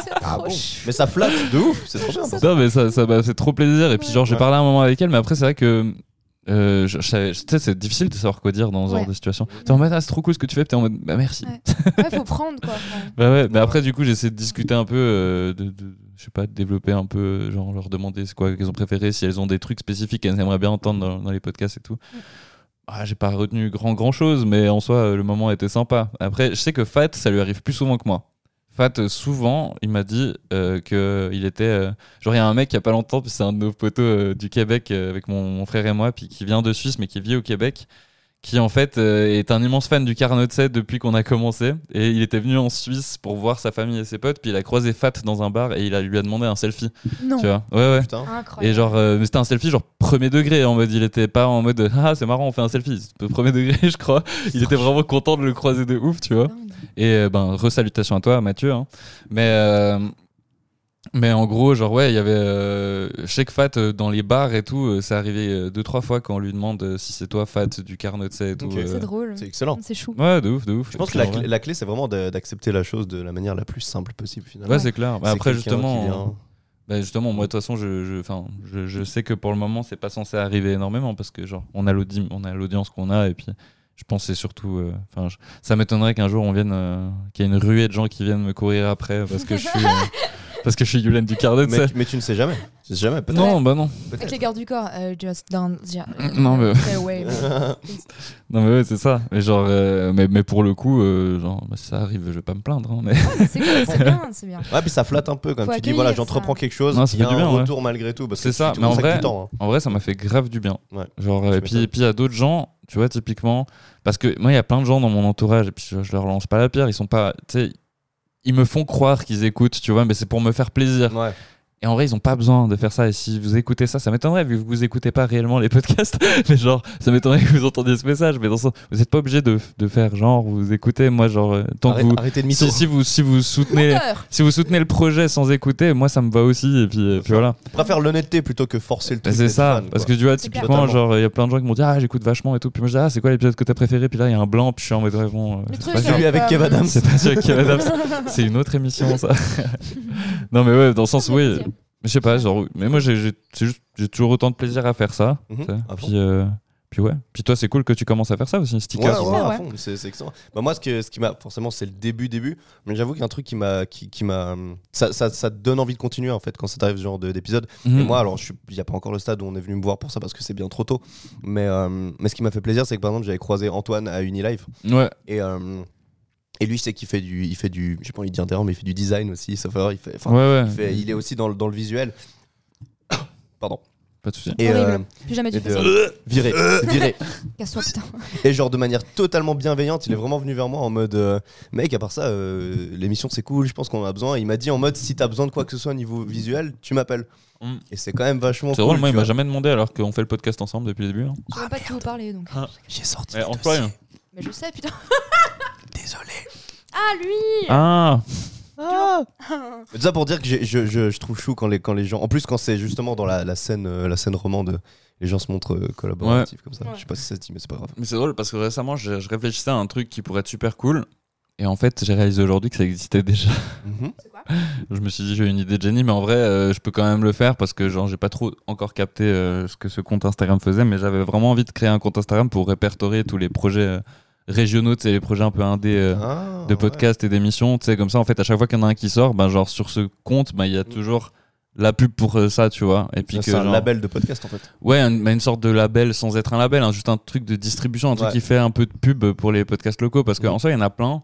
A: c'est
C: Ah
A: trop
C: bon
A: chou.
C: Mais ça flatte de ouf, c'est trop bien.
A: Ça-
B: Non, mais ça, ça m'a fait trop plaisir. Et puis, genre, j'ai
C: Ouais.
B: parlé un moment avec elle, mais après, c'est vrai que. euh, je, je savais- tu sais, c'est difficile de savoir quoi dire dans ce
A: Ouais.
B: genre de situation. T'es en mode, ah, c'est trop cool ce que tu fais, puis t'es en mode, bah merci.
A: Ouais. Ouais, faut prendre quoi. Enfin,
B: Bah ouais, mais
C: Ouais.
B: après, du coup, j'ai essayé de discuter un peu, euh, de, de- je sais pas, de développer un peu, genre leur demander c'est quoi qu'elles ont préféré, si elles ont des trucs spécifiques qu'elles aimeraient bien entendre dans, dans les podcasts et tout. Ah, j'ai pas retenu grand grand chose, mais en soi, euh, le moment était sympa. Après, je sais que Fat, ça lui arrive plus souvent que moi. Fat, euh, souvent, il m'a dit euh, que il était. euh, genre, il y a un mec il y a pas longtemps, puis c'est un de nos potos euh, du Québec euh, avec mon, mon frère et moi, puis qui vient de Suisse, mais qui vit au Québec qui en fait euh, est un immense fan du Carnot de Sète depuis qu'on a commencé. Et il était venu en Suisse pour voir sa famille et ses potes. Puis il a croisé Fat dans un bar et il a, lui a demandé un selfie.
A: non.
B: Tu vois Ouais, ouais.
C: Putain.
A: Incroyable.
B: Et genre, euh, mais c'était un selfie genre premier degré en mode, il était pas en mode ah c'est marrant on fait un selfie, C'est premier degré je crois. Il était vraiment content de le croiser de ouf, tu vois.
A: Dingue.
B: Et euh, ben, resalutations à toi, Mathieu. hein. Mais, euh, mais en gros, genre, ouais, il y avait. Euh, je sais que Fat, euh, dans les bars et tout, euh, c'est arrivé euh, deux, trois fois quand on lui demande euh, si c'est toi, Fat, du Carnot, tu sais, et tout.
C: Ok.
B: euh.
A: C'est drôle.
C: C'est excellent.
A: C'est chou.
B: Ouais, de ouf, de ouf.
C: Je pense
B: Et puis,
C: que la
B: en vrai-
C: clé, la clé, c'est vraiment d'a- d'accepter la chose de la manière la plus simple possible finalement.
B: Ouais, c'est clair. Bah,
C: C'est
B: après,
C: quelqu'un qui
B: justement.
C: vient-
B: Bah, justement, moi de toute façon, je, je, enfin, je, je sais que pour le moment, c'est pas censé arriver énormément parce que genre, on a l'audi- on a l'audience qu'on a et puis je pense que c'est surtout, euh, enfin, je- ça m'étonnerait qu'un jour on vienne, euh, qu'il y ait une ruée de gens qui viennent me courir après parce que je suis, euh, parce que je suis Yulen du Cardet.
C: mais, mais tu ne sais jamais. Tu ne sais jamais. peut-être.
B: Non, bah non,
A: Avec les gardes du corps, euh, just down. the-
B: Non, mais-
A: Stay away.
B: non mais ouais, c'est ça. Mais genre, euh, mais, mais pour le coup, euh, genre, bah, ça arrive, je vais pas me plaindre. hein, mais
A: C'est cool, c'est bien, c'est bien.
C: Ouais, puis ça flatte un peu quand
A: Faut
C: tu dis
A: accueillir
C: voilà,
A: ça.
C: j'entreprends quelque chose,
B: Non, ça
C: il y a
B: fait du
C: un
B: bien, ouais.
C: retour malgré tout. parce que
B: C'est ça,
C: tu
B: mais en
C: consacres
B: vrai-
C: du temps, hein.
B: En vrai, ça m'a fait grave du bien.
C: Ouais.
B: Genre, euh,
C: Tu
B: et puis,
C: m'étonnes.
B: et puis, il y a d'autres gens, tu vois, typiquement, parce que moi, il y a plein de gens dans mon entourage, et puis je, je leur lance pas la pierre, ils sont pas, tu sais, ils me font croire qu'ils écoutent, tu vois, mais c'est pour me faire plaisir.
C: Ouais.
B: Et en vrai, ils ont pas besoin de faire ça. Et si vous écoutez ça, ça m'étonnerait, vu que vous écoutez pas réellement les podcasts, mais genre, ça m'étonnerait que vous entendiez ce message, mais dans ce- vous êtes pas obligé de, de faire genre, vous écoutez, moi, genre, euh, tant
C: Arrête-
B: que vous.
C: Arrêtez de mytho.
B: Si, si vous, si vous soutenez.
A: Menteur
B: Si vous soutenez le projet sans écouter, moi ça me va aussi. Et puis, et puis voilà.
C: Je préfère l'honnêteté plutôt que forcer le
B: Bah,
C: truc.
B: c'est
C: d'être
B: ça,
C: fan,
B: parce que
C: quoi.
B: tu vois,
A: C'est clair.
B: typiquement,
C: Totalement.
B: genre, il y a plein de gens qui m'ont dit, ah, j'écoute vachement et tout. Puis moi, je dis, ah, c'est quoi l'épisode que t'as préféré Puis là, il y a un blanc, puis je suis en mode, ouais, bon, euh,
A: Le
B: c'est
A: truc,
B: pas
A: c'est
B: sûr.
C: Celui avec
A: comme-
C: Kev Adams.
B: C'est pas sûr qu'il y avait d'abs- c'est une autre émission, ça. non, mais ouais, dans le sens, oui. Je sais pas, genre, mais moi, j'ai j'ai- c'est juste- j'ai toujours autant de plaisir à faire ça.
C: Mhm.
B: tu sais.
C: Ah bon
B: puis, euh, puis ouais. Puis toi, c'est cool que tu commences à faire ça aussi,
C: Ouais,
B: sticker.
C: ouais, à
A: Ouais.
C: fond, c'est c'est excellent. Bah, moi, ce, que, ce qui m'a forcément, c'est le début, début. Mais j'avoue qu'il y a un truc qui m'a, qui, qui m'a, ça, ça, ça te donne envie de continuer en fait quand ça t'arrive ce genre de- d'épisode.
B: Mhm.
C: Et moi, alors, je n'y a pas encore le stade où on est venu me voir pour ça parce que c'est bien trop tôt. Mais, euh, mais ce qui m'a fait plaisir, c'est que par exemple, j'avais croisé Antoine à Unilife.
B: Ouais.
C: Et, euh, et lui, je sais qu'il fait du. Il fait du. J'ai pas envie de dire d'erreur, mais il fait du design aussi, sauf erreur. Il, fait, enfin,
B: ouais,
C: il,
B: ouais.
C: fait- il est aussi dans le, dans le visuel. Pardon.
B: Pas de soucis.
C: Et.
A: Horrible.
C: euh,
A: Plus jamais
C: et
A: tu fais
C: de-
A: ça.
C: viré, viré.
A: Casse-toi, putain.
C: Et genre de manière totalement bienveillante, il est vraiment venu vers moi en mode euh, Mec, à part ça, euh, l'émission c'est cool, je pense qu'on en a besoin. Et il m'a dit en mode Si t'as besoin de quoi que ce soit au niveau visuel, tu m'appelles.
B: Mm.
C: Et c'est quand même vachement
B: C'est
C: cool.
B: drôle, moi,
C: tu
B: il m'a
C: vois.
B: jamais demandé alors qu'on fait le podcast ensemble depuis le début. hein.
A: Je sais même pas de qui vous parlez donc.
B: Ah.
C: J'ai sorti.
B: Eh,
C: le
B: on
C: dossier.
B: fly.
A: Mais je sais, putain.
C: Désolé.
A: Ah, lui
B: Ah,
C: Mais tout ça pour dire que j'ai- je, je- je trouve chou quand les, quand les gens. En plus, quand c'est justement dans la, la scène, euh, la scène romande, les gens se montrent euh, collaboratifs comme ça.
A: Ouais.
C: Je sais pas si ça se dit, mais c'est pas grave.
B: Mais c'est drôle parce que récemment, je, je réfléchissais à un truc qui pourrait être super cool. Et en fait, j'ai réalisé aujourd'hui que ça existait déjà.
C: Mhm.
B: je me suis dit, j'ai une idée de génie, mais en vrai, euh, je peux quand même le faire parce que, genre, j'ai pas trop encore capté euh, ce que ce compte Instagram faisait, mais j'avais vraiment envie de créer un compte Instagram pour répertorier tous les projets euh, régionaux, tu sais, les projets un peu indés. euh,
C: Ah,
B: de
C: ouais.
B: podcasts et d'émissions, tu sais, comme ça, en fait, à chaque fois qu'il y en a un qui sort, ben, genre, sur ce compte, ben, il y a toujours la pub pour euh, ça, tu vois. Et puis
C: Mm. Ça,
B: que,
C: C'est un
B: genre-
C: label de podcast en fait.
B: Ouais, un- bah, une sorte de label sans être un label, hein, juste un truc de distribution, un truc
C: Ouais.
B: qui fait un peu de pub pour les podcasts locaux, parce qu'en
C: Mhm.
B: soi, il y en a plein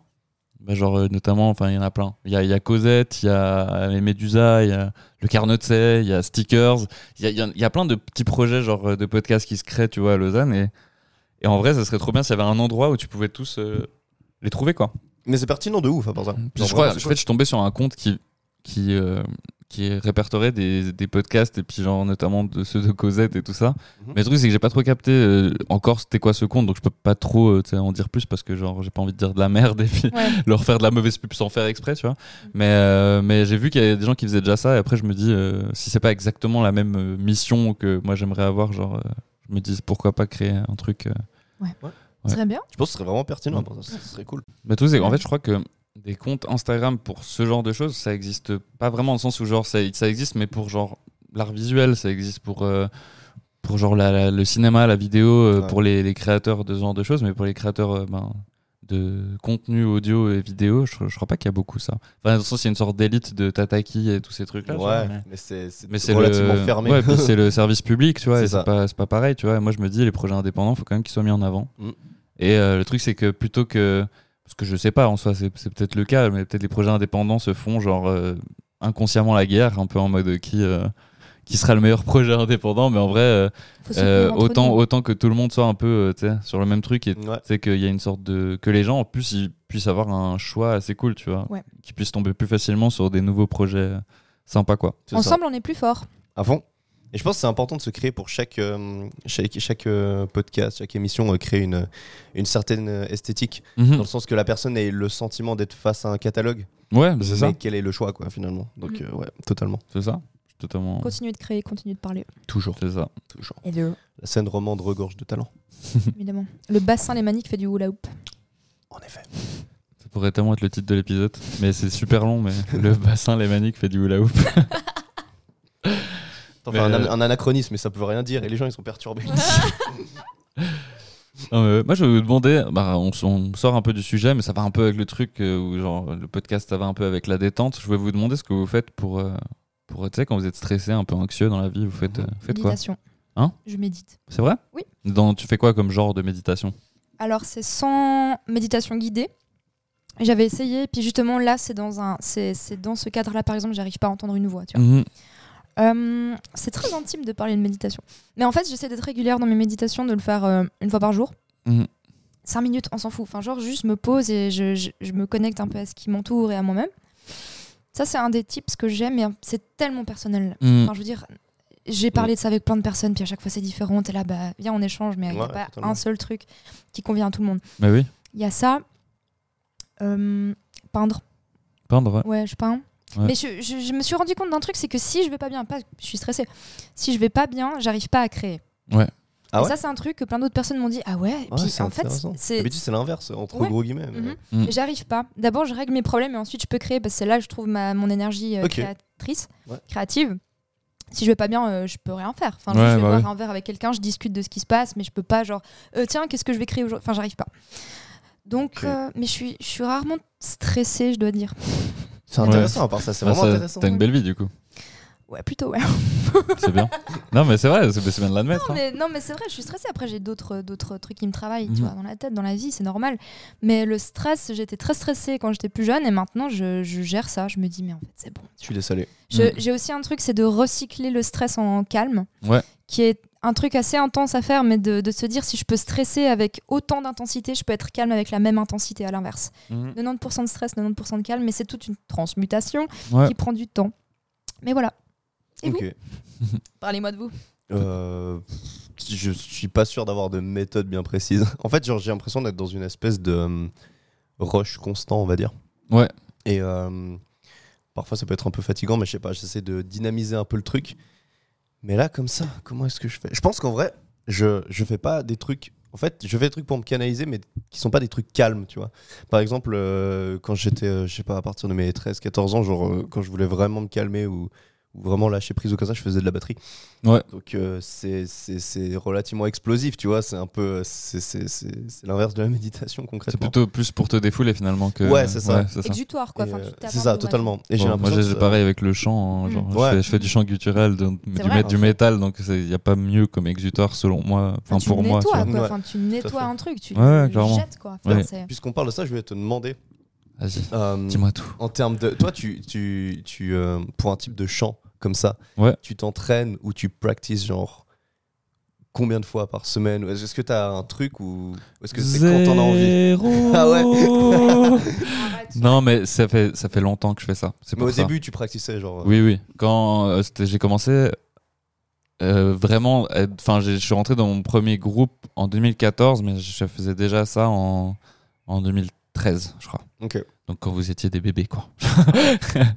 B: Bah, genre, euh, notamment, enfin, il y en a plein. Il y a, il y a Cosette, il y a euh, les Médusas, il y a le Carnotet, il y a Stickers. Il y a, il y en- il y a plein de petits projets, genre, euh, de podcasts qui se créent, tu vois, à Lausanne. Et, et en vrai, ça serait trop bien s'il y avait un endroit où tu pouvais tous euh, les trouver, quoi.
C: Mais c'est pertinent de ouf à part ça.
B: Puis
C: Genre,
B: je crois,
C: vraiment,
B: en
C: c'est
B: fait, je suis tombé sur un compte qui, qui, euh, qui répertorait des, des podcasts et puis genre notamment de ceux de Cosette et tout ça.
C: Mhm.
B: Mais le truc c'est que j'ai pas trop capté euh, encore c'était quoi ce compte donc je peux pas trop euh, tu sais, en dire plus parce que genre j'ai pas envie de dire de la merde et puis
A: Ouais.
B: leur faire de la mauvaise pub sans faire exprès tu vois. Mais, euh, mais j'ai vu qu'il y avait des gens qui faisaient déjà ça et après je me dis euh, si c'est pas exactement la même euh, mission que moi j'aimerais avoir genre euh, je me dis pourquoi pas créer un truc euh,
A: Ce serait bien.
C: Je pense que ce serait vraiment pertinent. pour ça, Ce serait cool.
B: Mais tout c'est qu'en fait, je crois que des comptes Instagram pour ce genre de choses, ça existe pas vraiment dans le sens où genre ça, ça existe, mais pour genre l'art visuel, ça existe pour euh, pour genre la- la- le cinéma, la vidéo, euh,
C: Ouais.
B: pour les, les créateurs de ce genre de choses, mais pour les créateurs euh, ben, de contenu audio et vidéo, je, je crois pas qu'il y a beaucoup ça. Enfin, dans le sens, il y a une sorte d'élite de tataki et tous ces trucs là.
C: Ouais, mais c'est c'est
B: Mais c'est
C: relativement
B: le...
C: fermé.
B: ouais, puis c'est le service public, tu vois,
C: C'est
B: et c'est
C: ça.
B: pas, c'est pas pareil, tu vois. Et moi, je me dis, les projets indépendants, faut quand même qu'ils soient mis en avant.
C: Mm.
B: Et euh, le truc, c'est que plutôt que. Parce que je sais pas, en soi, c'est c'est peut-être le cas, mais peut-être les projets indépendants se font, genre, euh, inconsciemment la guerre, un peu en mode euh, qui. euh, qui sera le meilleur projet indépendant, mais en vrai, euh,
A: Faut
B: euh,
A: soutenir entre
B: autant,
A: nous.
B: autant que tout le monde soit un peu euh, tu sais, sur le même truc et
C: Ouais.
B: c'est qu'il y a une sorte de que les gens en plus ils puissent avoir un choix assez cool tu vois
A: Ouais.
B: qui puissent tomber plus facilement sur des nouveaux projets euh, sympas quoi
C: c'est ça.
A: Ensemble, on est plus fort.
C: À fond. Et je pense que c'est important de se créer pour chaque, euh, chaque, chaque, euh, podcast, chaque émission, euh, créer une, une certaine euh, esthétique.
B: Mhm. Hmm.
C: Dans le sens que la personne ait le sentiment d'être face à un catalogue.
B: ouais bah, c'est ça
C: Mais quel est le choix, quoi, finalement. Donc,
A: Mm.
C: euh, ouais, totalement.
B: C'est ça Je suis totalement.
A: Continue de créer, continue de parler.
B: Toujours. C'est ça.
C: Toujours.
A: Et le,
C: La scène romande regorge de talent.
A: évidemment. Le bassin lémanique fait du hula hoop.
C: En effet.
B: Ça pourrait tellement être le titre de l'épisode. Mais c'est super long, mais le bassin lémanique fait du hula hoop.
C: Enfin, un,
B: Mais, euh,
C: an- un anachronisme, mais ça peut rien dire. Et les gens, ils sont perturbés.
B: Non, mais, euh, moi, je vais vous demander. Bah, on, s- on sort un peu du sujet, mais ça va un peu avec le truc euh, où, genre, le podcast, ça va un peu avec la détente. Je vais vous demander ce que vous faites pour. euh, pour tu sais, quand vous êtes stressé, un peu anxieux dans la vie, vous faites, euh, vous faites quoi
A: Méditation.
B: Hein
A: Je médite.
B: C'est vrai
A: Oui.
B: Dans, tu fais quoi comme genre de méditation
A: Alors, c'est sans méditation guidée. J'avais essayé, puis justement là, c'est dans un, c'est c'est dans ce cadre-là, par exemple, j'arrive pas à entendre une voix. Tu vois.
B: Mhm.
A: Euh, c'est très intime de parler de méditation. Mais en fait, j'essaie d'être régulière dans mes méditations, de le faire euh, une fois par jour.
C: Mmh.
B: Mhm.
A: Cinq minutes, on s'en fout. Enfin, genre, juste me pose et je, je- je me connecte un peu à ce qui m'entoure et à moi-même. Ça, c'est un des tips que j'aime, et euh, c'est tellement personnel.
B: Mhm.
C: Mmh.
A: Enfin, je veux dire, j'ai parlé de ça avec plein de personnes, puis à chaque fois c'est différent. Et là, bah, viens, on échange, mais il n'y a
C: Ouais,
A: pas
C: totalement.
A: un seul truc qui convient à tout le monde.
B: Bah oui,
A: Il y a ça, euh, peindre.
B: peindre. ouais.
A: Ouais, je peins.
B: Ouais.
A: Mais je, je- je me suis rendu compte d'un truc, c'est que si je vais pas bien, pas, je suis stressée, si je vais pas bien, j'arrive pas à créer.
B: Ouais.
C: Ah
A: Et
C: ouais
A: ça, c'est un truc que plein d'autres personnes m'ont dit Ah ouais, et
C: Ouais,
A: puis
C: c'est
A: en fait,
C: intéressant.
A: c'est.
C: D'habitude, c'est l'inverse, entre
A: Ouais.
C: gros guillemets. mais-
A: Mhm.
B: Mm.
A: J'arrive pas. D'abord, je règle mes problèmes et ensuite je peux créer parce que c'est là que je trouve ma, mon énergie euh,
C: Ok.
A: créatrice,
C: Ouais.
A: créative. Si je vais pas bien, euh, je peux rien faire. Enfin, genre,
B: Ouais,
A: je vais
B: bah
A: boire
B: oui.
A: un verre avec quelqu'un, je discute de ce qui se passe, mais je peux pas genre euh, tiens, qu'est-ce que je vais créer aujourd'hui Enfin, j'arrive pas. Donc,
C: Ok.
A: euh, mais je suis, je suis rarement stressée, je dois dire.
C: C'est intéressant, à part ça, c'est
B: Ah,
C: vraiment
B: ça,
C: intéressant.
B: T'as une belle vie du coup.
A: Ouais, plutôt ouais.
B: C'est bien. non, mais c'est vrai, c'est c'est bien de l'admettre.
A: Non,
B: hein.
A: mais, non, mais c'est vrai, je suis stressée. Après, j'ai d'autres, d'autres trucs qui me travaillent, tu
B: Mhm.
A: vois, dans la tête, dans la vie, c'est normal. Mais le stress, j'étais très stressée quand j'étais plus jeune et maintenant, je, je gère ça. Je me dis, mais en fait, c'est bon.
C: Je suis désolé.
A: Je-
B: Mm.
A: J'ai aussi un truc, c'est de recycler le stress en calme,
B: Ouais.
A: qui est un truc assez intense à faire, mais de, de se dire si je peux stresser avec autant d'intensité, je peux être calme avec la même intensité, à l'inverse.
B: Mhm.
A: 90% de stress, 90% de calme, mais c'est toute une transmutation
B: Ouais.
A: qui prend du temps. Mais voilà. Et vous
C: Ok.
A: Parlez-moi de vous.
C: Euh, je suis pas sûr d'avoir de méthode bien précise. En fait, genre, j'ai l'impression d'être dans une espèce de euh, rush constant, on va dire.
B: Ouais.
C: Et euh, parfois, ça peut être un peu fatigant, mais je sais pas, j'essaie de dynamiser un peu le truc. Mais là, comme ça, comment est-ce que je fais Je pense qu'en vrai, je, je fais pas des trucs. En fait, je fais des trucs pour me canaliser, mais qui sont pas des trucs calmes, tu vois. Par exemple, euh, quand j'étais, euh, je sais pas, à partir de mes 13-14 ans, genre, euh, quand je voulais vraiment me calmer ou, ou vraiment lâcher prise ou comme ça, je faisais de la batterie.
B: Ouais.
C: Donc euh, c'est- c'est c'est relativement explosif, tu vois. C'est un peu. euh, C'est c'est- c'est- c'est l'inverse de la méditation,
B: C'est
C: concrètement.
B: plutôt plus pour te défouler finalement que.
C: Ouais, c'est ça.
B: c'est ça.
A: Exutoire, quoi.
C: Et,
A: Enfin,
C: euh,
A: tu tapes
C: c'est
A: un
C: ça,
A: peu, ouais.
C: totalement. Et
B: Bon,
C: j'ai
B: moi,
C: l'impression.
B: j'ai
C: que ça-
B: pareil avec le chant. hein,
A: Mm.
B: genre,
C: Ouais.
B: je, fais, je fais du chant guttural, de- du,
A: vrai.
B: mé- du métal, donc il n'y a pas mieux comme exutoire selon moi. Enfin,
A: Enfin, Ah, tu
B: pour moi. tu
A: nettoies,
B: vois.
A: quoi.
C: Ouais.
A: Enfin, tu nettoies
C: fait.
A: un truc, tu
B: Ouais, ouais,
A: le
B: clairement.
A: jettes, quoi. Enfin,
B: Ouais.
A: c'est-
C: Puisqu'on parle de ça, je vais te demander
B: Vas-y,
C: Euh,
B: dis-moi tout.
C: en termes de. Toi, tu. tu, tu euh, pour un type de chant comme ça,
B: Ouais.
C: tu t'entraînes ou tu practices genre. Combien de fois par semaine Ou Est-ce que tu as un truc ou ou est-ce que c'est quand t'en as envie
B: Zéro.
C: Ah
B: Non, mais ça fait, ça fait longtemps que je fais ça. C'est
C: Mais
B: pour
C: au
B: ça.
C: début, tu pratiquais genre.
B: Oui, oui. Quand euh, c'était- j'ai commencé, euh, vraiment, euh, enfin, j'ai- je suis rentré dans mon premier groupe en 2014, mais je faisais déjà ça en, en 2013, je crois.
C: euh, Ok.
B: Donc quand vous étiez des bébés, quoi.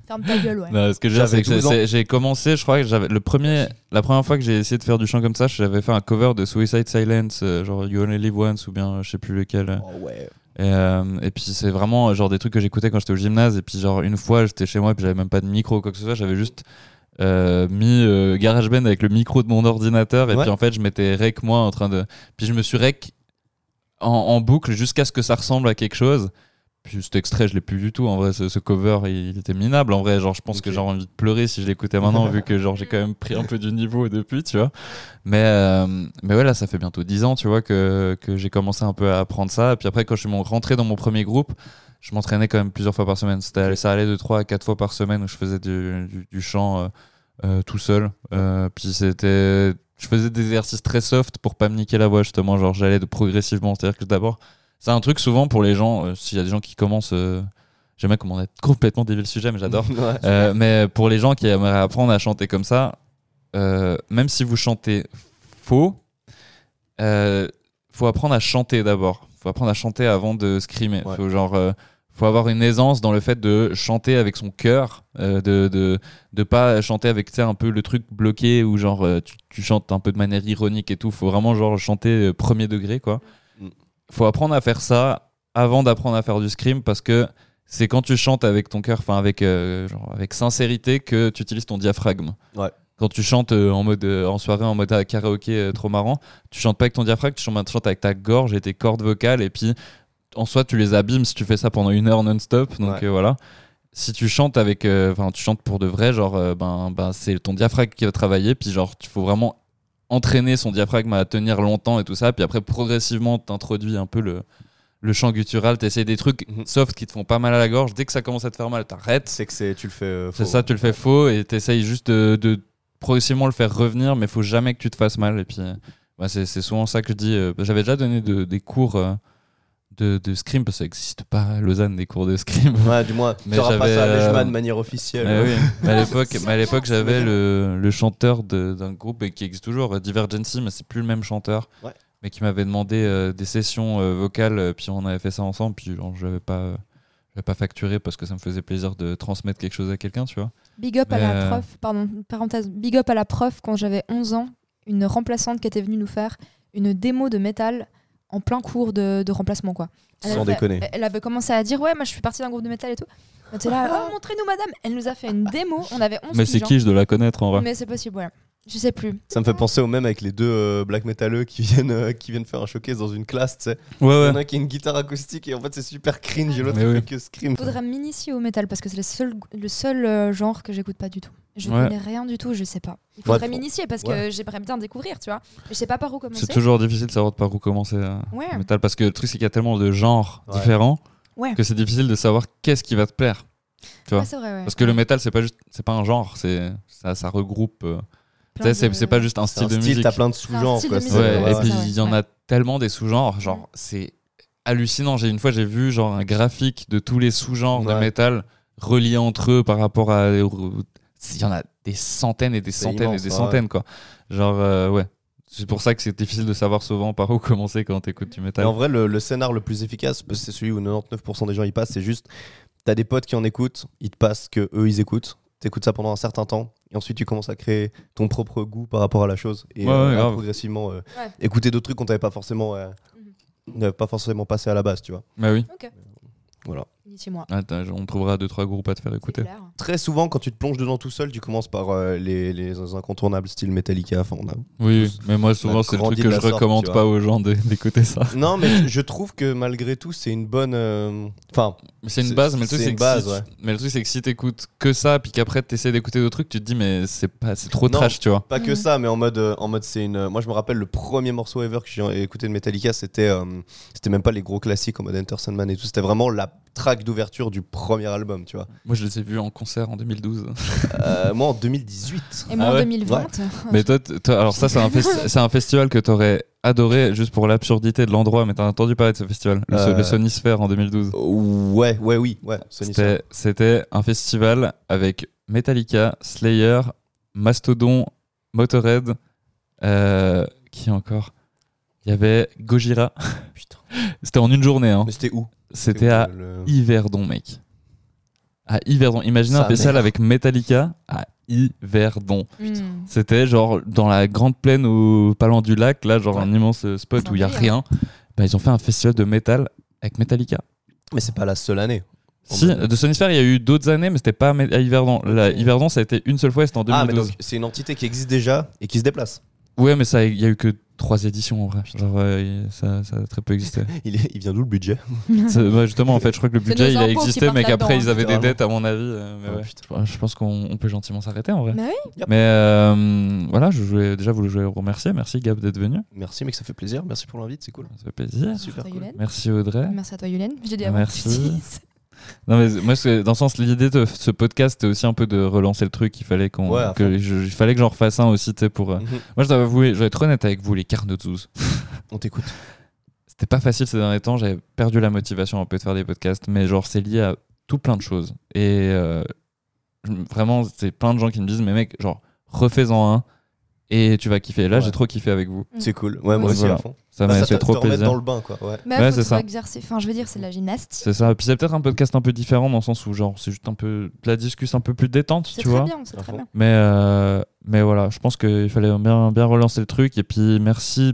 A: Ferme ta gueule, ouais.
B: Non, ce que je veux dire, c'est
C: J'avais
B: que
C: 12
B: c'est- j'ai commencé, je crois que j'avais le premier, la première fois que j'ai essayé de faire du chant comme ça, j'avais fait un cover de Suicide Silence, euh, genre You Only Live Once ou bien euh, je sais plus lequel.
C: Oh ouais.
B: Et, euh, et puis c'est vraiment euh, genre des trucs que j'écoutais quand j'étais au gymnase. Et puis genre une fois j'étais chez moi et puis j'avais même pas de micro ou quoi que ce soit. J'avais juste euh, mis euh, GarageBand avec le micro de mon ordinateur. Et
C: Ouais.
B: puis en fait je m'étais rec moi en train de. Puis je me suis rec en, en boucle jusqu'à ce que ça ressemble à quelque chose. Puis cet extrait je l'ai plus du tout. En vrai ce, ce cover il, il était minable. En vrai genre je pense que
C: Ok.
B: j'aurais envie de pleurer si je l'écoutais maintenant vu que genre j'ai quand même pris un peu du niveau depuis tu vois. Mais, euh, mais ouais, là, ça fait bientôt 10 ans, tu vois, que, que j'ai commencé un peu à apprendre ça. Et puis après, quand je suis mon- rentré dans mon premier groupe, je m'entraînais quand même plusieurs fois par semaine. C'était, ça allait de 3 à 4 fois par semaine où je faisais du, du, du chant euh, euh, tout seul. Euh, puis c'était. Je faisais des exercices très soft pour pas me niquer la voix, justement. Genre, j'allais de progressivement. C'est-à-dire que d'abord, c'est un truc souvent pour les gens, euh, s'il y a des gens qui commencent. euh, J'aime bien comment on a complètement dévié le sujet, mais j'adore.
C: Ouais.
B: Euh, mais pour les gens qui aimeraient apprendre à chanter comme ça, euh, même si vous chantez faux, euh, faut apprendre à chanter d'abord. Faut apprendre à chanter avant de scrimer.
C: Ouais.
B: Faut genre, euh, faut avoir une aisance dans le fait de chanter avec son cœur, euh, de, de de pas chanter avec tu sais, un peu le truc bloqué ou genre euh, tu, tu chantes un peu de manière ironique et tout. Faut vraiment genre chanter euh, premier degré quoi.
C: Mm.
B: Faut apprendre à faire ça avant d'apprendre à faire du scream parce que c'est quand tu chantes avec ton cœur, enfin avec, euh, genre avec sincérité, que tu utilises ton diaphragme.
C: Ouais.
B: Quand tu chantes euh, en, mode, euh, en soirée, en mode ah, karaoké euh, trop marrant, tu chantes pas avec ton diaphragme, tu chantes tu chantes avec ta gorge et tes cordes vocales, et puis en soi, tu les abîmes si tu fais ça pendant une heure non-stop. Donc
C: Ouais.
B: euh, voilà. Si tu chantes avec, euh, enfin, tu chantes pour de vrai, genre, euh, ben, ben, c'est ton diaphragme qui va travailler, puis genre, il faut vraiment entraîner son diaphragme à tenir longtemps et tout ça, puis après, progressivement, t'introduis un peu le, le chant guttural, t'essayes des trucs
C: Mhm.
B: soft qui te font pas mal à la gorge. Dès que ça commence à te faire mal, t'arrêtes.
C: C'est que c'est, tu le fais. euh,
B: C'est
C: faux.
B: ça, tu le fais faux et t'essayes juste de, de progressivement le faire revenir, mais faut jamais que tu te fasses mal. Et puis, euh, bah, c'est c'est souvent ça que je dis. euh, J'avais déjà donné de- des cours euh, de, de scrim, parce que ça n'existe pas à Lausanne, des cours de scrim.
C: Ouais, du moins,
B: Mais
C: t'auras pas
B: j'avais,
C: ça à Lejma
B: euh,
C: de manière officielle.
B: Mais oui, mais à l'époque,
A: c'est
B: mais à l'époque,
A: bien,
B: j'avais le, le chanteur de- d'un groupe et qui existe toujours, euh, Divergency, mais c'est plus le même chanteur.
C: Ouais.
B: Mais qui m'avait demandé euh, des sessions euh, vocales, euh, puis on avait fait ça ensemble, puis genre, je l'avais pas, euh, je l'avais pas facturé parce que ça me faisait plaisir de transmettre quelque chose à quelqu'un, tu vois.
A: Big up à
B: Mais,
A: la
B: euh,
A: prof, pardon, parenthèse, big up à la prof quand j'avais 11 ans, une remplaçante qui était venue nous faire une démo de métal en plein cours de, de remplacement quoi. Elle
C: Sans
A: avait-
C: déconner.
A: Elle avait commencé à dire ouais moi je suis partie d'un groupe de métal et tout. On était là oh, montrez-nous madame. Elle nous a fait une démo, on avait 11
B: Mais c'est
A: piges,
B: qui, je dois la connaître en
A: hein.
B: vrai.
A: Mais c'est possible voilà. Je sais plus.
C: Ça me fait penser au même avec les deux euh, black metalleux qui viennent, euh, qui viennent faire un showcase dans une classe, tu sais. Il y
B: Ouais,
C: en a
B: ouais.
C: un qui a une guitare acoustique et en fait c'est super cringe et l'autre
B: Mais
C: il
B: oui.
C: fait que scream.
A: Faudrait m'initier au métal parce que c'est le seul le seul euh, genre que j'écoute pas du tout. Je
B: Ouais.
A: connais rien du tout, je sais pas. Il faudrait
C: faut-
A: m'initier parce que
C: ouais.
A: j'aimerais bien découvrir, tu vois. Mais Je sais pas par où commencer.
B: C'est toujours difficile de savoir de par où commencer euh,
A: Ouais.
B: le métal parce que le truc c'est qu'il y a tellement de genres
C: Ouais.
B: différents
A: Ouais.
B: que c'est difficile de savoir qu'est-ce qui va te plaire. tu vois.
A: Ouais, Ah, c'est vrai, ouais.
B: Parce que le métal c'est pas juste c'est pas un genre, c'est ça, ça regroupe euh, tu
A: Plein
B: sais, c'est
A: de-
B: c'est pas juste un
C: C'est
B: style
C: un
B: de
C: style,
B: musique.
C: t'as plein de
A: un
C: sous-genres
A: style
C: quoi.
A: de
C: c'est-
A: musique,
B: Ouais,
A: ouais,
B: et
A: ouais.
B: puis
A: Ça,
B: il y en a tellement des sous-genres, genre c'est hallucinant. J'ai une fois j'ai vu genre un graphique de tous les sous-genres de
C: Ouais.
B: métal reliés entre eux par rapport à il y en a des centaines et des
C: C'est
B: centaines
C: immense,
B: et des
C: ouais.
B: centaines quoi. Genre euh, ouais, c'est pour ça que c'est difficile de savoir souvent par où commencer quand t'écoutes du
C: Et
B: métal.
C: en vrai, le, le scénar le plus efficace, parce que c'est celui où 99% des gens y passent, c'est juste t'as des potes qui en écoutent, ils te passent que eux ils écoutent, t'écoutes ça pendant un certain temps, et ensuite tu commences à créer ton propre goût par rapport à la chose, et
B: Ouais,
C: euh,
B: ouais,
C: à
B: grave.
C: progressivement euh,
A: Ouais. Mhm.
C: écouter d'autres trucs qu'on t'avait pas forcément, euh, n'avait pas forcément passé à la base, tu vois.
B: Bah oui.
C: Voilà.
A: Initiez-moi.
B: Attends, on trouvera deux trois groupes à te faire écouter.
A: C'est clair.
C: Très souvent, quand tu te plonges dedans tout seul, tu commences par euh, les, les incontournables style Metallica. Enfin, on a-
B: Oui, mais moi souvent c'est le
C: grandi
B: truc
C: de
B: que je
C: la sorte,
B: recommande
C: tu vois.
B: pas aux gens de- d'écouter ça.
C: Non, mais je- je trouve que malgré tout, c'est une bonne. euh, Enfin,
B: Mais C'est une
C: C'est-
B: base, mais le truc
C: c'est
B: c'est
C: une
B: que,
C: base,
B: si,
C: ouais.
B: mais le truc, c'est que si t'écoutes que ça, puis qu'après t'essaies d'écouter d'autres trucs, tu te dis mais c'est pas, c'est trop
C: Non.
B: trash, tu vois.
C: pas que
A: Mhm.
C: ça, mais en mode, euh, en mode, c'est une. Moi, je me rappelle le premier morceau ever que j'ai écouté de Metallica, c'était, euh, c'était même pas les gros classiques en mode Enter Sandman et tout. C'était vraiment la track d'ouverture du premier album, tu vois.
B: Moi, je les ai vus en concert en 2012.
C: Euh, moi, en 2018.
A: Et moi
B: Ah
A: en
B: ouais
A: 2020.
B: mais toi, t- toi, alors ça, c'est un, fes- c'est un festival que t'aurais adoré juste pour l'absurdité de l'endroit, mais t'as entendu parler de ce festival, le, so-
C: Euh.
B: le Sony Sphere en 2012.
C: Ouais, ouais, oui, ouais. Sony Sound.
B: C'était- C'était un festival avec Metallica, Slayer, Mastodon, Motorhead, euh, qui encore Il y avait Gojira.
C: Putain.
B: C'était en une journée. Hein.
C: Mais c'était où
B: C'était à
C: Le-
B: Yverdon, mec. À Yverdon. Imaginez un
C: Sa
B: festival
C: mère.
B: avec Metallica à Yverdon.
A: Hmm.
B: C'était genre dans la grande plaine au Palan du Lac, là, genre un immense euh, spot
A: C'est
B: où il n'y a
A: un délire.
B: rien. Bah, ils ont fait un festival de métal avec Metallica.
C: Mais c'est pas la seule année.
B: Si,
C: En
B: de Sony Sphere, il y a eu d'autres années, mais c'était pas à Mé- à Yverdon. Là, Yverdon, ça a été une seule fois, et c'était en
C: Ah, mais
B: 2012.
C: donc, c'est une entité qui existe déjà et qui se déplace.
B: Ouais, mais ça, il y a eu que trois éditions en vrai. Genre, euh, y- ça, ça a très peu existé.
C: Il, est- il vient d'où le budget
B: C'est- ouais, justement, en fait, je crois que le
A: C'est
B: budget,
A: nos
B: il a
A: impôts qui
B: existé,
A: partent
B: mais qu'après,
A: là-dedans, hein.
B: ils avaient des
C: littéralement.
B: dettes, à mon avis. euh, mais
C: Ah,
B: ouais. Ouais, Je pense qu'on on peut gentiment s'arrêter en vrai.
A: Bah
C: Yep.
B: Mais euh, voilà, je voulais déjà vous le remercier. Merci Gab d'être venu.
C: Merci, mec, ça fait plaisir. Merci pour l'invite, c'est cool.
B: Ça fait plaisir.
C: Super
A: Toi,
C: cool.
A: Yulen
B: Merci Audrey.
A: Merci à toi, Yulène. J'ai dit
B: Ah,
A: avant que
B: merci.
A: tu dises.
B: Non mais moi c'est- dans le sens l'idée de ce podcast c'était aussi un peu de relancer le truc, il fallait qu'on
C: Ouais, à
B: que je- il fallait que j'en refasse un aussi tu sais pour euh,
C: Mhm.
B: Moi je dois avouer, je vais être honnête avec vous les carnotzous.
C: On t'écoute.
A: Mm.
B: C'était pas facile ces derniers temps, j'avais perdu la motivation un peu de faire des podcasts mais genre c'est lié à tout plein de choses et euh, je- vraiment c'est plein de gens qui me disent mais mec genre refais-en un et tu vas kiffer. Là
C: Ouais.
B: j'ai trop kiffé avec vous.
C: C'est cool. Ouais, moi
B: Ouais,
C: aussi,
B: voilà.
C: à fond.
B: Ça
C: Bah,
B: m'a
C: ça
B: fait
C: te- te
B: trop
C: remettre
B: plaisir.
C: dans le bain, quoi. Ouais.
A: Bah,
B: Ouais,
A: faut
B: c'est
A: trop
B: ça.
A: exercer. Enfin, je veux dire, c'est de la gymnastique.
B: C'est ça, puis c'est peut-être un podcast un peu différent dans le sens où genre c'est juste un peu de la discussion un peu plus détente,
A: C'est
B: tu
A: très
B: vois.
A: bien, c'est
C: À
A: très
C: fond.
A: bien.
B: Mais, euh, mais voilà, je pense qu'il fallait bien, bien relancer le truc. Et puis merci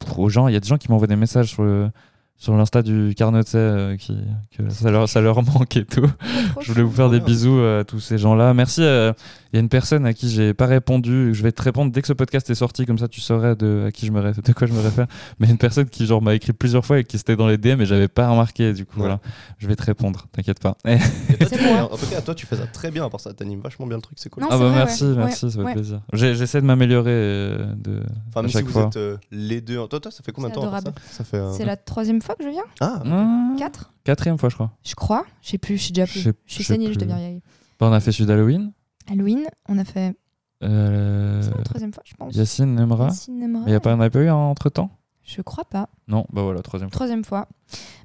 B: pour- aux gens. Il y a des gens qui m'envoient des messages sur le- sur l'insta du Carnot, tu sais, euh, qui que ça leur, ça leur manque et tout.
A: Trop
B: Je voulais vous
A: chou.
B: faire des
C: bien.
B: bisous euh, à tous ces gens-là. Merci. euh, Il y a une personne à qui j'ai pas répondu. Je vais te répondre dès que ce podcast est sorti, comme ça tu saurais de à qui je me ré- de quoi je me réfère. Mais une personne qui genre m'a écrit plusieurs fois et qui était dans les DM et j'avais pas remarqué. Du coup
C: Ouais.
B: voilà, je vais te répondre. T'inquiète pas. Ah
C: Et toi,
A: C'est
C: tu-
A: moi.
C: en tout cas, toi, tu fais ça très bien, à part ça, t'animes vachement bien le truc, c'est cool.
A: Non,
B: Ah
A: c'est
B: bah
A: vrai,
B: merci,
A: ouais.
B: merci,
A: Ouais,
B: ça fait
A: ouais.
B: plaisir. J'ai- J'essaie de m'améliorer. euh, de...
C: Enfin,
B: à
C: même si
B: chaque
C: vous
B: fois.
C: êtes euh, les deux. Toi, toi, ça fait combien de
A: C'est
C: temps à part
A: adorable.
C: ça Ça fait. euh,
A: C'est la troisième fois que je viens
C: Ah,
B: Hmm,
A: Quatre
B: Quatrième fois, je crois.
A: Je crois. Je sais plus, je suis déjà plus.
B: Je sais-
A: Je suis
B: je sais
A: saignée, je
B: plus.
A: deviens vieille.
B: Bah, on a fait celui d'Halloween.
A: Halloween, on a fait.
B: Euh,
A: C'est la troisième fois, je pense.
B: Yacine Nemra.
A: Yacine Emra.
B: Mais y a pas, on n'a pas eu un entre-temps
A: Je crois pas.
B: Non, bah voilà, troisième fois.
A: Troisième fois.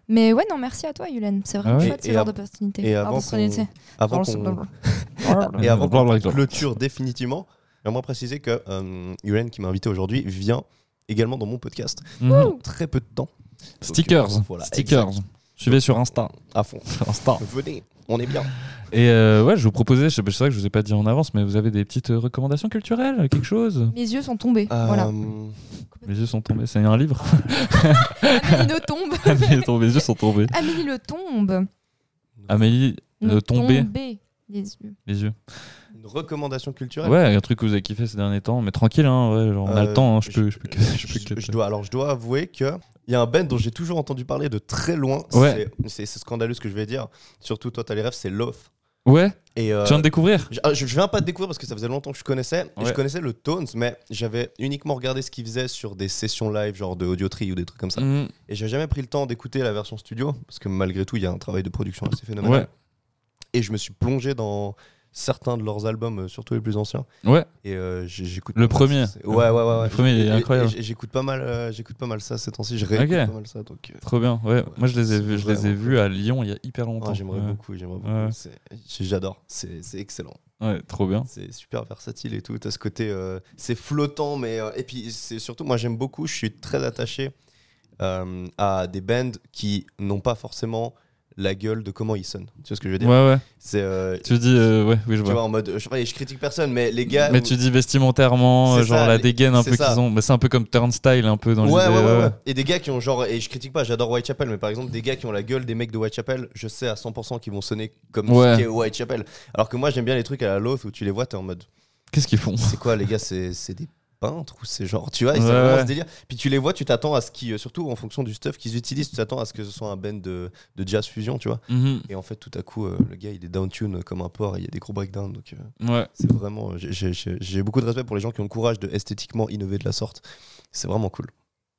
A: Mais ouais, non, merci à toi, Yulen. C'est vraiment
B: Ah ouais.
A: chouette
C: Et-
A: ce
C: et
A: genre
C: av-
A: d'opportunité.
C: et avant
A: Opportunité.
C: avant qu'on
A: Blablabla.
C: et avant qu'on
B: Blablabla.
C: clôture définitivement, j'aimerais préciser que euh, Yulen, qui m'a invité aujourd'hui, vient également dans mon podcast.
B: Mhm.
C: Très peu de temps. Donc,
B: Stickers.
C: euh, voilà,
B: Stickers.
C: exact.
B: Suivez sur Insta.
C: À fond.
B: Insta.
C: Venez, on est bien.
B: Et euh, ouais, je vous proposais, je sais pas- c'est vrai que je vous ai pas dit en avance, mais vous avez des petites euh, recommandations culturelles, quelque chose
A: Mes yeux sont tombés.
C: Euh,
A: Voilà.
B: Les yeux sont tombés, c'est un livre
A: Amélie le tombe.
B: Amélie est tombée, les yeux sont tombés.
A: Amélie le tombe.
B: Amélie, le tombé,
A: Tombé. Les yeux.
B: les yeux.
C: Une recommandation culturelle.
B: Ouais, un truc que vous avez kiffé ces derniers temps, mais tranquille, hein, ouais, genre, on a
C: Euh,
B: le temps, hein, je
C: je-
B: peux, je peux, que- je peux que-
C: Je dois, alors, je dois avouer que il y a un band dont j'ai toujours entendu parler de très loin.
B: Ouais.
C: C'est- C'est c'est scandaleux ce que je vais dire. Surtout toi, t'as les rêves, c'est Loaf.
B: Ouais,
C: Et euh,
B: tu viens de découvrir
C: je, ah, je- je viens pas de découvrir parce que ça faisait longtemps que je connaissais. Et
B: Ouais.
C: Je connaissais le Tones, mais j'avais uniquement regardé ce qu'ils faisaient sur des sessions live, genre de audio tri ou des trucs comme ça.
B: Mhm.
C: Et j'ai jamais pris le temps d'écouter la version studio parce que malgré tout, il y a un travail de production assez phénoménal.
B: Ouais,
C: Et je me suis plongé dans certains de leurs albums, euh, surtout les plus anciens.
B: ouais.
C: Et euh, j'ai- j'écoute.
B: Le
C: pas mal
B: premier.
C: ça, c'est- Ouais, ouais, ouais. ouais.
B: Le premier, il est
C: Et- et-
B: incroyable.
C: et J'écoute pas mal, euh, j'écoute pas mal ça ces temps-ci. Je réécoute
B: Ok.
C: pas mal ça, donc. euh,
B: Trop bien, ouais. Moi, je les ai,
C: C'est
B: vus- je les ai
C: vraiment
B: vus à Lyon il y a hyper
C: ah,
B: longtemps.
C: j'aimerais
B: ouais.
C: beaucoup, j'aimerais beaucoup.
B: Ouais.
C: C'est- J'adore. C'est c'est excellent.
B: Ouais, trop bien.
C: C'est super versatile et tout. T'as ce côté, euh, c'est flottant, mais euh, et puis c'est surtout, moi j'aime beaucoup. Je suis très attaché euh, à des bands qui n'ont pas forcément la gueule de comment ils sonnent. Tu vois ce que je veux
B: Ouais,
C: dire
B: ouais.
C: C'est euh,
B: Tu dis, euh, ouais, oui, je
C: tu vois
B: vois.
C: en mode, je, sais pas, je critique personne, mais les gars.
B: Mais tu dis vestimentairement,
C: C'est
B: euh, genre
C: ça,
B: la
C: les-
B: dégaine un
C: c'est
B: peu
C: ça.
B: qu'ils ont. Mais c'est un peu comme Turnstyle, un peu dans
C: Ouais,
B: l'idée. euh,
C: ouais, ouais,
B: ouais.
C: ouais. Et des gars qui ont genre, et je critique pas, j'adore Whitechapel, mais par exemple, des gars qui ont la gueule des mecs de Whitechapel, je sais à 100% qu'ils vont sonner comme
B: Ouais.
C: ce qu'est Whitechapel. Alors que moi, j'aime bien les trucs à la Loth où tu les vois, t'es en mode,
B: Qu'est-ce qu'ils font
C: c'est quoi les gars, c'est c'est des peintres ou c'est genre, tu vois, et c'est
B: Ouais,
C: vraiment
B: ouais.
C: ce délire. Puis tu les vois, tu t'attends à ce qui, euh, surtout en fonction du stuff qu'ils utilisent, tu t'attends à ce que ce soit un band de, de jazz fusion, tu vois.
B: Mhm.
C: Et en fait, tout à coup, euh, le gars, il est down-tune comme un porc, et il y a des gros breakdowns, donc euh,
B: Ouais,
C: c'est vraiment, euh, j'ai- j'ai- j'ai j'ai beaucoup de respect pour les gens qui ont le courage de esthétiquement innover de la sorte. C'est vraiment cool.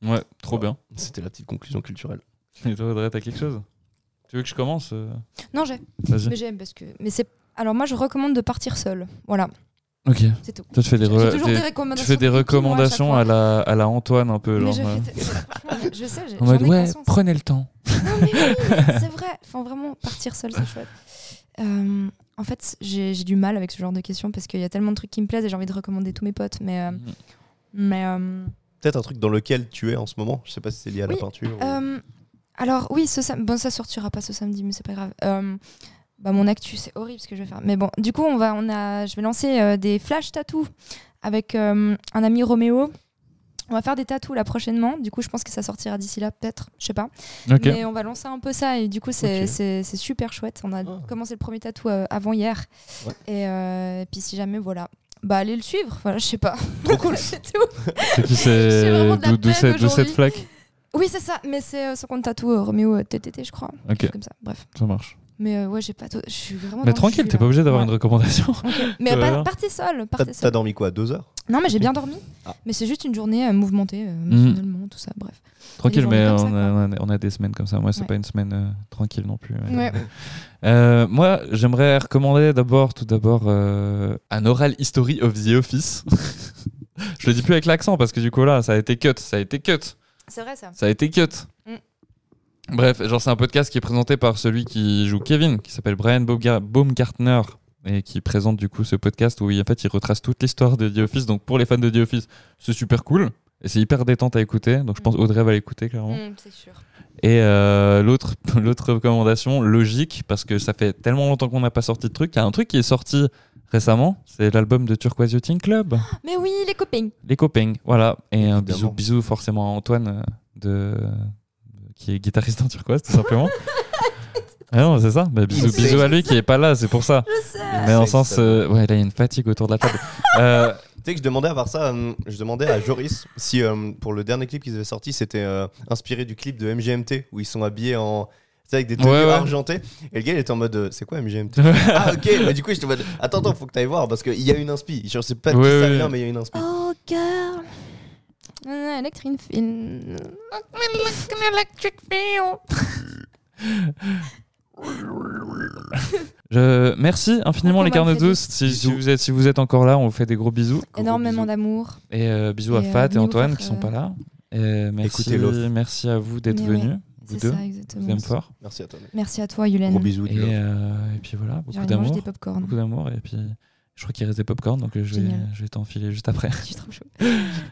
B: ouais, trop bien.
C: C'était la petite conclusion culturelle.
B: Et toi, Audrey, t'as quelque chose Tu veux que je commence euh,
A: Non, j'ai.
B: Vas-y.
A: Mais j'aime parce que. Mais c'est. Alors moi, je recommande de partir seul. Voilà,
B: Ok.
A: c'est tout.
B: Toi, tu fais des,
A: J'ai
B: re-
A: toujours
B: des-
A: des recommandations.
B: tu fais des
A: piquantes, moi, à chaque
B: recommandations
A: fois.
B: à la, à la Antoine un peu.
A: Mais
B: Genre,
A: je,
B: euh,
A: fais- je sais, j'ai-
B: en mode,
A: j'en ai
B: ouais,
A: conscience.
B: prenez le temps.
A: Non, mais oui, c'est vrai. Enfin, vraiment, partir seul, c'est chouette. Euh, en fait, j'ai j'ai du mal avec ce genre de questions parce qu'il y a tellement de trucs qui me plaisent et j'ai envie de recommander tous mes potes. Mais, euh, mais euh,
C: Peut-être un truc dans lequel tu es en ce moment. Je sais pas si c'est lié à la
A: Oui,
C: peinture. ou-
A: euh, alors oui, ce sam- bon, ça sortira pas ce samedi, mais c'est pas grave. Euh, bah, mon actu, c'est horrible ce que je vais faire. Mais bon, du coup, on va, on a, je vais lancer euh, des flash tattoos avec euh, un ami Roméo. On va faire des tattoos là prochainement. Du coup, je pense que ça sortira d'ici là, peut-être. Je sais pas.
B: Ok.
A: Mais on va lancer un peu ça et du coup c'est
C: Ok.
A: c'est- c'est super chouette. On a
C: Ah.
A: commencé le premier tatou euh, avant hier
C: Ouais.
A: et, euh, et puis si jamais voilà, bah allez le suivre. Voilà, je sais pas.
C: Trop cool.
A: c'est tout.
B: C'est qui
A: J'ai
B: c'est
A: vraiment de la
B: d'où- d'où
A: peine
B: cette- d'où cette
A: aujourd'hui.
B: flaque
A: Oui c'est ça, mais c'est euh, son compte tatou euh, Roméo euh, TTT je crois. Quelque
B: Ok.
A: chose Comme ça. Bref.
B: Ça marche.
A: Mais euh, ouais j'ai pas. tout- Je suis vraiment.
B: Mais tranquille, t'es pas obligé d'avoir une recommandation.
A: une. Mais
B: Ça va
A: par-
B: bien.
A: partez seul,
C: T'as
A: partez
C: t'as
A: seul.
C: dormi quoi Deux heures
A: Non mais j'ai bien dormi.
C: Ah.
A: Mais c'est juste une journée euh, mouvementée euh,
B: Mm.
A: émotionnellement tout ça. Bref.
B: Tranquille,
A: journées
B: mais
A: comme
B: on
A: ça,
B: a,
A: quoi.
B: on a- on a des semaines comme ça. Moi, c'est
A: Ouais.
B: pas une semaine euh, tranquille non plus. mais-
A: Ouais.
B: Euh, moi, j'aimerais recommander d'abord, tout d'abord, euh, un oral history of the office. Je le dis plus avec l'accent parce que du coup là, ça a été cut, ça a été cut,
A: C'est vrai ça.
B: ça a été cut.
A: Mm.
B: Bref, genre c'est un podcast qui est présenté par celui qui joue Kevin, qui s'appelle Brian Baumga- Baumgartner et qui présente du coup ce podcast où il- en fait il retrace toute l'histoire de The Office. Donc pour les fans de The Office, c'est super cool et c'est hyper détente à écouter. Donc je pense Audrey va l'écouter clairement.
A: Mm, c'est sûr.
B: Et euh, l'autre, l'autre recommandation, logique, parce que ça fait tellement longtemps qu'on n'a pas sorti de truc. Il y a un truc qui est sorti récemment, c'est l'album de Turquoise Yachting Club,
A: Mais oui les copains.
B: Les Copains. Voilà. Et un bisou,
C: Évidemment.
B: bisou forcément à Antoine, euh, de... qui est guitariste en Turquoise, tout simplement. ah non, c'est ça. Bah, bisous,
C: Il sait.
B: bisous à lui qui est pas là, c'est pour ça.
A: Je sais.
B: Mais en
C: sait que
B: sens,
C: ça-
B: euh, ouais, là, il y a une fatigue autour de la table. Euh,
C: Tu sais que je demandais à part ça, euh, je demandais à Joris si euh, pour le dernier clip qu'ils avaient sorti, c'était euh, inspiré du clip de MGMT où ils sont habillés en tu sais, avec des tenues
B: Ouais, ouais.
C: argentées. Et le gars, il était en mode, euh, c'est quoi MGMT Ah ok, mais du coup, j'étais en mode, attends, attends, faut que t'ailles voir parce qu'il y a une inspi. Je sais pas de qui
B: Ouais,
C: ça
B: ouais.
C: vient, mais il y a une inspi.
A: Oh girl, Euh, Electric Feel. Electric Feel.
B: je... Merci infiniment,
A: Coucou,
B: les Carnets
A: Manfredi.
B: douces. Si, si vous êtes, si vous êtes encore là, on vous fait des gros bisous.
A: Énormément d'amour.
B: Et euh, bisous à
A: Et, euh,
B: Fat et
A: venez vous
B: Antoine
A: faire,
B: qui sont
A: euh,
B: pas là. Et euh, merci,
C: Écoutez l'offre.
B: merci à vous d'être
A: Mais ouais,
B: venus, vous
A: C'est
B: deux.
A: ça,
B: Je vous
A: exactement.
B: aime fort.
C: Merci à toi. mec.
A: Merci à toi, Yulen.
C: Gros bisous.
B: Et,
C: tu vois.
B: euh, et puis voilà,
A: J'ai
B: beaucoup
A: envie de manger
B: d'amour.
A: des popcorn.
B: Beaucoup d'amour. Et puis je crois qu'il reste des popcorn, donc euh, je vais,
A: Génial.
B: je vais t'enfiler juste après.
A: Je suis trop chaud.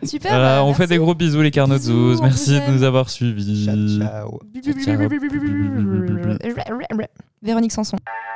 A: Super.
B: Voilà,
A: bah,
B: Euh, on fait
A: merci.
B: des gros bisous, les carnots
A: Bisous,
B: zoos.
A: on
B: Merci
A: vous
B: de nous
A: aime.
B: avoir suivis.
C: euh, Ciao, ciao.
B: Ciao, ciao.
A: Véronique Sanson. Hein